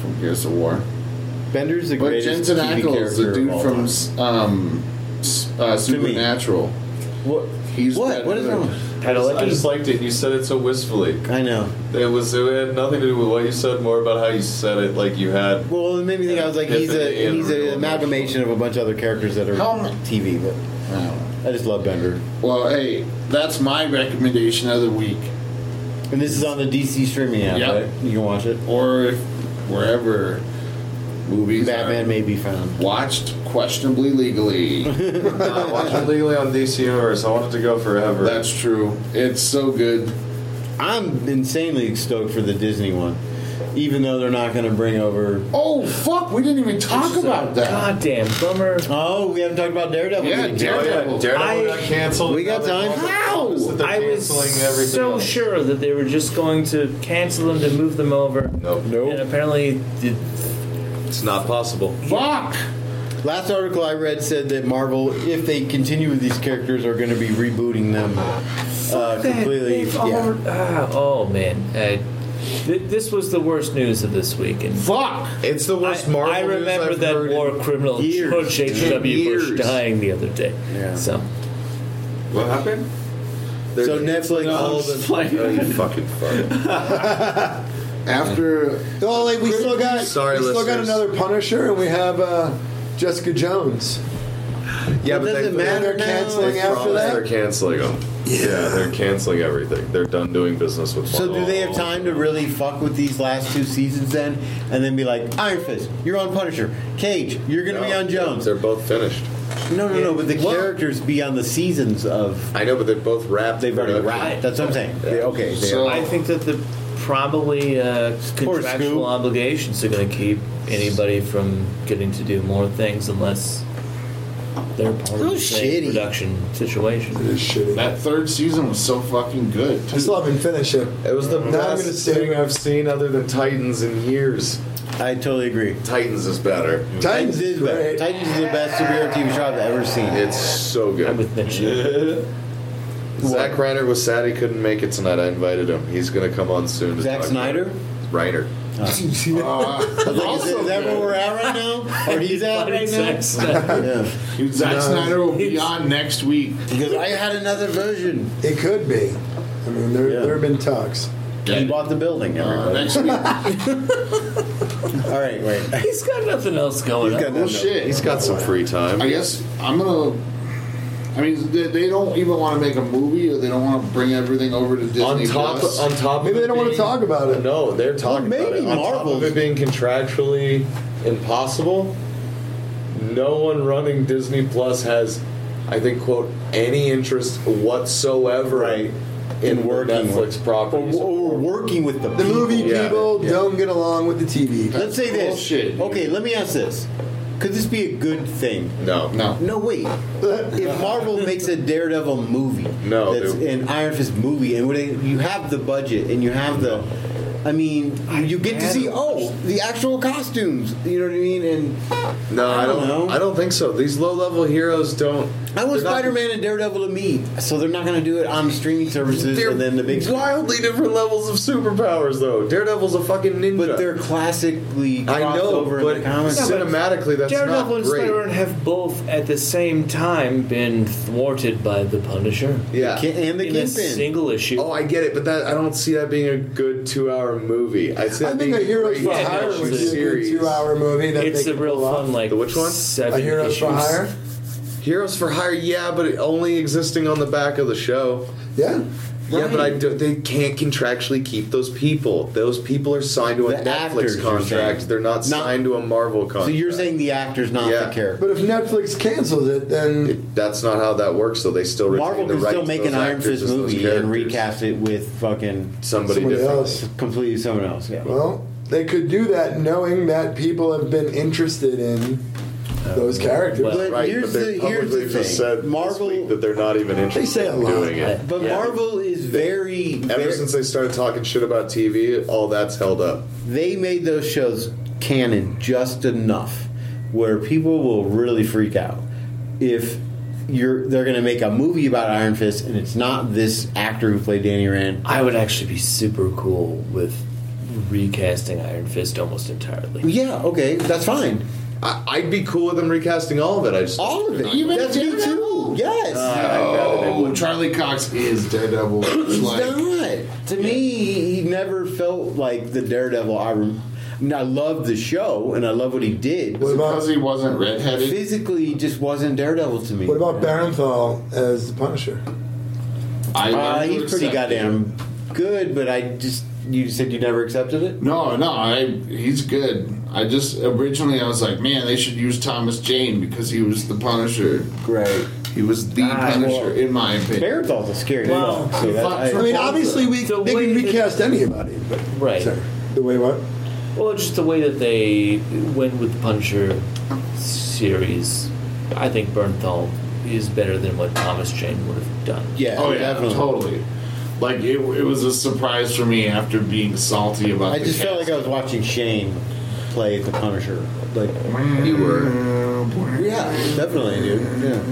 [SPEAKER 8] from Gears of War.
[SPEAKER 9] Bender's the
[SPEAKER 8] But
[SPEAKER 9] greatest
[SPEAKER 8] Jensen
[SPEAKER 9] TV
[SPEAKER 8] Ackles,
[SPEAKER 9] character
[SPEAKER 8] the
[SPEAKER 9] of
[SPEAKER 8] dude
[SPEAKER 9] all
[SPEAKER 8] from
[SPEAKER 9] time.
[SPEAKER 8] s- um, s- uh, Supernatural.
[SPEAKER 9] What?
[SPEAKER 8] He's
[SPEAKER 9] What? What is
[SPEAKER 8] Bender.
[SPEAKER 9] wrong?
[SPEAKER 6] Had a
[SPEAKER 10] I just liked it. You said it so wistfully.
[SPEAKER 9] I know.
[SPEAKER 10] It was. It had nothing to do with what you said. More about how you said it. Like you had.
[SPEAKER 9] Well, it made me think I was like, he's
[SPEAKER 10] Epiphany
[SPEAKER 9] a
[SPEAKER 10] and
[SPEAKER 9] he's
[SPEAKER 10] real
[SPEAKER 9] an amalgamation of a bunch of other characters that are
[SPEAKER 8] How
[SPEAKER 9] on
[SPEAKER 8] m-
[SPEAKER 9] TV. But I just love Bender,
[SPEAKER 8] Well, hey, that's my recommendation of the week,
[SPEAKER 9] and this is on the DC streaming app.
[SPEAKER 8] Yep.
[SPEAKER 9] Right? You can watch it.
[SPEAKER 8] or if wherever movies are
[SPEAKER 9] Batman may be found.
[SPEAKER 8] watched questionably legally.
[SPEAKER 10] I watched it legally on DC Universe. I wanted to go forever.
[SPEAKER 8] That's true. It's so good.
[SPEAKER 9] I'm insanely stoked for the Disney one, even though they're not going to bring over.
[SPEAKER 8] Oh fuck, we didn't even talk
[SPEAKER 6] uh,
[SPEAKER 8] about that.
[SPEAKER 6] Goddamn bummer.
[SPEAKER 9] Oh, we haven't talked about Daredevil.
[SPEAKER 8] Yeah,
[SPEAKER 9] yet.
[SPEAKER 10] Oh, yeah,
[SPEAKER 8] Daredevil.
[SPEAKER 10] Daredevil
[SPEAKER 6] I-
[SPEAKER 10] got canceled.
[SPEAKER 9] We got time.
[SPEAKER 8] How?
[SPEAKER 6] I was so sure that they were just going to cancel them to move them over.
[SPEAKER 10] Nope.
[SPEAKER 6] And apparently, did,
[SPEAKER 10] It's not possible.
[SPEAKER 8] Fuck.
[SPEAKER 9] Last article I read said that Marvel, if they continue with these characters, are going to be rebooting them uh, completely.
[SPEAKER 6] They've
[SPEAKER 9] Yeah.
[SPEAKER 6] alre- ah, oh man, I, Th- this was the worst news of this week. And
[SPEAKER 8] Fuck!
[SPEAKER 10] It's the
[SPEAKER 6] worst I, Marvel I remember that war criminal George H.W. Bush dying the other day. Yeah. So.
[SPEAKER 10] What happened? so Netflix all the oh, you fucking fuck.
[SPEAKER 7] After oh, like we still got
[SPEAKER 10] Sorry,
[SPEAKER 7] we still got
[SPEAKER 10] listeners.
[SPEAKER 7] another Punisher, and we have uh, Jessica Jones.
[SPEAKER 10] Yeah, but
[SPEAKER 7] doesn't
[SPEAKER 10] they,
[SPEAKER 7] matter
[SPEAKER 10] they-
[SPEAKER 7] now. canceling
[SPEAKER 10] they
[SPEAKER 7] after
[SPEAKER 10] promised
[SPEAKER 7] that?
[SPEAKER 10] Oh, They're canceling them. Yeah. they're canceling everything. They're done doing business with.
[SPEAKER 9] So do they have time to really fuck with these last two seasons then, and then be like Iron Fist, you're on Punisher, Cage, you're gonna be on Jones.
[SPEAKER 10] They're both finished.
[SPEAKER 9] No, no, no. But the characters be on the seasons of.
[SPEAKER 10] I know, but they're both wrapped.
[SPEAKER 9] They've already wrapped. That's what I'm saying. They- okay. they-
[SPEAKER 6] I think that the probably uh, contractual obligations are going to keep anybody from getting to do more things unless they're part of the same production situation.
[SPEAKER 8] That third season was so fucking good.
[SPEAKER 7] I still haven't finished it.
[SPEAKER 10] It was the
[SPEAKER 7] Now I'm
[SPEAKER 10] best
[SPEAKER 7] gonna say-
[SPEAKER 10] thing I've seen other than Titans in years.
[SPEAKER 9] I totally agree.
[SPEAKER 10] Titans is better.
[SPEAKER 9] Titans is better. Titans is the best superhero TV show I've ever seen.
[SPEAKER 10] It's so good.
[SPEAKER 6] I'm with Mitch. Yeah.
[SPEAKER 10] Zack Reiner was sad he couldn't make it tonight. I invited him. He's gonna come on soon. to
[SPEAKER 9] Zack
[SPEAKER 10] talk
[SPEAKER 9] Snyder?
[SPEAKER 10] about it. Reiner.
[SPEAKER 8] Uh,
[SPEAKER 9] Is, that- is that where we're at right now? Or he's at right now? Yeah.
[SPEAKER 8] Dude, Zack Snyder will be on next week.
[SPEAKER 9] Because I had another version.
[SPEAKER 7] It could be. I mean, there there have been talks.
[SPEAKER 9] He bought the building.
[SPEAKER 8] Uh,
[SPEAKER 9] Everybody.
[SPEAKER 8] next week.
[SPEAKER 9] All right, wait.
[SPEAKER 6] He's got nothing else going on.
[SPEAKER 8] Well, shit.
[SPEAKER 10] He's got some free time.
[SPEAKER 8] I guess I'm gonna. I mean, they, they don't even want to make a movie, or they don't want to bring everything over to Disney.
[SPEAKER 10] on top,
[SPEAKER 8] Plus.
[SPEAKER 10] on top.
[SPEAKER 7] Maybe
[SPEAKER 10] of
[SPEAKER 7] they don't want to
[SPEAKER 10] being-
[SPEAKER 7] talk about it.
[SPEAKER 10] No, they're talking
[SPEAKER 9] maybe
[SPEAKER 10] about it. On top
[SPEAKER 9] Marvel.
[SPEAKER 10] of it being contractually impossible, no one running Disney Plus has, I think, quote, any interest whatsoever
[SPEAKER 9] Right.
[SPEAKER 10] in,
[SPEAKER 9] In working
[SPEAKER 10] Netflix
[SPEAKER 9] with- Or,
[SPEAKER 10] properties.
[SPEAKER 9] or working with the,
[SPEAKER 7] The movie
[SPEAKER 10] Yeah,
[SPEAKER 7] people
[SPEAKER 10] yeah.
[SPEAKER 7] don't get along with the TV.
[SPEAKER 9] Let's say this.
[SPEAKER 8] Bullshit, dude.
[SPEAKER 9] Okay, let me ask this. Could this be a good thing?
[SPEAKER 10] no,
[SPEAKER 8] no.
[SPEAKER 9] No, wait. if Marvel makes a Daredevil movie,
[SPEAKER 10] No,
[SPEAKER 9] that's
[SPEAKER 10] they-
[SPEAKER 9] an Iron Fist movie, and when they, you have the budget and you have the, I mean, you get to see oh the actual costumes. You know what I mean? And
[SPEAKER 10] no, I
[SPEAKER 9] I
[SPEAKER 10] don't.
[SPEAKER 9] don't
[SPEAKER 10] I don't,
[SPEAKER 9] know.
[SPEAKER 10] think so. These low-level heroes
[SPEAKER 9] I
[SPEAKER 10] don't.
[SPEAKER 9] want
[SPEAKER 10] they're not-
[SPEAKER 9] Spider Man and Daredevil to meet, so they're not going to do it on streaming services
[SPEAKER 10] They're
[SPEAKER 9] and then the big. screen.
[SPEAKER 10] wildly different levels of superpowers, though. Daredevil's a fucking ninja.
[SPEAKER 9] But they're classically
[SPEAKER 10] I
[SPEAKER 9] crossed
[SPEAKER 10] know,
[SPEAKER 9] over
[SPEAKER 10] but
[SPEAKER 9] in the comics.
[SPEAKER 6] Yeah, but
[SPEAKER 10] cinematically, that's
[SPEAKER 6] Daredevil
[SPEAKER 10] not
[SPEAKER 6] and
[SPEAKER 10] great.
[SPEAKER 6] Spider-Man have both at the same time been thwarted by the Punisher
[SPEAKER 10] yeah,
[SPEAKER 9] Ki- and the
[SPEAKER 6] in a
[SPEAKER 9] Kingpin.
[SPEAKER 6] single issue.
[SPEAKER 10] Oh, I get it, but that I don't see that being a good two-hour movie. I, see
[SPEAKER 7] I
[SPEAKER 10] that
[SPEAKER 7] think
[SPEAKER 10] being
[SPEAKER 7] a Heroes
[SPEAKER 10] great
[SPEAKER 7] for
[SPEAKER 6] Yeah,
[SPEAKER 7] Hire would be a good
[SPEAKER 10] series.
[SPEAKER 7] two-hour movie that
[SPEAKER 6] it's
[SPEAKER 7] they
[SPEAKER 6] a
[SPEAKER 7] could
[SPEAKER 6] real
[SPEAKER 7] pull off.
[SPEAKER 6] fun like
[SPEAKER 10] The which one?
[SPEAKER 6] Seven
[SPEAKER 7] A Heroes for
[SPEAKER 6] issues.
[SPEAKER 7] Hire.
[SPEAKER 10] Heroes for Hire, yeah, but it only existing on the back of the show.
[SPEAKER 7] Yeah.
[SPEAKER 10] Yeah, but I do, they can't contractually keep those people. Those people are signed to a
[SPEAKER 9] The actors,
[SPEAKER 10] Netflix
[SPEAKER 9] you're
[SPEAKER 10] contract.
[SPEAKER 9] saying.
[SPEAKER 10] They're not,
[SPEAKER 9] Not-
[SPEAKER 10] signed to a Marvel contract.
[SPEAKER 9] So you're saying the actor's not
[SPEAKER 10] Yeah.
[SPEAKER 9] the character?
[SPEAKER 7] But if Netflix cancels it, then
[SPEAKER 10] It- that's not how that works. Though they still retain
[SPEAKER 9] Marvel
[SPEAKER 10] the
[SPEAKER 9] can
[SPEAKER 10] right
[SPEAKER 9] still
[SPEAKER 10] to
[SPEAKER 9] make
[SPEAKER 10] those
[SPEAKER 9] an Iron
[SPEAKER 10] actors
[SPEAKER 9] Fist
[SPEAKER 10] as those
[SPEAKER 9] movie and
[SPEAKER 10] characters.
[SPEAKER 9] recast it with fucking
[SPEAKER 10] somebody
[SPEAKER 7] somebody
[SPEAKER 10] different.
[SPEAKER 7] else.
[SPEAKER 9] completely someone else. Yeah.
[SPEAKER 7] Well, they could do that knowing that people have been interested in those characters.
[SPEAKER 6] well,
[SPEAKER 9] But
[SPEAKER 10] Right,
[SPEAKER 9] here's
[SPEAKER 10] but they
[SPEAKER 9] the here's
[SPEAKER 10] publicly
[SPEAKER 9] the thing.
[SPEAKER 10] just said Marvel
[SPEAKER 9] Marvel,
[SPEAKER 10] this week that they're not even interested
[SPEAKER 7] say a
[SPEAKER 10] in
[SPEAKER 7] lot.
[SPEAKER 10] doing it.
[SPEAKER 6] I-
[SPEAKER 9] but
[SPEAKER 6] Yeah.
[SPEAKER 9] Marvel is very.
[SPEAKER 10] Ever
[SPEAKER 9] very-
[SPEAKER 10] since they started talking shit about TV, all that's held up.
[SPEAKER 9] they made those shows canon just enough where people will really freak out if you're they're going to make a movie about Iron Fist and it's not this actor who played Danny Rand.
[SPEAKER 6] I would actually be super cool with recasting Iron Fist almost entirely.
[SPEAKER 9] Yeah, okay, that's fine.
[SPEAKER 10] I, I'd be cool with them recasting all of it. I just
[SPEAKER 9] All of it.
[SPEAKER 10] Uh,
[SPEAKER 8] Even
[SPEAKER 9] that's me too.
[SPEAKER 8] Daredevil?
[SPEAKER 9] Yes.
[SPEAKER 8] Oh, Charlie Cox is Daredevil. It's
[SPEAKER 9] He's
[SPEAKER 8] like,
[SPEAKER 9] not. To me, he never felt like the Daredevil. I, rem- I mean, I love the show and I love what he did.
[SPEAKER 7] What
[SPEAKER 8] because he
[SPEAKER 7] about
[SPEAKER 8] wasn't redheaded.
[SPEAKER 9] Physically, he just wasn't Daredevil to me.
[SPEAKER 7] what about Barenthal as the Punisher?
[SPEAKER 8] I learned
[SPEAKER 9] Uh,
[SPEAKER 8] to
[SPEAKER 9] he's pretty
[SPEAKER 8] accept it.
[SPEAKER 9] goddamn good, but I just you said you never accepted it.
[SPEAKER 8] No, no, I, he's good. I just originally I was like, man, they should use Thomas Jane because he was the Punisher.
[SPEAKER 9] Great.
[SPEAKER 8] He was the
[SPEAKER 6] Ah,
[SPEAKER 8] Punisher,
[SPEAKER 6] well.
[SPEAKER 8] in my opinion.
[SPEAKER 9] Barenthal's a scary
[SPEAKER 6] Well,
[SPEAKER 9] fuck, so that-
[SPEAKER 8] fuck,
[SPEAKER 9] I-
[SPEAKER 7] I mean, obviously we
[SPEAKER 6] The
[SPEAKER 7] they
[SPEAKER 6] way
[SPEAKER 7] can
[SPEAKER 6] that-
[SPEAKER 7] recast anybody, but
[SPEAKER 6] Right.
[SPEAKER 7] sorry, the way what?
[SPEAKER 6] Well, just the way that they went with the Punisher series, I think Bernthal is better than what Thomas Jane would have done.
[SPEAKER 9] yeah,
[SPEAKER 8] Oh yeah,
[SPEAKER 9] definitely.
[SPEAKER 8] totally. Like it, it was a surprise for me after being salty about.
[SPEAKER 9] I
[SPEAKER 8] the
[SPEAKER 9] just felt like
[SPEAKER 8] cast.
[SPEAKER 9] I was watching Shane play the Punisher. Like,
[SPEAKER 10] you were.
[SPEAKER 9] yeah, definitely, dude. Yeah.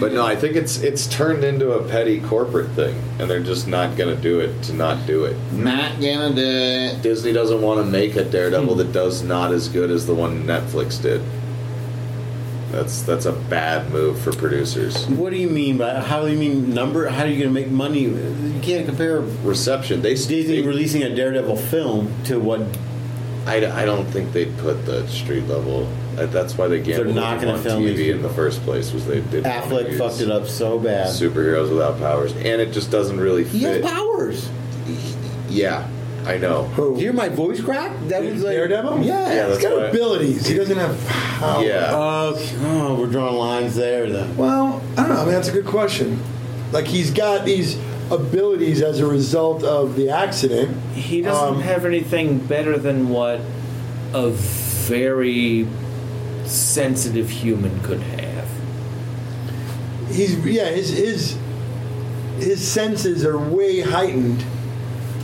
[SPEAKER 10] But no, I think it's it's turned into a petty corporate thing, and they're just not gonna do it to not do it.
[SPEAKER 16] Not gonna do it.
[SPEAKER 10] Disney doesn't want to make a Daredevil that does not as good as the one Netflix did. That's that's a bad move for producers.
[SPEAKER 9] What do you mean by how do you mean number? How are you going to make money? You can't compare
[SPEAKER 10] reception. They
[SPEAKER 9] Disney releasing a Daredevil film to what?
[SPEAKER 10] I, I don't think they put the street level. uh, That's why they
[SPEAKER 9] They're
[SPEAKER 10] gambled
[SPEAKER 9] not
[SPEAKER 10] with
[SPEAKER 9] going to
[SPEAKER 10] on
[SPEAKER 9] film
[SPEAKER 10] TV
[SPEAKER 9] these.
[SPEAKER 10] in the first place. Was they did
[SPEAKER 9] Affleck fucked it up so bad.
[SPEAKER 10] superheroes without powers, and it just doesn't really
[SPEAKER 9] He has
[SPEAKER 10] fit.
[SPEAKER 9] powers.
[SPEAKER 10] Yeah, I know.
[SPEAKER 7] Oh,
[SPEAKER 9] Do you hear my voice crack? That was like
[SPEAKER 7] Daredevil?
[SPEAKER 9] Yeah,
[SPEAKER 10] Yeah,
[SPEAKER 9] he's
[SPEAKER 10] that's
[SPEAKER 9] got
[SPEAKER 10] why-
[SPEAKER 7] abilities. He doesn't have power.
[SPEAKER 10] Yeah.
[SPEAKER 9] Okay. Oh, we're drawing lines there, then.
[SPEAKER 7] Well, I don't know. I mean, that's a good question. Like he's got these abilities as a result of the accident.
[SPEAKER 6] He doesn't have anything better than what a very sensitive human could have.
[SPEAKER 7] He's yeah. His his his senses are way heightened,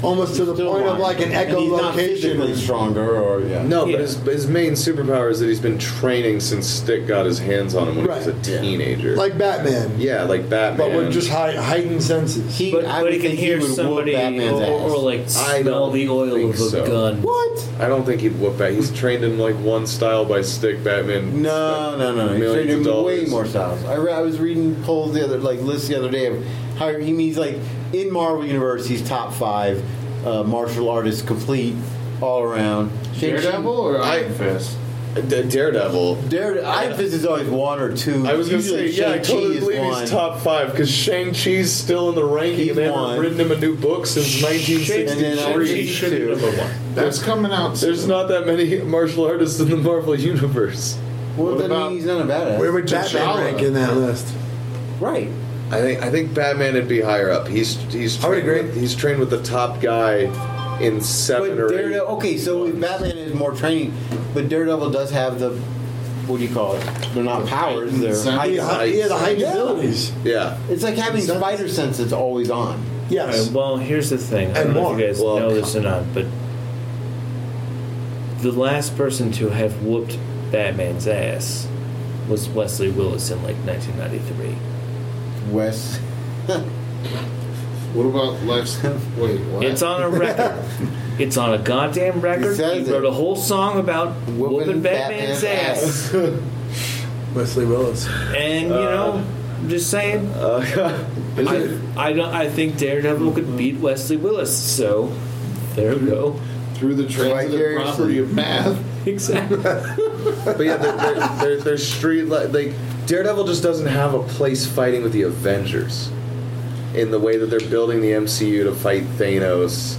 [SPEAKER 7] almost to the point of like an
[SPEAKER 9] And he's not physically
[SPEAKER 7] echolocation.
[SPEAKER 9] stronger, or yeah.
[SPEAKER 10] No,
[SPEAKER 7] Yeah.
[SPEAKER 10] but his, his main superpower is that he's been training since Stick got his hands on him when he was a teenager.
[SPEAKER 7] Like Batman.
[SPEAKER 10] yeah, like Batman.
[SPEAKER 7] But with just high, heightened senses.
[SPEAKER 9] He,
[SPEAKER 6] But,
[SPEAKER 9] I
[SPEAKER 6] but
[SPEAKER 9] would
[SPEAKER 6] he can
[SPEAKER 9] think
[SPEAKER 6] hear
[SPEAKER 9] would whoop
[SPEAKER 6] somebody
[SPEAKER 9] Batman's
[SPEAKER 6] or, or,
[SPEAKER 9] ass.
[SPEAKER 6] like
[SPEAKER 10] I
[SPEAKER 6] smell
[SPEAKER 10] don't
[SPEAKER 6] the oil
[SPEAKER 10] think
[SPEAKER 6] of a
[SPEAKER 10] so.
[SPEAKER 6] gun.
[SPEAKER 9] what?
[SPEAKER 10] I don't think he'd whoop back. He's trained in like one style by Stick Batman.
[SPEAKER 9] No, no, no. He's
[SPEAKER 10] Millions
[SPEAKER 9] trading
[SPEAKER 10] of
[SPEAKER 9] him way
[SPEAKER 10] dollars.
[SPEAKER 9] more styles. I, re- I was reading polls the other, like lists the other day of how he means like in Marvel Universe he's top five uh, martial artists complete all around.
[SPEAKER 8] Daredevil or
[SPEAKER 10] I-
[SPEAKER 8] Iron Fist?
[SPEAKER 10] D- Daredevil.
[SPEAKER 9] Dare, Iron Fist is always one or two.
[SPEAKER 10] I was gonna
[SPEAKER 9] Usually
[SPEAKER 10] say, yeah, I
[SPEAKER 9] Shang-Chi
[SPEAKER 10] totally
[SPEAKER 9] is
[SPEAKER 10] believe
[SPEAKER 9] one.
[SPEAKER 10] he's top five because Shang Chi's still in the ranking,
[SPEAKER 9] He's
[SPEAKER 10] and they
[SPEAKER 9] one.
[SPEAKER 10] haven't written him a new book since
[SPEAKER 9] And then I
[SPEAKER 10] 1963.
[SPEAKER 9] read
[SPEAKER 6] should be
[SPEAKER 9] two.
[SPEAKER 6] number one.
[SPEAKER 8] That's coming out. soon.
[SPEAKER 10] There's not that many martial artists in the Marvel universe.
[SPEAKER 9] Well,
[SPEAKER 8] What
[SPEAKER 9] then
[SPEAKER 8] about-
[SPEAKER 9] he's not a badass.
[SPEAKER 7] Where would Batman
[SPEAKER 8] T'Challa.
[SPEAKER 7] rank in that list?
[SPEAKER 9] right.
[SPEAKER 10] I think I think Batman would be higher up. He's he's
[SPEAKER 7] I would
[SPEAKER 10] trained
[SPEAKER 7] agree.
[SPEAKER 10] With, he's trained with the top guy in seven
[SPEAKER 9] But
[SPEAKER 10] or
[SPEAKER 9] Daredevil, okay, so if Batman is more training, but Daredevil does have the, what do you call it? They're not powers, they're
[SPEAKER 7] He,
[SPEAKER 9] heightened.
[SPEAKER 7] yeah, the heightened
[SPEAKER 9] Yeah.
[SPEAKER 7] abilities.
[SPEAKER 10] eight. Yeah.
[SPEAKER 9] It's like having spider sense that's always on.
[SPEAKER 6] All
[SPEAKER 7] Yes.
[SPEAKER 6] right, well, here's the thing. I
[SPEAKER 7] And
[SPEAKER 6] don't know
[SPEAKER 7] more.
[SPEAKER 6] if you guys
[SPEAKER 10] Well,
[SPEAKER 6] know this or not, but the last person to have whooped Batman's ass was Wesley Willis in like 1993.
[SPEAKER 9] Wes.
[SPEAKER 8] What about Lex? Wait, what?
[SPEAKER 6] It's on a record. it's on a goddamn record. He,
[SPEAKER 9] says it.
[SPEAKER 6] wrote a whole song about whooping, Batman's, ass.
[SPEAKER 7] Wesley Willis.
[SPEAKER 6] And, you know, I'm just saying,
[SPEAKER 7] Uh,
[SPEAKER 6] I, I, don't, I think Daredevil could beat Weslly Willis, so there we go.
[SPEAKER 8] through the transitive
[SPEAKER 9] Vicariously.
[SPEAKER 8] property of math.
[SPEAKER 6] Exactly.
[SPEAKER 10] But yeah, they're, they're, they're, they're street li- like Daredevil just doesn't have a place fighting with the Avengers in the way that they're building the MCU to fight Thanos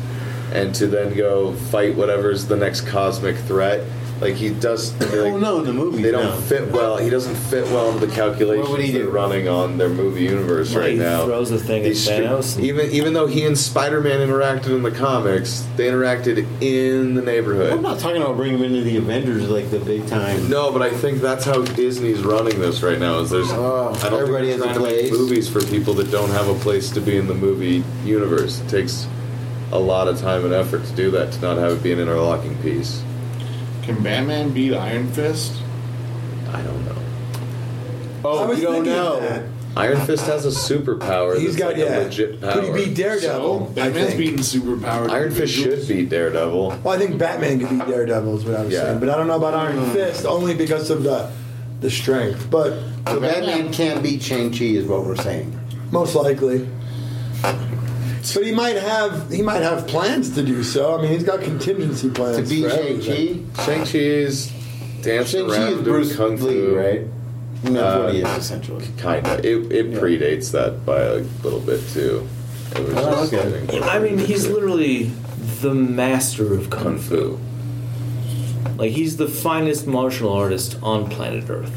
[SPEAKER 10] and to then go fight whatever's the next cosmic threat. Like he does.
[SPEAKER 9] Oh,
[SPEAKER 10] like,
[SPEAKER 9] no, in the movie.
[SPEAKER 10] They don't
[SPEAKER 9] no.
[SPEAKER 10] fit well. He doesn't fit well into the calculations
[SPEAKER 9] What would he
[SPEAKER 10] they're
[SPEAKER 9] do?
[SPEAKER 10] running on their movie universe right
[SPEAKER 6] he
[SPEAKER 10] now.
[SPEAKER 6] throws a thing at
[SPEAKER 10] These stre-
[SPEAKER 6] Thanos. and-
[SPEAKER 10] even even though he and Spider Man interacted in the comics, they interacted in the neighborhood.
[SPEAKER 9] I'm not talking about bringing him into the Avengers like the big time.
[SPEAKER 10] No, but I think that's how Disney's running this right now. Is there's
[SPEAKER 9] Oh,
[SPEAKER 10] I don't
[SPEAKER 9] everybody has
[SPEAKER 10] think they're
[SPEAKER 9] a
[SPEAKER 10] trying to make
[SPEAKER 9] place.
[SPEAKER 10] movies for people that don't have a place to be in the movie universe. It takes a lot of time and effort to do that to not have it be an interlocking piece.
[SPEAKER 8] Can Batman beat Iron Fist?
[SPEAKER 10] I don't know.
[SPEAKER 7] I
[SPEAKER 9] Oh,
[SPEAKER 7] was
[SPEAKER 9] you don't
[SPEAKER 7] thinking
[SPEAKER 9] know.
[SPEAKER 7] that.
[SPEAKER 10] Iron Fist has a superpower.
[SPEAKER 7] He's
[SPEAKER 10] that's
[SPEAKER 7] got
[SPEAKER 10] like
[SPEAKER 7] yeah.
[SPEAKER 10] a legit power.
[SPEAKER 7] Could he beat Daredevil?
[SPEAKER 8] So,
[SPEAKER 7] I
[SPEAKER 8] Batman's
[SPEAKER 7] think.
[SPEAKER 8] beating superpowered.
[SPEAKER 10] Iron Fist should
[SPEAKER 8] individuals.
[SPEAKER 10] beat Daredevil.
[SPEAKER 7] well, I think Batman could beat Daredevil is what I was
[SPEAKER 10] Yeah.
[SPEAKER 7] saying, but I don't know about Iron Fist only because of the the strength, but
[SPEAKER 9] So Batman can't beat Shang-Chi is what we're saying.
[SPEAKER 7] most likely. But he might have he might have plans to do so. I mean, he's got contingency plans
[SPEAKER 9] To beat
[SPEAKER 7] for everything.
[SPEAKER 9] Shang-Chi,
[SPEAKER 10] Shang-Chi's dancing
[SPEAKER 9] Shang-Chi
[SPEAKER 10] around
[SPEAKER 9] is
[SPEAKER 10] doing
[SPEAKER 9] Bruce
[SPEAKER 10] kung fu.
[SPEAKER 9] Lee, right? And That's
[SPEAKER 10] Uh,
[SPEAKER 9] what he is, essentially.
[SPEAKER 10] Kinda. It, it predates that by a little bit too. It was
[SPEAKER 9] Oh,
[SPEAKER 10] just
[SPEAKER 9] okay.
[SPEAKER 10] getting-
[SPEAKER 6] I mean, he's literally the master of kung
[SPEAKER 10] kung
[SPEAKER 6] fu.
[SPEAKER 10] fu.
[SPEAKER 6] Like, he's the finest martial artist on planet Earth.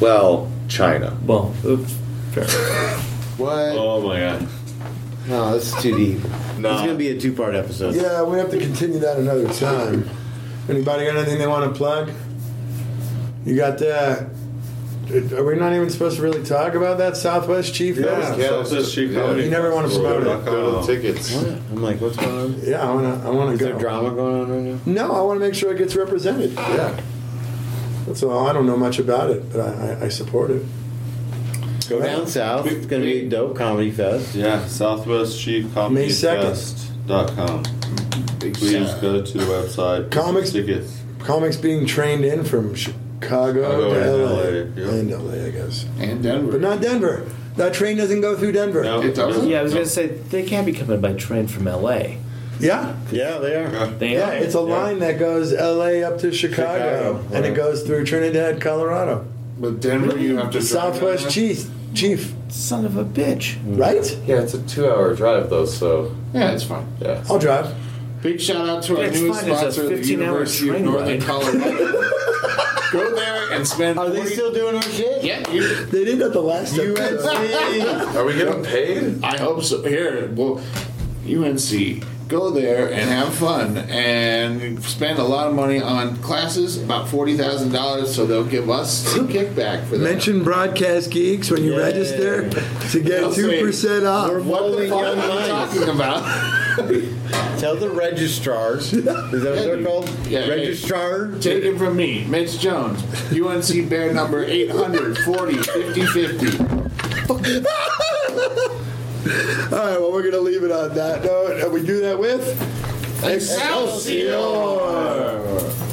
[SPEAKER 10] Well, China.
[SPEAKER 6] Well, oops, fair.
[SPEAKER 9] What?
[SPEAKER 17] Oh my god.
[SPEAKER 9] No, this is too deep.
[SPEAKER 10] Nah.
[SPEAKER 9] It's going to be a two-part episode.
[SPEAKER 7] Yeah, we have to continue that another time. Anybody got anything they want to plug? You got that? Are we not even supposed to really talk about that Southwest Chief?
[SPEAKER 8] Yeah.
[SPEAKER 7] Fest? You never want to promote it.
[SPEAKER 8] Go to the tickets.
[SPEAKER 9] What? I'm like, what's going on?
[SPEAKER 7] Yeah, I wanna, I wanna
[SPEAKER 9] Is
[SPEAKER 7] go.
[SPEAKER 9] there drama going on right now?
[SPEAKER 7] No, I want to make sure it gets represented. Yeah. That's all. I don't know much about it, but I, I, I support it.
[SPEAKER 9] Go down south. It's going to be a dope comedy fest.
[SPEAKER 10] Yeah, Southwest Chief
[SPEAKER 9] May
[SPEAKER 10] Comedy
[SPEAKER 9] 2nd.
[SPEAKER 10] Fest.com. Please go to the website.
[SPEAKER 7] Comics-
[SPEAKER 10] tickets.
[SPEAKER 7] Comics being trained in from Chicago
[SPEAKER 10] Chicago
[SPEAKER 7] to
[SPEAKER 10] and
[SPEAKER 7] LA.
[SPEAKER 10] LA, yep.
[SPEAKER 7] And LA, I guess.
[SPEAKER 8] And Denver.
[SPEAKER 7] But not Denver. That train doesn't go through Denver.
[SPEAKER 6] Yeah, I was gonna say they can't be coming by train from L.A.
[SPEAKER 7] Yeah.
[SPEAKER 9] Yeah, they are.
[SPEAKER 6] They
[SPEAKER 7] Yeah,
[SPEAKER 6] are.
[SPEAKER 7] it's a line that goes LA up to Chicago,
[SPEAKER 8] Chicago,
[SPEAKER 7] and
[SPEAKER 8] right.
[SPEAKER 7] it goes through Trinidad, Colorado.
[SPEAKER 8] But Denver, you have to. drive
[SPEAKER 7] Southwest
[SPEAKER 8] down
[SPEAKER 7] Chief. Chief.
[SPEAKER 6] Son of a bitch.
[SPEAKER 7] Right?
[SPEAKER 18] Yeah, it's a two-hour drive though, so
[SPEAKER 8] there. Yeah, it's fine.
[SPEAKER 18] yeah.
[SPEAKER 7] I'll drive.
[SPEAKER 8] Big shout out to our
[SPEAKER 6] It's
[SPEAKER 8] newest
[SPEAKER 6] fine, it's a
[SPEAKER 8] sponsor, the
[SPEAKER 6] 15 hour
[SPEAKER 8] University of
[SPEAKER 6] train
[SPEAKER 8] Northern
[SPEAKER 6] ride.
[SPEAKER 8] Colorado. Go there and spend. Are they still doing our shit? Yeah. you-
[SPEAKER 7] They did that the last time.
[SPEAKER 18] Are we getting paid?
[SPEAKER 8] I hope so. Here, well, UNC, go there and have fun and spend a lot of money on classes, about forty thousand dollars, so they'll give us some kickback for that.
[SPEAKER 7] Mention Broadcast Geeks when you register to
[SPEAKER 8] They'll
[SPEAKER 7] get
[SPEAKER 8] say,
[SPEAKER 7] two percent off.
[SPEAKER 8] What the
[SPEAKER 9] Rolling
[SPEAKER 8] fuck are
[SPEAKER 9] young
[SPEAKER 8] you
[SPEAKER 9] minds.
[SPEAKER 8] talking about?
[SPEAKER 9] Tell the registrars. Is that what they're called?
[SPEAKER 8] Yeah, hey.
[SPEAKER 9] Registrar.
[SPEAKER 8] Take it from me, Mitch Jones, UNC Bear number 840 5050.
[SPEAKER 7] All right, well, we're going to leave it on that note, and we do that with
[SPEAKER 8] Excelsior!